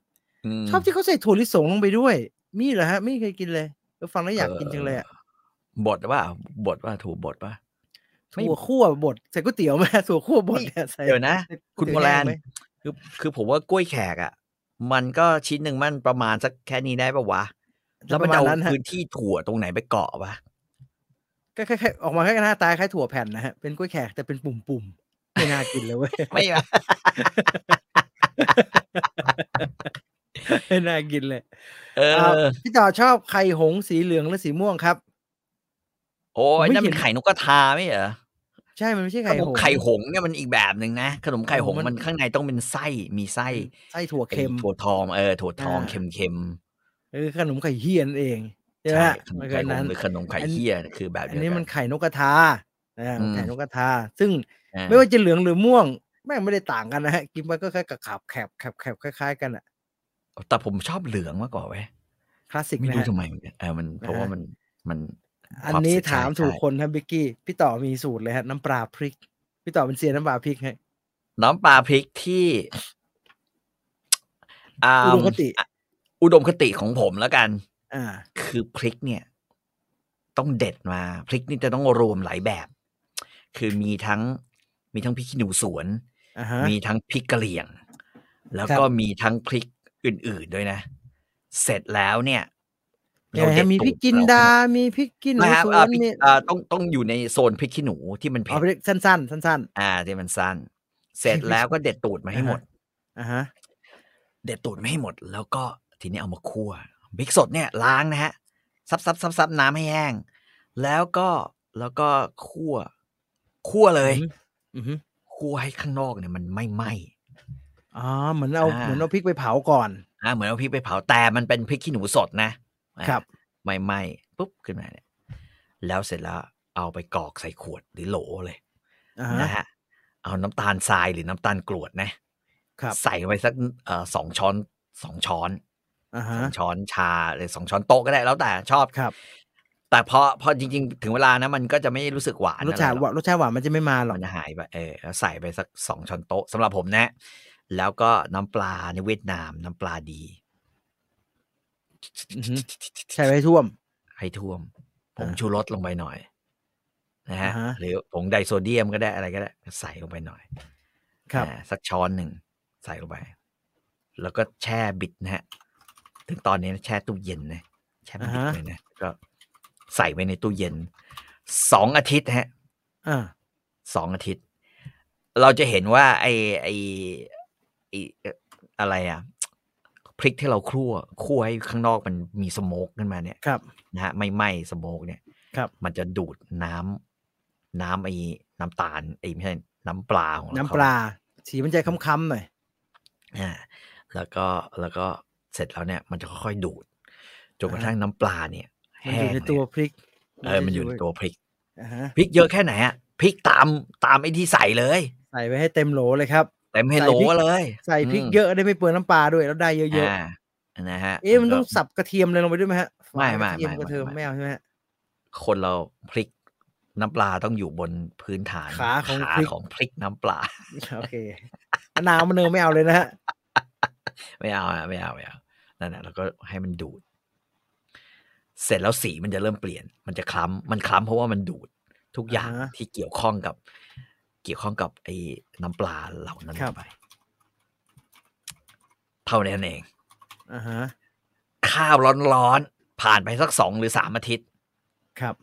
ชอบที่เขาใส่ถั่วลิสงลงไปด้วย มีเหรอฮะ ไม่เคยกินเลยเออฟังแล้วอยากกินจังเลยอะ
บทว่าบทว่าถูกบทว่า ไม่
ถั่วคั่วบดใส่ก๋วยเตี๋ยวไหม ถั่วคั่วบดเนี่ยใส่
เดี๋ยวนะ
ใส่
คุณ
ก๋
โม
วยเตี๋
แล
ยวน แห้งไหม
คือคือผมว่ากล้วยแขกอ่ะ มันก็ชิ้นหนึ่งมันประมาณสักแค่นี้ได้ปะวะ แล้วมันจะเอา
ประมาณนั้นฮะ
พื้นที่ถั่วตรงไหนไปเกาะปะ
ก็คล้ายๆออกมาแค่หน้าตาคล้ายถั่วแผ่นนะฮะ เป็นกล้วยแขกแต่เป็นปุ่มๆ ไม่น่ากินเลยเว้ย
ไม่อะ
ไม่น่ากินเลย
เออ
พี่ต่อชอบไข่หงส์สีเหลืองและสีม่วงครับ
โอ้ย
ผมไม่
นั่น
เห็
เป็น
น
ไข่นกกระทาไม่เหรอ
ใช่มันไม่ใช่
ข
ไข่
น
ห
ม
งส์
ไข่หงส์เนี่ยมันอีกแบบหนึ่งนะ ขนมไข่หงส์
โอ้มัน
มันข้างในต้องเป็นไส้มีไส้
ไส้ถั่ว
ป็น
เค็ม
ถั่วทองเออถั่วทอง
อ่า
เค็ม
เออขนมไข่เฮียนนเอง
ๆ
ใช่ไหม
ใช่
ฮะ
ขนม
มัน
ไข่
ก็
หง
นั้น
ส์หรือขนมไข่
อัน
เฮี้ยคือแบบ
อั
เดี
น
ยว
นี้
กั
มัน นไข่นกกระทานะฮะ
อืม
ไข่นกกระทา ซึ่ง
อ่า
ไม่ว่าจะเหลืองหรือม่วงแม่งไม่ได้ต่างกันนะฮะกินไปก็คล้ายกับขับแคบแคบแคบคล้ายๆกันอ่ะ
แต่ผมชอบเหลืองมากกว่าเว้ย
คลาสสิก
ไม่
นะ
รู้
ฮะ
ทำไมเหมือนกันเออมันเพราะว่า
อ่ามั
มันมัน
อัน
คว
นี้
สึก
ถาม
ใช่
ถูก
ใช่
คนครับบิกกี้พี่ต่อมีสูตรเลยฮะน้ำปลาพริก พี่ต่อเป็นเซียนน้ำปลาพริกฮะ
น้ำปลาพริกที่า
อุดมคติ
อ่ะอุดมคติของผมแล้วกัน
อ่า
คือพริกเนี่ย ต้องเด็ดมา พริกนี่จะต้องรวมหลายแบบ คือมีทั้งมีทั้งพริกขี้หนูสวน
อ่าฮะ
มีทั้งพริกกะเหรี่ยง แล้ว
ครับ
ก็มีทั้งพริกอื่นๆด้วยนะ เสร็จแล้วเนี่ย
เนี่ยฮะมีพริกจิน
ตูเ
ดา มีพริกกินหนู
นะครับ
สว
อ่าน พริก
มี
อ่าต้องต้องอยู่ในโซนพริกขี้หนูที่มัน
เอา
เผ็ด
พริกสั้นๆ สั้น
อ่าที่มันสั้น เสร็จ
พริกขี้
แล้
ห
ว
นู
ก็เด็ดตูดมาให้
อ่าฮะ
หมด
ๆอ่าฮะ
เด็ดตูดมาให้หมด แล้วก็ทีนี้เอามาคั่วพริกสดเนี่ยล้างนะฮะซับซับซับซับน้ำให้แห้ง แล้วก็แล้วก็คั่วคั่วเลย
อืม อือฮึ
คั่วให้ข้างนอกเนี่ยมันไม่ไหม้
อ๋อเหมือนเอา
อ่า
เหมือนเอาพริกไปเผาก่อน
อ่าเหมือนเอาพริกไปเผาแต่มันเป็นพริกขี้หนูสดนะครับ อ่าไม่ไหม้ปุ๊บขึ้นมาเนี่ยแล้วเสร็จแล้วเอาไปกรอกใส่ขวดหรือโหลเลย
อ่า
นะ
ฮะ
ฮะเอาน้ำตาลทรายหรือน้ำตาลกรวดนะครับ ใส่ไว้สักเอ่อสองช้อนสองช้อน
อ่า
ส
ฮะ
องช้อนชาหรือสองช้อนโต๊ะก็ได้แล้วแต่ชอบ
ครับ
แต่พอพอจริง ๆ ถึงเวลานะมันก็จะไม่รู้สึกหวาน
รสชาติ
อะไร
ห
หร
วา
อน
รสชาติหวานมันจะไม่มาหร
ก
อก
มันจะหายไปเออแล้วใส่ไปสักสองช้อนโต๊ะสำหรับผมนะ แล้วก็น้ำปลาในเวียดนามน้ำปลาดี
อือฮึใช่ไว้ท่วม
ให้ท่วม ผม
อ่า
ชูรสลงไปหน่อย นะฮะ
อ่าฮะ
หรือผงไดโซเดียมก็ได้อะไรก็ได้ ใส่ลงไปหน่อย
ครับ
อ่าสักช้อนหนึ่งใส่ลงไป แล้วก็แช่บิดนะฮะ ถึงตอนนี้นะแช่ตู้เย็นนะ แช่บิด
อ่าฮะ
เลยนะก็ใส่ไว้ในตู้เย็นสองอาทิตย์ฮะ
อ่า
สองอาทิตย์ เราจะเห็นว่าไอไอไอเอ่ออะไรอะพริกที่เราคั่วคั่วให้ข้างนอกมันมีสโมกขึ้นมาเนี่ย
ครับ
นะฮะไม่ไหม้สโมกเนี่ย
ครับ
มันจะดูดน้ำน้ำไอ้น้ำตาลไอ้ไม่ใช่น้ำปลาของเร
น้ำ
เข้
ปลา สีมันจะค้ำๆหน่อย
อ่าแล้วก็แล้วก็เสร็จแล้วเนี่ย มันจะค่อยๆดูดจนกระทั่งน้ำปลาเนี่ย
มันอ
แห้
ยู่
ง
ใน
เลย
ตัวพริก
เออมันอยู่ใน
จะ
ตัวพริก
อ่าฮะ
พริกเยอะแค่ไหนอะพริกตามตามไอ้ที่ใส่เลย
ใส่ไว้ให้เต็มโหลเลยครับ
เต็มเฮโล
ใส่พริก
เลย
ใส่พริกเยอะได้ไม่เปลืองน้ำปลาด้วยแล้วได้เยอะๆ
านะฮะ
เอ๊ะมัน
ก็
ต้องสับกระเทียมอะไรลงไปด้วยไหมฮะ
ไม่ไม่
กระเทียม
ไม่
กระเทียม
ไม่
ไม่เอาใช่ไหมฮะ
คนเราพริกน้ำปลาต้องอยู่บนพื้นฐาน
ขาของพริก
ของพริกน้ำปลา
โอเคมะนาวมะเนยไม่เอาเลยนะฮะ
ไม่เอาอะไม่เอาไม่เอานั่นแหละแล้วก็ให้มันดูด เสร็จแล้วสีมันจะเริ่มเปลี่ยน มันจะคล้ำมันคล้ำเพราะว่ามันดูด ทุกอย่าง
อ่าฮะ
ที่เกี่ยวข้องกับ เกี่ยวข้องกับไอ้น้ำปลาเหล่านั้น
ครับ
ไป เท่านั้นเอง
อ่าฮะ
ข้าวร้อนๆผ่านไปสักสองหรือสามอาทิตย์
ครับ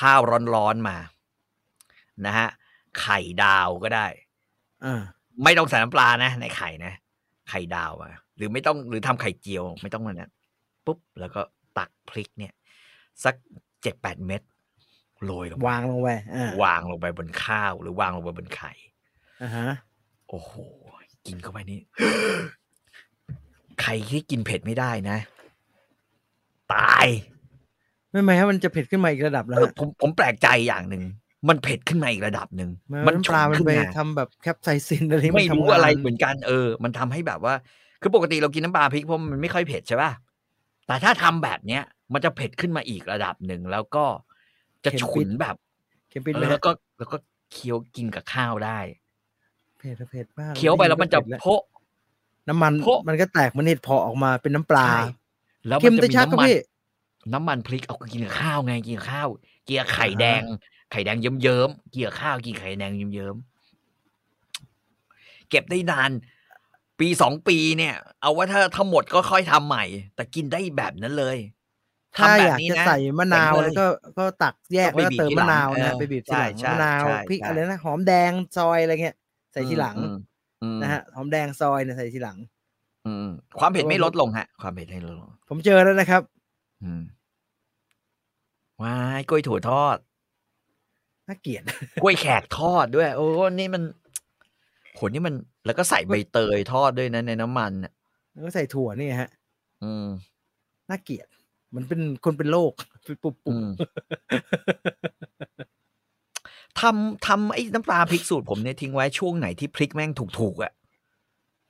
ข้าวร้อนๆมา นะฮะ ไข่ดาวก็ได้
อ่า
ไม่ต้องใส่น้ำปลานะ ในไข่นะ ไข่ดาวอะหรือไม่ต้องหรือทำไข่เจียวไม่ต้องมันนะปุ๊บ แล้วก็ตักพริกเนี่ย สักเจ็ดแปดเม็ดโรยลงไป
วางลงไปอ่าว
างลงไปบนข้าว หรือวางลงไปบนไข่
อ่าฮะ
โอ้โห กินเข้าไปนี่ ใครที่กินเผ็ดไม่ได้นะ ตาย
ไม่ไหมฮะมันจะเผ็ดขึ้นมาอีกระดับแล้ว
เออ
ฮะ
ผมผมแปลกใจอย่างหนึ่ง มันเผ็ดขึ้นมาอีกระดับหนึ่ง
มันปลามัน
ฉุ
ไป
ขึ้า
ทำแบบแคปไซซินอะไรน
ไม่รู้
ทำงาน
อะไรเหมือนกันเออ มันทำให้แบบว่า คือปกติเรากินน้ำปลาพริกเพราะมันไม่ค่อยเผ็ดใช่ป่ะแต่ถ้าทำแบบเนี้ย มันจะเผ็ดขึ้นมาอีกระดับหนึ่งแล้วก็จะฉุนแบบ
เค็มปิด
เอ
ไหม
อ
ฮะ
แล้วก็แล้วก็เคี้ยวกินกับข้าวได้
เผ็ดอะเผ็ดมาก
เคี้ยวไปแล้วมันจะ
เผ็ด
โพะ
น้ำมัน
โพะ
มันก็แตกมันเห็ดเพอออกมาเป็นน้ำปลา
ใช่แล้ว
เค็
มัน
ม
จะ
แต่
มี
ชักค
น้ำ
รับ
มัน
พี่
น้ำมันพริกเอากินกับข้าวไงกินกับข้าวเกียไข่
อ่า
แดง ไข่แดงเยิ้มๆเกียข้าวกินไข่แดงเยิ้มๆเก็บได้นาน ปีสองปีเนี่ย เอาว่าถ้าถ้าหมดก็ค่อยทำใหม่ แต่กินได้แบบนั้นเลย
ถ้า
ทำแบ
อบ ยาก
นี้
จะ
นะ
ใส่มะนาว
เห็นเลย
แล้วก็ก็ตักแยก
ก็
แล้วก็
ไปบีบ
เติม
ที
มะ
หลั
นา
ง
วนะ
เออ
ไปบีบทีหลัง
ใช่
มะนาว
ใช่
พริก
ใช่
อะไรนะหอมแดงซอยอะไรเงี้ยใส่ทีหลัง
อืมอืม
นะฮะหอมแดงซอยเนี่ยใส่ทีหลัง
อืมความเผ็ดไม่ลดลงฮะ ความเผ็ดไม่ลดลง
ผมเจอแล้วนะครับ
อืมว้ายกล้วยถั่วทอด
น่าเกลียด
กล้วยแขกทอดด้วย โอ้นี่มันโหนี่มัน แล้วก็ใส่ใบเตยทอดด้วยนะในน้ำมันน่ะ
แล้วก็ใส่ถั่วนี่ฮะ
อืม
น่าเกลียด มันเป็นคนเป็นโรค ปุบปุบ
อืมทำทำไอ้น้ำปลาพริกสูตรผมเนี่ยทิ้งไว้ช่วงไหนที่พริกแม่งถูกๆอะ่ะ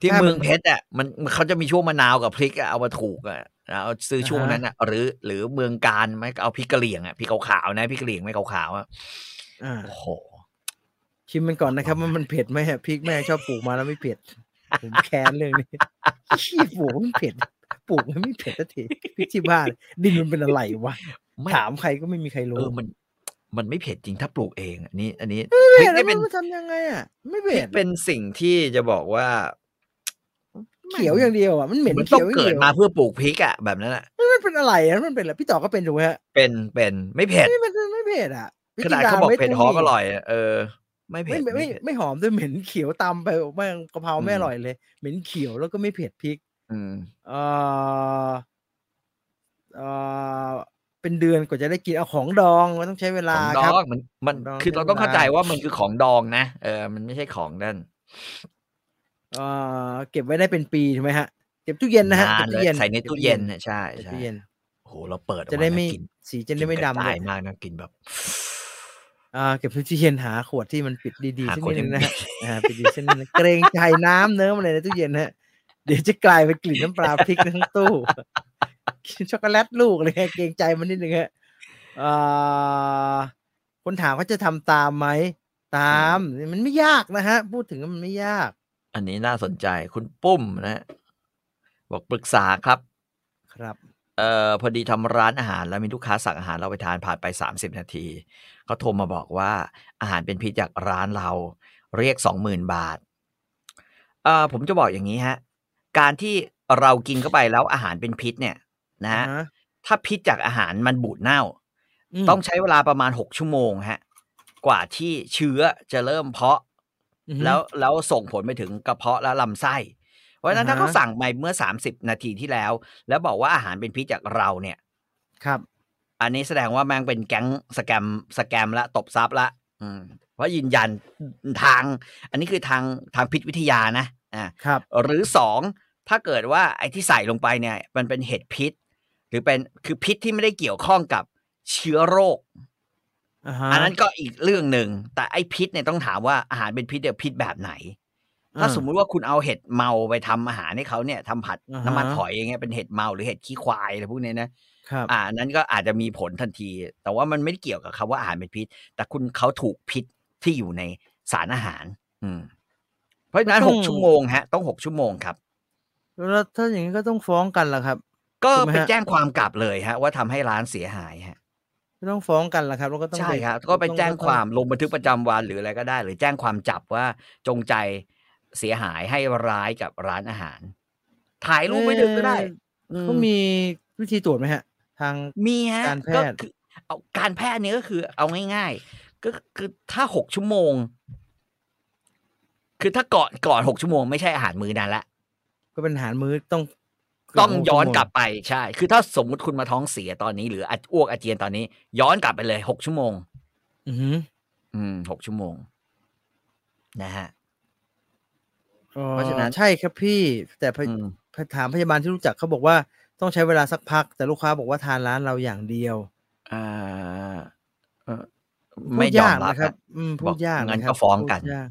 ที่เมืองเพชรอ่ะมันมันเขาจะมีช่วงมะนาวกับพริกอะเอามาถูกอะ่ะเอาซื้อช่วงนั้นอ่ะ หรือ หรือเมืองการไหมก็เอาพริกกะเหรี่ยงอะ่ะพริกขาวๆนะพริกกะเหรี่ยงไม่ขาวๆอะ่ะ
อ่า
โอ้โห
ชิมมันก่อนนะครับว่ามันเผ็ดไหมฮะพริกแม่ชอบปลูกมาแล้วไม่เผ็ด ผมแค้นเรื่องนี้ขี้ปลูกมันเผ็ด ปลูกมันไม่เผ็ดสักทีพริกที่บ้านดินมันเป็นอะไรวะ
ไม่
ถามใครก็ไม่มีใคร
เอ
รู้
อมัน มันไม่เผ็ดจริงถ้าปลูกเองอะนี่ อันนี้
ไม่
พริ
เผ็ดแล้ว
กนี่เป็น
มันทำยังไงอ่ะ ไม่
พริ
เผ็
ก
ด
เป็นสิ่งที่จะบอกว่า
เขียวอย่างเดียวอ่ะมันเหม็น
มันต้อ
เขียวอ
ง
ย่าง
เกิ
เดี
ด
ยว
มาเพื่อปลูกพริกอะแบบนั้นอะ
มันเป็นอะไรอ่ะมันเป็นอะไรพี่ต่อก็เป็นถูกไหมฮะ
เป็นเป็นไม่เผ็ด
นี่มันไม่เผ็ดอ่ะพริ
ขนาด
จิร
เขาบอกเผ็ด
ไม่
หอม
มี
อร่อยอะเออ ไม่เผ็
ไม่
ด
ไม่
ไม่
ไม่
เผ็ด
ไม่หอมด้วยเหม็นเขียวตามไปแม่งกะเพราไม่
อืม
อร่อยเลย เหม็นเขียวแล้วก็ไม่เผ็ดพริก
อืม
เอ่อเอ่อเป็นเดือนกว่าจะได้กินเอาของดองมันต้องใช้เวลา
ของด
ค
อ
รับ
งมันมัน
ของดอง
คือ
ใช้
เราต้อง
เวลา
เข้าใจว่ามันคือของดองนะเออ มันไม่ใช่ของนั่น
เอ่อเก็บไว้ได้เป็นปีถูกไหมฮะเก็บตู้เย็นนะฮะ
า
เก็บ
เล
ตู้
ย
เย็น
ใส่ในตู้เย็นน่ะใช่
เก็บ
ใช่
ตู้เย็น
โอ้โหเราเปิดออ
จะได้
กา
ไม่
กิน
สีจะได้ไม่
กินก
ดำ
ระ
เล
จาย ยมากนะกินแบบ
อ่าเก็บตู้เย็นหาขวดที่มันปิดดี
หา
ๆสัก
ค
นิดนึ
ที่
งนะฮะอ่าปิดดีๆสักนิดนึงเกรงใจน้ำเนิ้มอะไรในตู้เย็นนะฮะเดี๋ยวจะกลายเป็นกลิ่นน้ำปลาพริกทั้งตู้ กินช็อกโกแลตลูกอะไรเงี้ยเกรงใจมันนิดนึงฮะเอ่อคนถามเขาจะทำตามไหม ตามมันไม่ยากนะฮะ พูดถึงมันไม่ยาก
อันนี้น่าสนใจคุณปุ้มนะ บอกปรึกษาครับ
ครับ
เอ่อพอดีทำร้านอาหารแล้วมีลูกค้าสั่งอาหารเราไปทานผ่านไป 30 นาทีเขาโทรมาบอกว่าอาหารเป็นพิษจากร้านเราเรียก 20,000 บาทเอ่อผมจะบอกอย่างนี้ฮะ การที่เรากินเข้าไปแล้วอาหารเป็นพิษเนี่ยนะฮะ
อ่าฮะ
ถ้าพิษจากอาหารมันบูดเน่า
ม
ต้องใช้เวลาประมาณ 6 ชั่วโมงฮะกว่าที่เชื้อจะเริ่มเพาะ
อือฮึ
แล้วแล้วส่งผลไปถึงกระเพาะและลำไส้ เพราะฉะนั้น
อ่า
ถ้า
ฮะ
เขาสั่งไปเมื่อ 30 นาทีที่แล้ว แล้วบอกว่าอาหารเป็นพิษจากเราเนี่ย
ครับ
อันนี้แสดงว่าแม่งเป็นแก๊งสแกมสแกมละตบซับละอืมเพราะยืนยันทาง อันนี้คือทางทางพิษวิทยานะอ่า
ครับ
หรือสองถ้าเกิดว่าไอ้ที่ใส่ลงไปเนี่ย มันเป็นเห็ดพิษ หรือเป็นคือพิษที่ไม่ได้เกี่ยวข้องกับเชื้อโรค
อ่าฮะ
อันนั้นก็อีกเรื่องหนึ่งแต่ไอ้พิษเนี่ยต้องถามว่าอาหารเป็นพิษเดี๋ยวพิษแบบไหน ถ้า
อ่
สมมุติว่าคุณเอาเห็ดเมาไปทำอาหารให้เขาเนี่ยทำผัด
อ่าฮะ
น้ำมันหอยอย่างเงี้ยเป็นเห็ดเมาหรือเห็ดขี้ควายอะไรพวกเนี้ยนะ
ครับ
อ่าอันนั้นก็อาจจะมีผลทันที แต่ว่ามันไม่ได้เกี่ยวกับคำว่าอาหารเป็นพิษ แต่คุณเขาถูกพิษที่อยู่ในสารอาหาร อืม เพราะฉะนั้นหกชั่วโมงฮะ ต้องหกชั่วโมงครับ
แล้วถ้าอย่างนี้ก็ต้องฟ้องกันล่ะครับ
ก็
ถูกไหมฮะ
ไปแจ้งความกลับเลยฮะ ว่าทำให้ร้านเสียหายฮะ
ก็ต้องฟ้องกันล่ะครับแล้วก็ต้อง
ใช่
ไป
ครับ ก็ไป
ต้อง
แจ้ง
ต้อง
ความลงบันทึกประจำวันหรืออะไรก็ได้ หรือแจ้งความจับว่าจงใจเสียหายให้ร้ายกับร้านอาหาร ถ่ายรูปไว้เลยก็ได้อื
เขามีวิธีตรวจไหมฮะ ทาง
มีฮะ
การแพทย์
คือเอาการแพทย์เนี่ยก็คือเอาง่ายๆ ก็คือถ้าหกชั่วโมง คือถ้าก่อนก่อนหกชั่วโมงไม่ใช่อาหารมื้อนั้นละ
ก็เป็นอาหารมื้อต้อง
ต้องย้อนกลับ
หชั่วโม
ไปใช่ คือถ้าสมมุติคุณมาท้องเสียตอนนี้ หรืออาจอ้วกอาเจียนตอนนี้ ย้อนกลับไปเลยหกชั่วโมง
งอือหือ
อืมหกชั่วโมง นะฮะ เพราะฉะนั้น
ใช่ครับพี่ แต่พะ
อืม
ถามพยาบาลที่รู้จักเขาบอกว่าต้องใช้เวลาสักพัก แต่ลูกค้าบอกว่าทานร้านเราอย่างเดียว
อ่าเอ่อ
พูด
ไม่ยอม
ยาก
รับ
นะครับ
อะ
อืมพู
บอ
ด
ก
ยาก
งั้นะ
ค
ก็
รับ
ฟ้อง
พูด
กัน
ยาก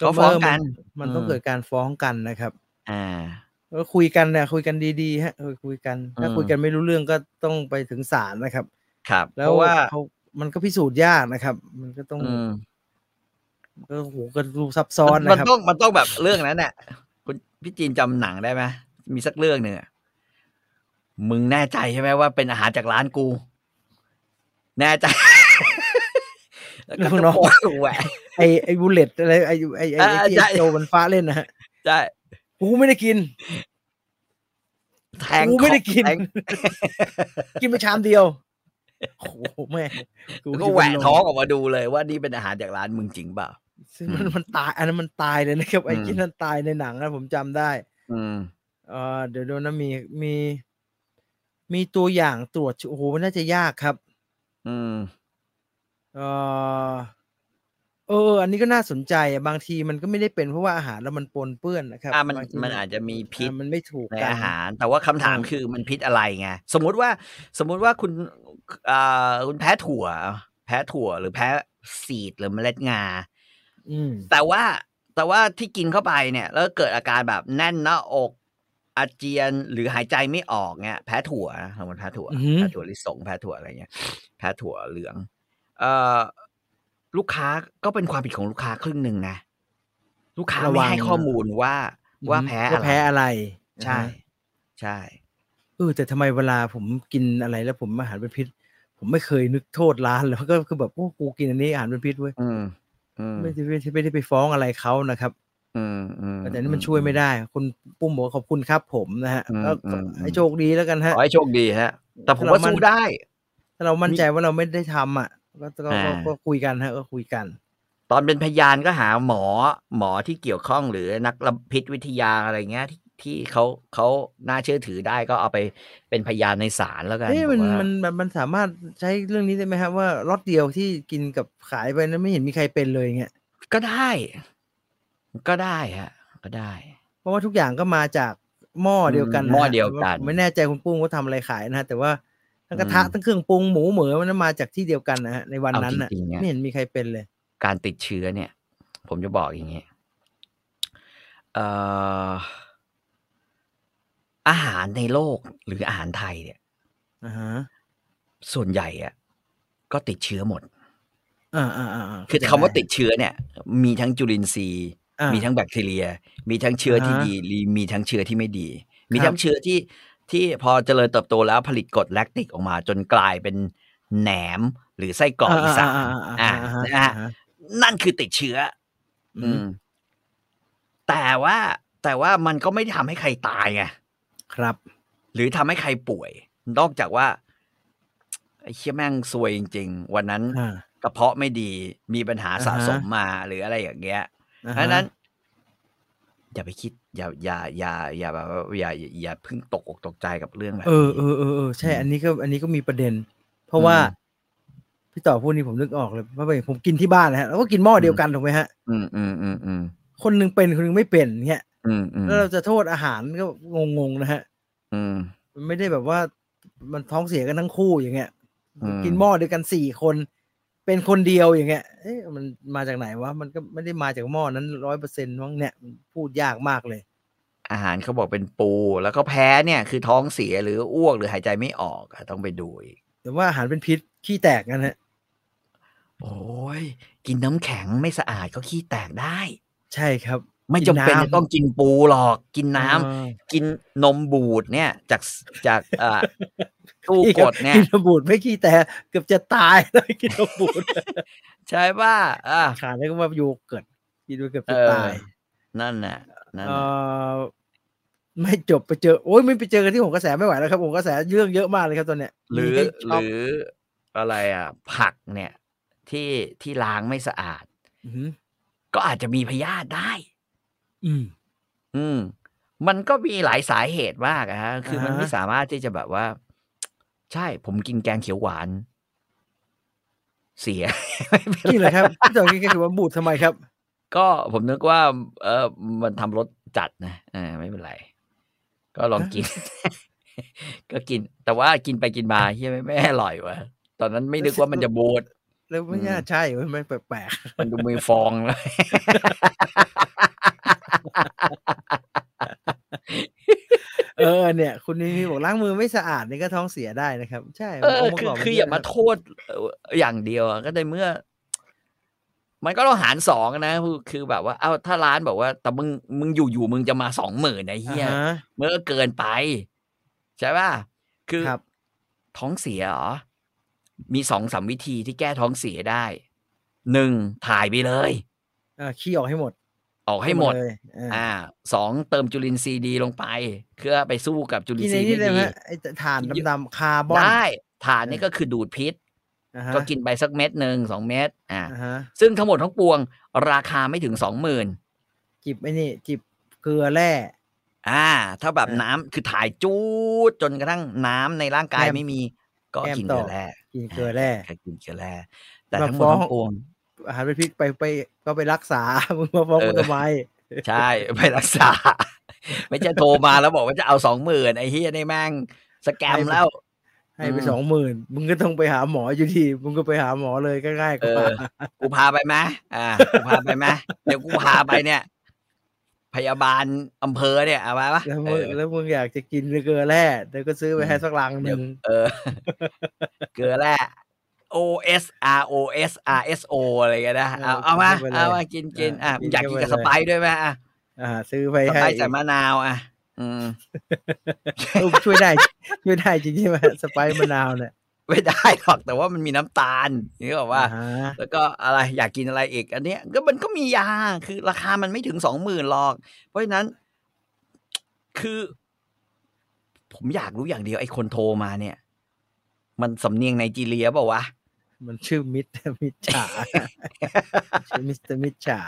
ก็ฟ้องกัน
มันต้องเกิดการฟ้องกันนะครับ
อ่า
ก็คุยกันเนี่ยคุยกันดีๆฮะเออคุยกัน ถ้า
อืม
คุยกันไม่รู้เรื่องก็ต้องไปถึงศาลนะครับ
ครับ
แล้
เพ
ว
ราะว่า
เขามันก็พิสูจน์ยากนะครับ มันก็ต้อง
อืม
ก็โหก็ดูซับซ้อน
มัน
นะครับ
ต้องมันต้องแบบเรื่องนั้นน่ะคุณพี่จีนจำหนังได้ไหมมีสักเรื่องหนึ่งอะมึงแน่ใจใช่ไหมว่าเป็นอาหารจากร้านกู แน่ใจ แล้วก็ตะโกนแหวะ
ไอไอบุลเลตอะไรไอไอไอไอ้
อ่า
ที่
ใช่
ไอ้โจมันฟ้าเล่นนะฮะ
ใช่
กูไม่ได้กิน
แทง
กูไม่ได้กิน
แทง
กินไปชามเดียวโอ้โหแม่ง
แล้วก็แหวะท้องออกมาดูเลยว่านี่เป็นอาหารจากร้านมึงจริงเปล่า
ซึ่งมันมันตายอันนั้นมันตายเลยนะครับ ไอ้
อืม
ที่นั่นตายในหนังนะผมจำได้
อืม
เออเดี๋ยวดูนะมีมี มีตัวอย่างตรวจโอ้โหมันน่าจะยากครับ
อืม
เออเออ อันนี้ก็น่าสนใจอะบางทีมันก็ไม่ได้เป็นเพราะว่าอาหารแล้วมันปนเปื้อนนะครับ
อ่ามัน
บงที
มันอาจจะมีพิษ
อ่ามันไม่ถูก
ใน
กัน
อาหาร แต่ว่าคำถาม
อืม
คือมันพิษอะไรไงสมมุติว่าสมมุติว่าคุณอ่าคุณแพ้ถั่ว แพ้ถั่วหรือแพ้สีดหรือเมล็ดงา
อืม
แต่ว่าแต่ว่าที่กินเข้าไปเนี่ย แล้วเกิดอาการแบบแน่นหน้าอก อาเจียนหรือหายใจไม่ออกเนี่ยแพ้ถั่วนะสมมติแพ้ถั่ว
อือหือ
แพ้ถั่วลิสงแพ้ถั่วอะไรเงี้ย แพ้ถั่วเหลือง เอ่อลูกค้าก็เป็นความผิดของลูกค้าครึ่งหนึ่งนะลูกค้าไม่ให้ข้อมูลว่าว่าแพ้
ว่า
อะไร
แพ้อะไร
ใช่
อ่าฮะ
ใช่
เออแต่ทำไมเวลาผมกินอะไรแล้วผมอาหารเป็นพิษ ผมไม่เคย นึกโทษร้านแล้วก็คือแบบโอ้กูกินอันนี้อาหารเป็นพิษเว้ย
อืม อืม
ไม่ได้ไม่ได้ไม่ได้ไปฟ้องอะไรเขานะครับ
อืมอืม
แต่นี่มันช่วยไม่ได้ คุณปุ้มบอกว่าขอบคุณครับผมนะฮะ
อืม
ก็
อืม
ให้โชคดีแล้วกันฮะ
ขอให้โชคดีฮะ แต่ผม
เรา
ว่า
มั่น
สู้ได้
ถ้าเรามั่น
มี
ใจว่าเราไม่ได้ทำอ่ะก็ก็ก็
อ่า
ก็คุยกันฮะก็คุยกัน
ตอนเป็นพยานก็หาหมอหมอที่เกี่ยวข้องหรือนักระพิษวิทยาอะไรเงี้ยที่ที่เขาเขาน่าเชื่อถือได้ก็เอาไปเป็นพยานในศาลแล้วกัน
เอ๊ะมัน
ผว่า
มันมันมันสามารถใช้เรื่องนี้ได้ไหมฮะว่าล็อตเดียวที่กินกับขายไปนั้นไม่เห็นมีใครเป็นเลยเงี้ย
ก็ได้ ก็ได้ฮะ ก็ได้
เพราะว่าทุกอย่างก็มาจากหม้อเดียวกันนะ
หม้อ
ฮะ
เดียวกัน
ผมไม่แน่ใจคุณปุ้งว่าทำอะไรขายนะฮะแต่ว่าทั้งกระทะ
อืม
ทั้งเครื่องปรุงหมูเหมือมันมาจากที่เดียวกันนะฮะในวัน
เอา
นั้น
จ
น่ะ
ริงๆเนี่ย
ไม่เห็นมีใครเป็นเลย
การติดเชื้อเนี่ย ผมจะบอกอย่างนี้เอ่ออาหารในโลกหรืออาหารไทยเนี่ย
อ่าฮะ
ส่วนใหญ่อะก็ติดเชื้อหมด
อ่าอ่าอ่า
คือคำว่าติดเชื้อเนี่ย มีทั้งจุลินทรีย์
อ่า
มีทั้งแบคทีเรีย มีทั้งเชื้อที่
อ่าฮะ
ดีหรือมีทั้งเชื้อที่ไม่ดี มี
ครับ
ทั้งเชื้อที่ที่พอเจริญเติบโตแล้วผลิตกรดแลคติกออกมา จนกลายเป็นแหนมหรือไส้กรอกอีสานอ่านะฮะ
ฮะ
นั่นคือติดเชื้อ อืม แต่ว่าแต่ว่ามันก็ไม่ได้ทำให้ใครตายไง
ครับ
หรือทำให้ใครป่วย นอกจากว่า ไอ้เชี่ยแม่งซวยจริง ๆ วันนั้น
อ่าก
ระเพาะไม่ดีมีปัญหาสะสมมาหรืออะไรอย่างเงี้ย
อ่า
ดั
ฮะ
งนั้น อย่าไปคิด อย่าอย่าอย่าอย่าแบบว่าอย่าอย่าอย่าเพิ่งตกอกตกใจกับเรื่องแบบ
เออเอ
นี้
อเออเออใช่
อืม
อันนี้ก็อันนี้ก็มีประเด็น เพราะว่า
อืม
พี่ต่อพูดนี่ผมนึกออกเลยเพราะว่าผมกินที่บ้านนะฮะแล้วก็กินหม้อเดียว
อืม
กันถูกไหมฮะ
อืมอืมอืมอืม
คนหนึงเป็นคนหนึงไม่เป็นเงี้ย
อืมอืม
แล้วเราจะโทษอาหารก็งงๆนะฮะ
อืม
มันไม่ได้แบบว่ามันท้องเสียกันทั้งคู่อย่างเงี้ย
อืม
กินหม้อเดียวกันสี่คน เป็นคนเดียวอย่างเงี้ยเอ๊ะมันมาจากไหนวะมันก็ไม่ได้มาจากหม้อนั้นร้อยเปอร์เซ็นต์มั้งเนี่ยมันพูดยากมากเลย
อาหารเขาบอกเป็นปู แล้วก็แพ้เนี่ย คือท้องเสียหรืออ้วกหรือหายใจไม่ออกอะต้องไปดูอีก
แต่ว่าอาหารเป็นพิษขี้แตกนั่นฮะ
โอ้ยกินน้ำแข็งไม่สะอาดก็ขี้แตกได้
ใช่ครับ
ไม่
กิ
จำ
น
เป็น
น้ำ
จะต้องกินปูหรอกกินน้ำ
เออ
กินนมบูดเนี่ย จากจากเอ่อ ตู้กดเนี่ย
กินระบูดไม่ขี้แต่เกือบจะตาย เลยกินระบูด
ใช่ป่ะอ่ะ
ขาดแล้วก็มาโยเกิร์ตกินไปเกือบจะ
เออ
ตาย
นั่นน่ะนั่น
เอ
น่ะ
อไม่จบไปเจอ โอ้ยไม่ไปเจอกันที่หงกระแสไม่ไหวแล้วครับหงกระแสเรื่องเยอะมากเลยครับตอนเนี้ย
หรือ
มีให้
ห
ช็อป
รืออะไรอ่ะ ผักเนี่ย ที่ที่ล้างไม่สะอาด
หือ
ก็อาจจะมีพยาธิได้
อืม
อืม มันก็มีหลายสาเหตุมากอะฮะ คือมัน
อ่าฮะ
ไม่สามารถที่จะแบบว่า ใช่ผมกินแกงเขียวหวาน เสีย ไม่เป็นไร
นี่แหละครับพี่ต่อกินกันถือว่าบูดทำไมครับ
ก็ผมนึกว่า เออมันทำรส จัดนะอ่าไม่เป็นไร ก็ลองกิน ก็กิน แต่ว่ากินไปกินมาเฮียไม่ไม่อร่อยวะตอนนั้นไม่นึกว่ามันจะบูด
แล้วไม่
อืม
น่าใช่เว้ยมันแปลก
มันดูมีฟองเลย
ๆเออเนี่ย คุณนิมิบอกล้างมือไม่สะอาดนี่ก็ท้องเสียได้นะครับ ใช่
เออ
ค์ประกบน
คือคือ
เะ
อย่ามา
นะ
โทษเอ่ออย่างเดียวอะก็ในเมื่อ มันก็ต้องหารสองนะคือคือแบบว่าเอ้าถ้าร้านบอกว่า แต่มึงมึงอยู่อยู่มึงจะมาสองหมื่นไอ้เหี้ย
อ่าฮะ
เมื่อเกินไป ใช่ป่ะคือ
ครับ
ท้องเสียเหรอ มีสองสามวิธีที่แก้ท้องเสียได้หนึ่งถ่ายไปเลย
เออขี้ออกให้หมด
ออกให้หมด
เลยเอออ
อ่าสองเติมจุลินทรีย์ดีลงไปเพื่อไปสู้กับจุลิ
กิ
น
น
ท
ใน
รี
นี้
ย์
ได้
ไม่
ไหม
ดี
ไอ้ถ่านดำๆคาร์บอน
ได้ฐานนี่ก็คือดูดพิษ
อ่าฮะ
ก็กินไปสักเม็ดหนึ่งสองเม็ดอ่า
อ่าฮะ
ซึ่งทั้งหมดทั้งปวง ราคาไม่ถึงสองหมื่น
จิบไอ้นี่จิบเกลือแร่
อ่า ถ้าแบบ
อ่ะ
น้ำคือถ่ายจูดจนกระทั่งน้ำในร่างกาย
แอม
ไม่มี ก็
แอม
กิน
ต่
เกลื
อ
อแร่
กินเกลือแร่
ก็กินเกลือแร่แต่
มา
ทั้งหม
ฟ้
ด
อง
ทั้งปวง
อาหารเป็นพิษไปไปก็ไปรักษา มึงมาฟ้อง
เออ
กูทำไม
ใช่ ไปรักษา ไม่ใช่โทรมาแล้วบอกว่าจะเอาสองหมื่นไอ้เฮียนี่แม่งสแกมแล้ว
ให้ไป
อืม
สองหมื่นมึงก็ต้องไปหาหมออยู่ดีมึงก็ไปหาหมอเลยก็ง่ายก
เอ
ว่า
อ กูพาไปไหมอ่า กูพาไปไหมเดี๋ยวกูพาไปเนี่ย พยาบาลอำเภอเนี่ยเอาไปปะ
แล้วมึ
เอ
ง
อ
แล้วมึงอยากจะกินเกลือแร่เดี๋ยวก็ซื้อไปให้สักลังหนึ่ง
เออ เกลือแร่ O S R O S R S O อะไรกันนะเอาเอามาเอามากินกินอ่ะอยากกินกับสไปซ์ด้วยไหมอ่ะ
อ่า ซื้อไป
ส
ให้
ไปซ์ใส่มะนาวอ่ะ อืม
เออช่วยได้ ช่วยได้จริงใช่ไหมสไปซ์มะนาวเนี่ย
ไม่ได้หรอกแต่ว่ามันมีน้ำตาลนี่บอก ว่า
อ่ฮะ
แล้วก็อะไรอยากกินอะไรอีก อันเนี้ยก็มันก็มียาคือราคามันไม่ถึงสองหมื่นหรอก เพราะฉะนั้น คือ ผมอยากรู้อย่างเดียวไอ้คนโทรมาเนี่ย มันสำเนียงไนจีเรียเปล่าวะ
มันชื่อมิตร มิจฉาชื่อมิสเตอร์มิจฉา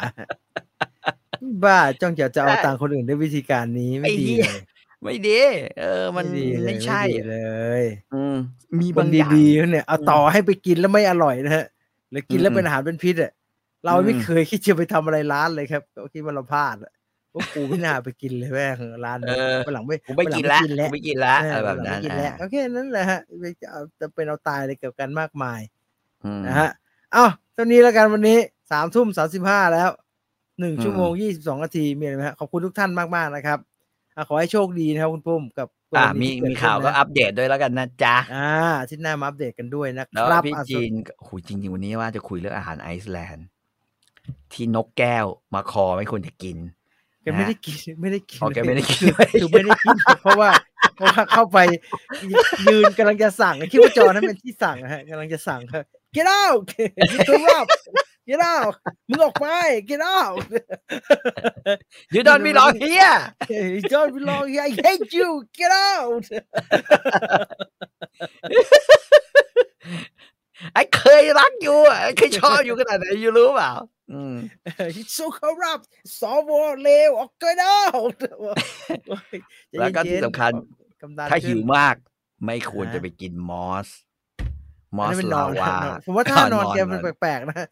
บ้าจ้องจะจะเอาตังค์คนอื่นด้วยวิธีการนี้ไม่
ไอ้
ดี
เหี้ย
เลย
ไม่ดี เออ มัน
ดีเลย
ไม่ใช่
ดีเลย
อืม มี
ค
บาน งอย่าง
ดีๆเขาเนี่ยเอาต่อให้ไปกินแล้วไม่อร่อยนะฮะหรือกินแล้ว
อืม
เป็นอาหารเป็นพิษอ่ะเราไม่
อืม
เคยคิดจะไปทำอะไรร้านเลยครับก็คิดว่าเราพลาดอะพวกกูไม่น่าไปกินเลยแม่งร้าน
เอ
นี้
อ
วันหลังไม่
กูไม่กินแล้วกูไม่กินแล้ว
เออ
อะไรแบบ
วันหลัง
นั้น
ไม่กินแล้ว
อ่ะ
โอเคนั่นแหละฮะไม่จะเอาจะเป็นเอาตายเลยเกี่ยวกันมากมาย
อืม
นะฮะเอ้าเท่านี้แล้วกันวันนี้สามทุ่มสามสิบห้าแล้วหนึ่ง
อืม
ชั่วโมงยี่สิบสองนาทีมีอะไรไหมฮะขอบคุณทุกท่านมากๆนะครับอ่ะขอให้โชคดีนะครับคุณปุ้มกับกร
อ่ะ
ณีที่เด
มีมี
ขึ้น
ข่าวก็
นะ
อัปเดตด้วยแล้วกันนะจ๊ะ
อ่าอาทิตย์หน้ามาอัปเดตกันด้วยนะค
แล้ว
รับ
พี่
อ่ะ
จี
สุด
นก็โหูจริงๆวันนี้ว่าจะคุยเรื่องอาหารไอซ์แลนด์ ที่นกแก้วมาคอไม่ควรจะกิน
แกไม่ได้กิน ไม่ได้กิน
อ๋อแกไม่ได้กิน
คือไม่ได้กินเพราะว่าเพราะว่าเข้าไปยืนกำลังจะสั่งคิดว่าจอนั้นเป็นที่สั่งนะฮะกำลังจะสั่งครับ get out you turn up get out มึงออกไป get out
ยูดอนมีร้องเฮีย
you don't belong here I hate you get out
ไอ้เคยรักอยู่อะไอ้เคยชอบอยู่ขนาดไหนอยู่รู้เปล่า อืม
it's so corrupt สวเลวออก get out โอ้ยใจ
แล้วก็ที่
เย็นๆ
สำคัญ
กำลัง
ถ้า
ขึ้น
หิวมาก ไม่ควรจะไปกินมอส มอ
อันนั้
ส
นเป็นน
ลา
อน
วา
นอนผมว่าถ้านอน
นอน
แกเป็น
นอน
แปลกๆนะ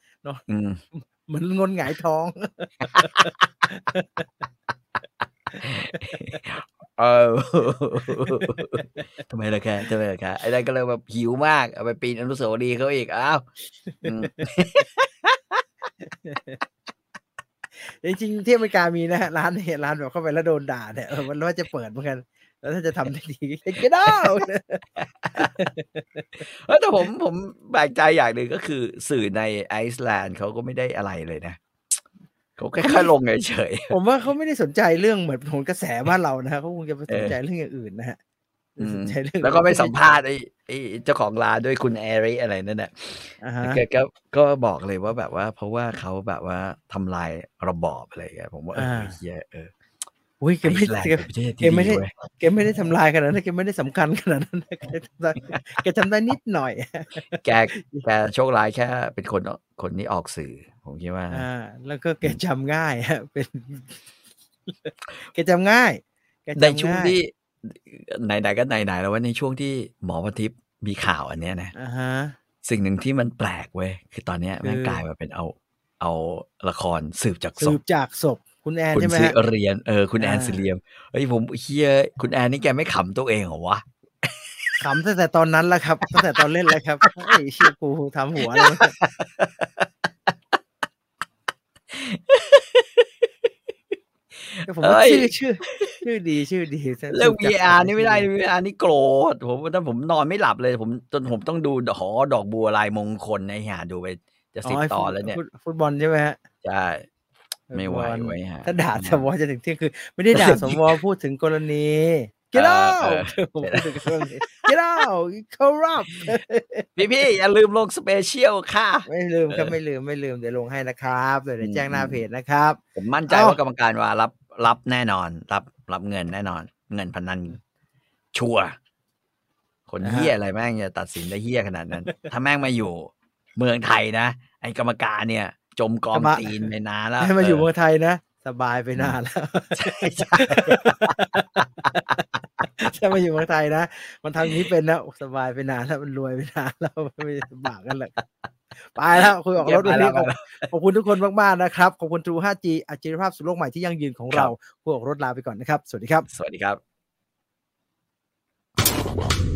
อืม
เหมือนงนหงายท้อง
เออ ทำไมล่ะคะทำไมล่ะคะไอ้นั่นก็เลยแบบหิวมาก เอาไปปีนอนุสาวรีย์เขาอีก อ้าวอืม
จริงๆที่อเมริกามีนะฮะร้านเนี่ยร้านแบบเข้าไปแล้วโดนด่าเนี่ยเออมันว่าจะเปิดเหมือนกัน แล้วถ้าจะทำได้ดี ก็ได้
เออแต่ผมผมแปลกใจอย่างหนึ่งก็คือ สื่อในไอซ์แลนด์เขาก็ไม่ได้อะไรเลยนะ เขาแค่ค่อยๆลงเฉย
ผมว่าเขาไม่ได้สนใจเรื่องเหมือนผลกระแสบ้านเรานะฮะเขาคงจะไป
เอ
สน
อ
ใจเรื่องอย่างอื่นนะฮะ
ๆอื
ส
ม
นใจเรื่อง
แล้วก็ไม่สัมภาษณ์ไอ้ไอ้เจ้าของร้านด้วยคุณแอริอะไรนั่นแหละ
อ่าฮะ
แกก็ก็บอกเลยว่าแบบว่า เพราะว่าเขาแบบว่าทำลายระบอบอะไรอย่างเงี้ยผมว่าเอออา เฮียเออ
อุ้ยแก
ไอ
ไม่
ซ์แลนด์
แก
เป็นประเทศ
เก
ที่
มไม่
ดี
ได้
เว้ย
แกไม่ได้ทำลายขนาดนั้นแกไม่ได้สำคัญขนาดนั้นนะแกทำได้แกทำได้นิดหน่อย
แก แกโชคร้ายแค่เป็นคนคนนี้ออกสื่อ ผมคิดว่า
อ่าแล้วก็แกจำง่ายฮะเป็น แกจำง่ายแกจำ
ในช่วง
าย
ที่ไหนๆก็ไหนๆแล้วว่าในช่วงที่หมอวันทิพย์มีข่าวอันเนี้ยนะ
อ่าฮะ
สิ่งหนึ่งที่มันแปลกเว้ยคือตอนเนี้ยแม่ง
คือ
กลายมาเป็นเอา เอาละครสืบจากศ
สื
พ
บจากศพ คุณแอน
คุณ
ใช่ไหม
สิ
ฮะ
เรียนเออคุณแอน
อ่า
สิเรียมเฮ้ยผมเฮียคุณแอนนี่แกไม่ขำตัวเองเหรอวะ
ขำตั้งแต่ตอนนั้นแล้วครับตั้งแต่ตอนเล่นแล้วครับไอ้ยเชี่ยกูทำหัวเลยแต่ผมว่า
เอ้ย
ชื่อชื่อชื่อดีชื่อดี
เรื่อง
ถูกจับ
VR นี่ไม่ได้ VR นี่โกรธผมว่าถ้าผมนอนไม่หลับเลย ผมจนผมต้องดูหอดอกบัวลายมงคลในหาดูไปจะสิบ
ไ
ตอนแล้วเนี่ย
ฟุตฟุตบอลใช่ไหมฮะ
ใช่ไม่ไหว
ฟุตบอล
ไว้ฮะ
ถ้าด่าสวจะถึงเที่ยงคือ ไม่ได้ด่าสวพูดถึงกรณีเก
เอ
ล้า
อเออ
ผมพูดถึงกรณีเกล้าคอรัป
พี่พี่ๆอย่าลืมลงสเปเชียลค่ะ
ไม่ลืมครับ
เออ
ไม่ลืมไม่ลืมเดี๋ยวลงให้นะครับเดี๋ยวได้แจ้งหน้า
อืม
เพจนะครับ
ผมมั่นใจ
เอ้า
ว่ากรรมการว่ารับรับแน่นอน รับรับเงินแน่นอน เงินพนันชัวร์คนเฮี้ยอะไรแม่งจะตัดสินได้เฮี้ยขนาดนั้น ถ้าแม่งมาอยู่เมืองไทยนะ ไอ้กรรมการเนี่ย จมกองตีนไปนานแล้ว
ให้มาอยู่
เ
เมืองไทยนะ สบายไปนานแล้ว
ใช่ใช่
ถ้ามาอยู่เมืองไทยนะ มันทำอย่างนี้เป็นนะโอ้สบายไปนานแล้วมันรวยไปนานแล้วมันไม่ลำบากกันหรอกไปแล้วคุยออกรถวันนี้ขอบขอบคุณทุกคนมากๆนะครับ ขอบคุณ True 5G อัจฉริยภาพสู่โลกใหม่ที่ยั่งยืนของเราคุยออกรถลาไปก่อนนะครับ สวัสดีครับ
สวัสดีครับ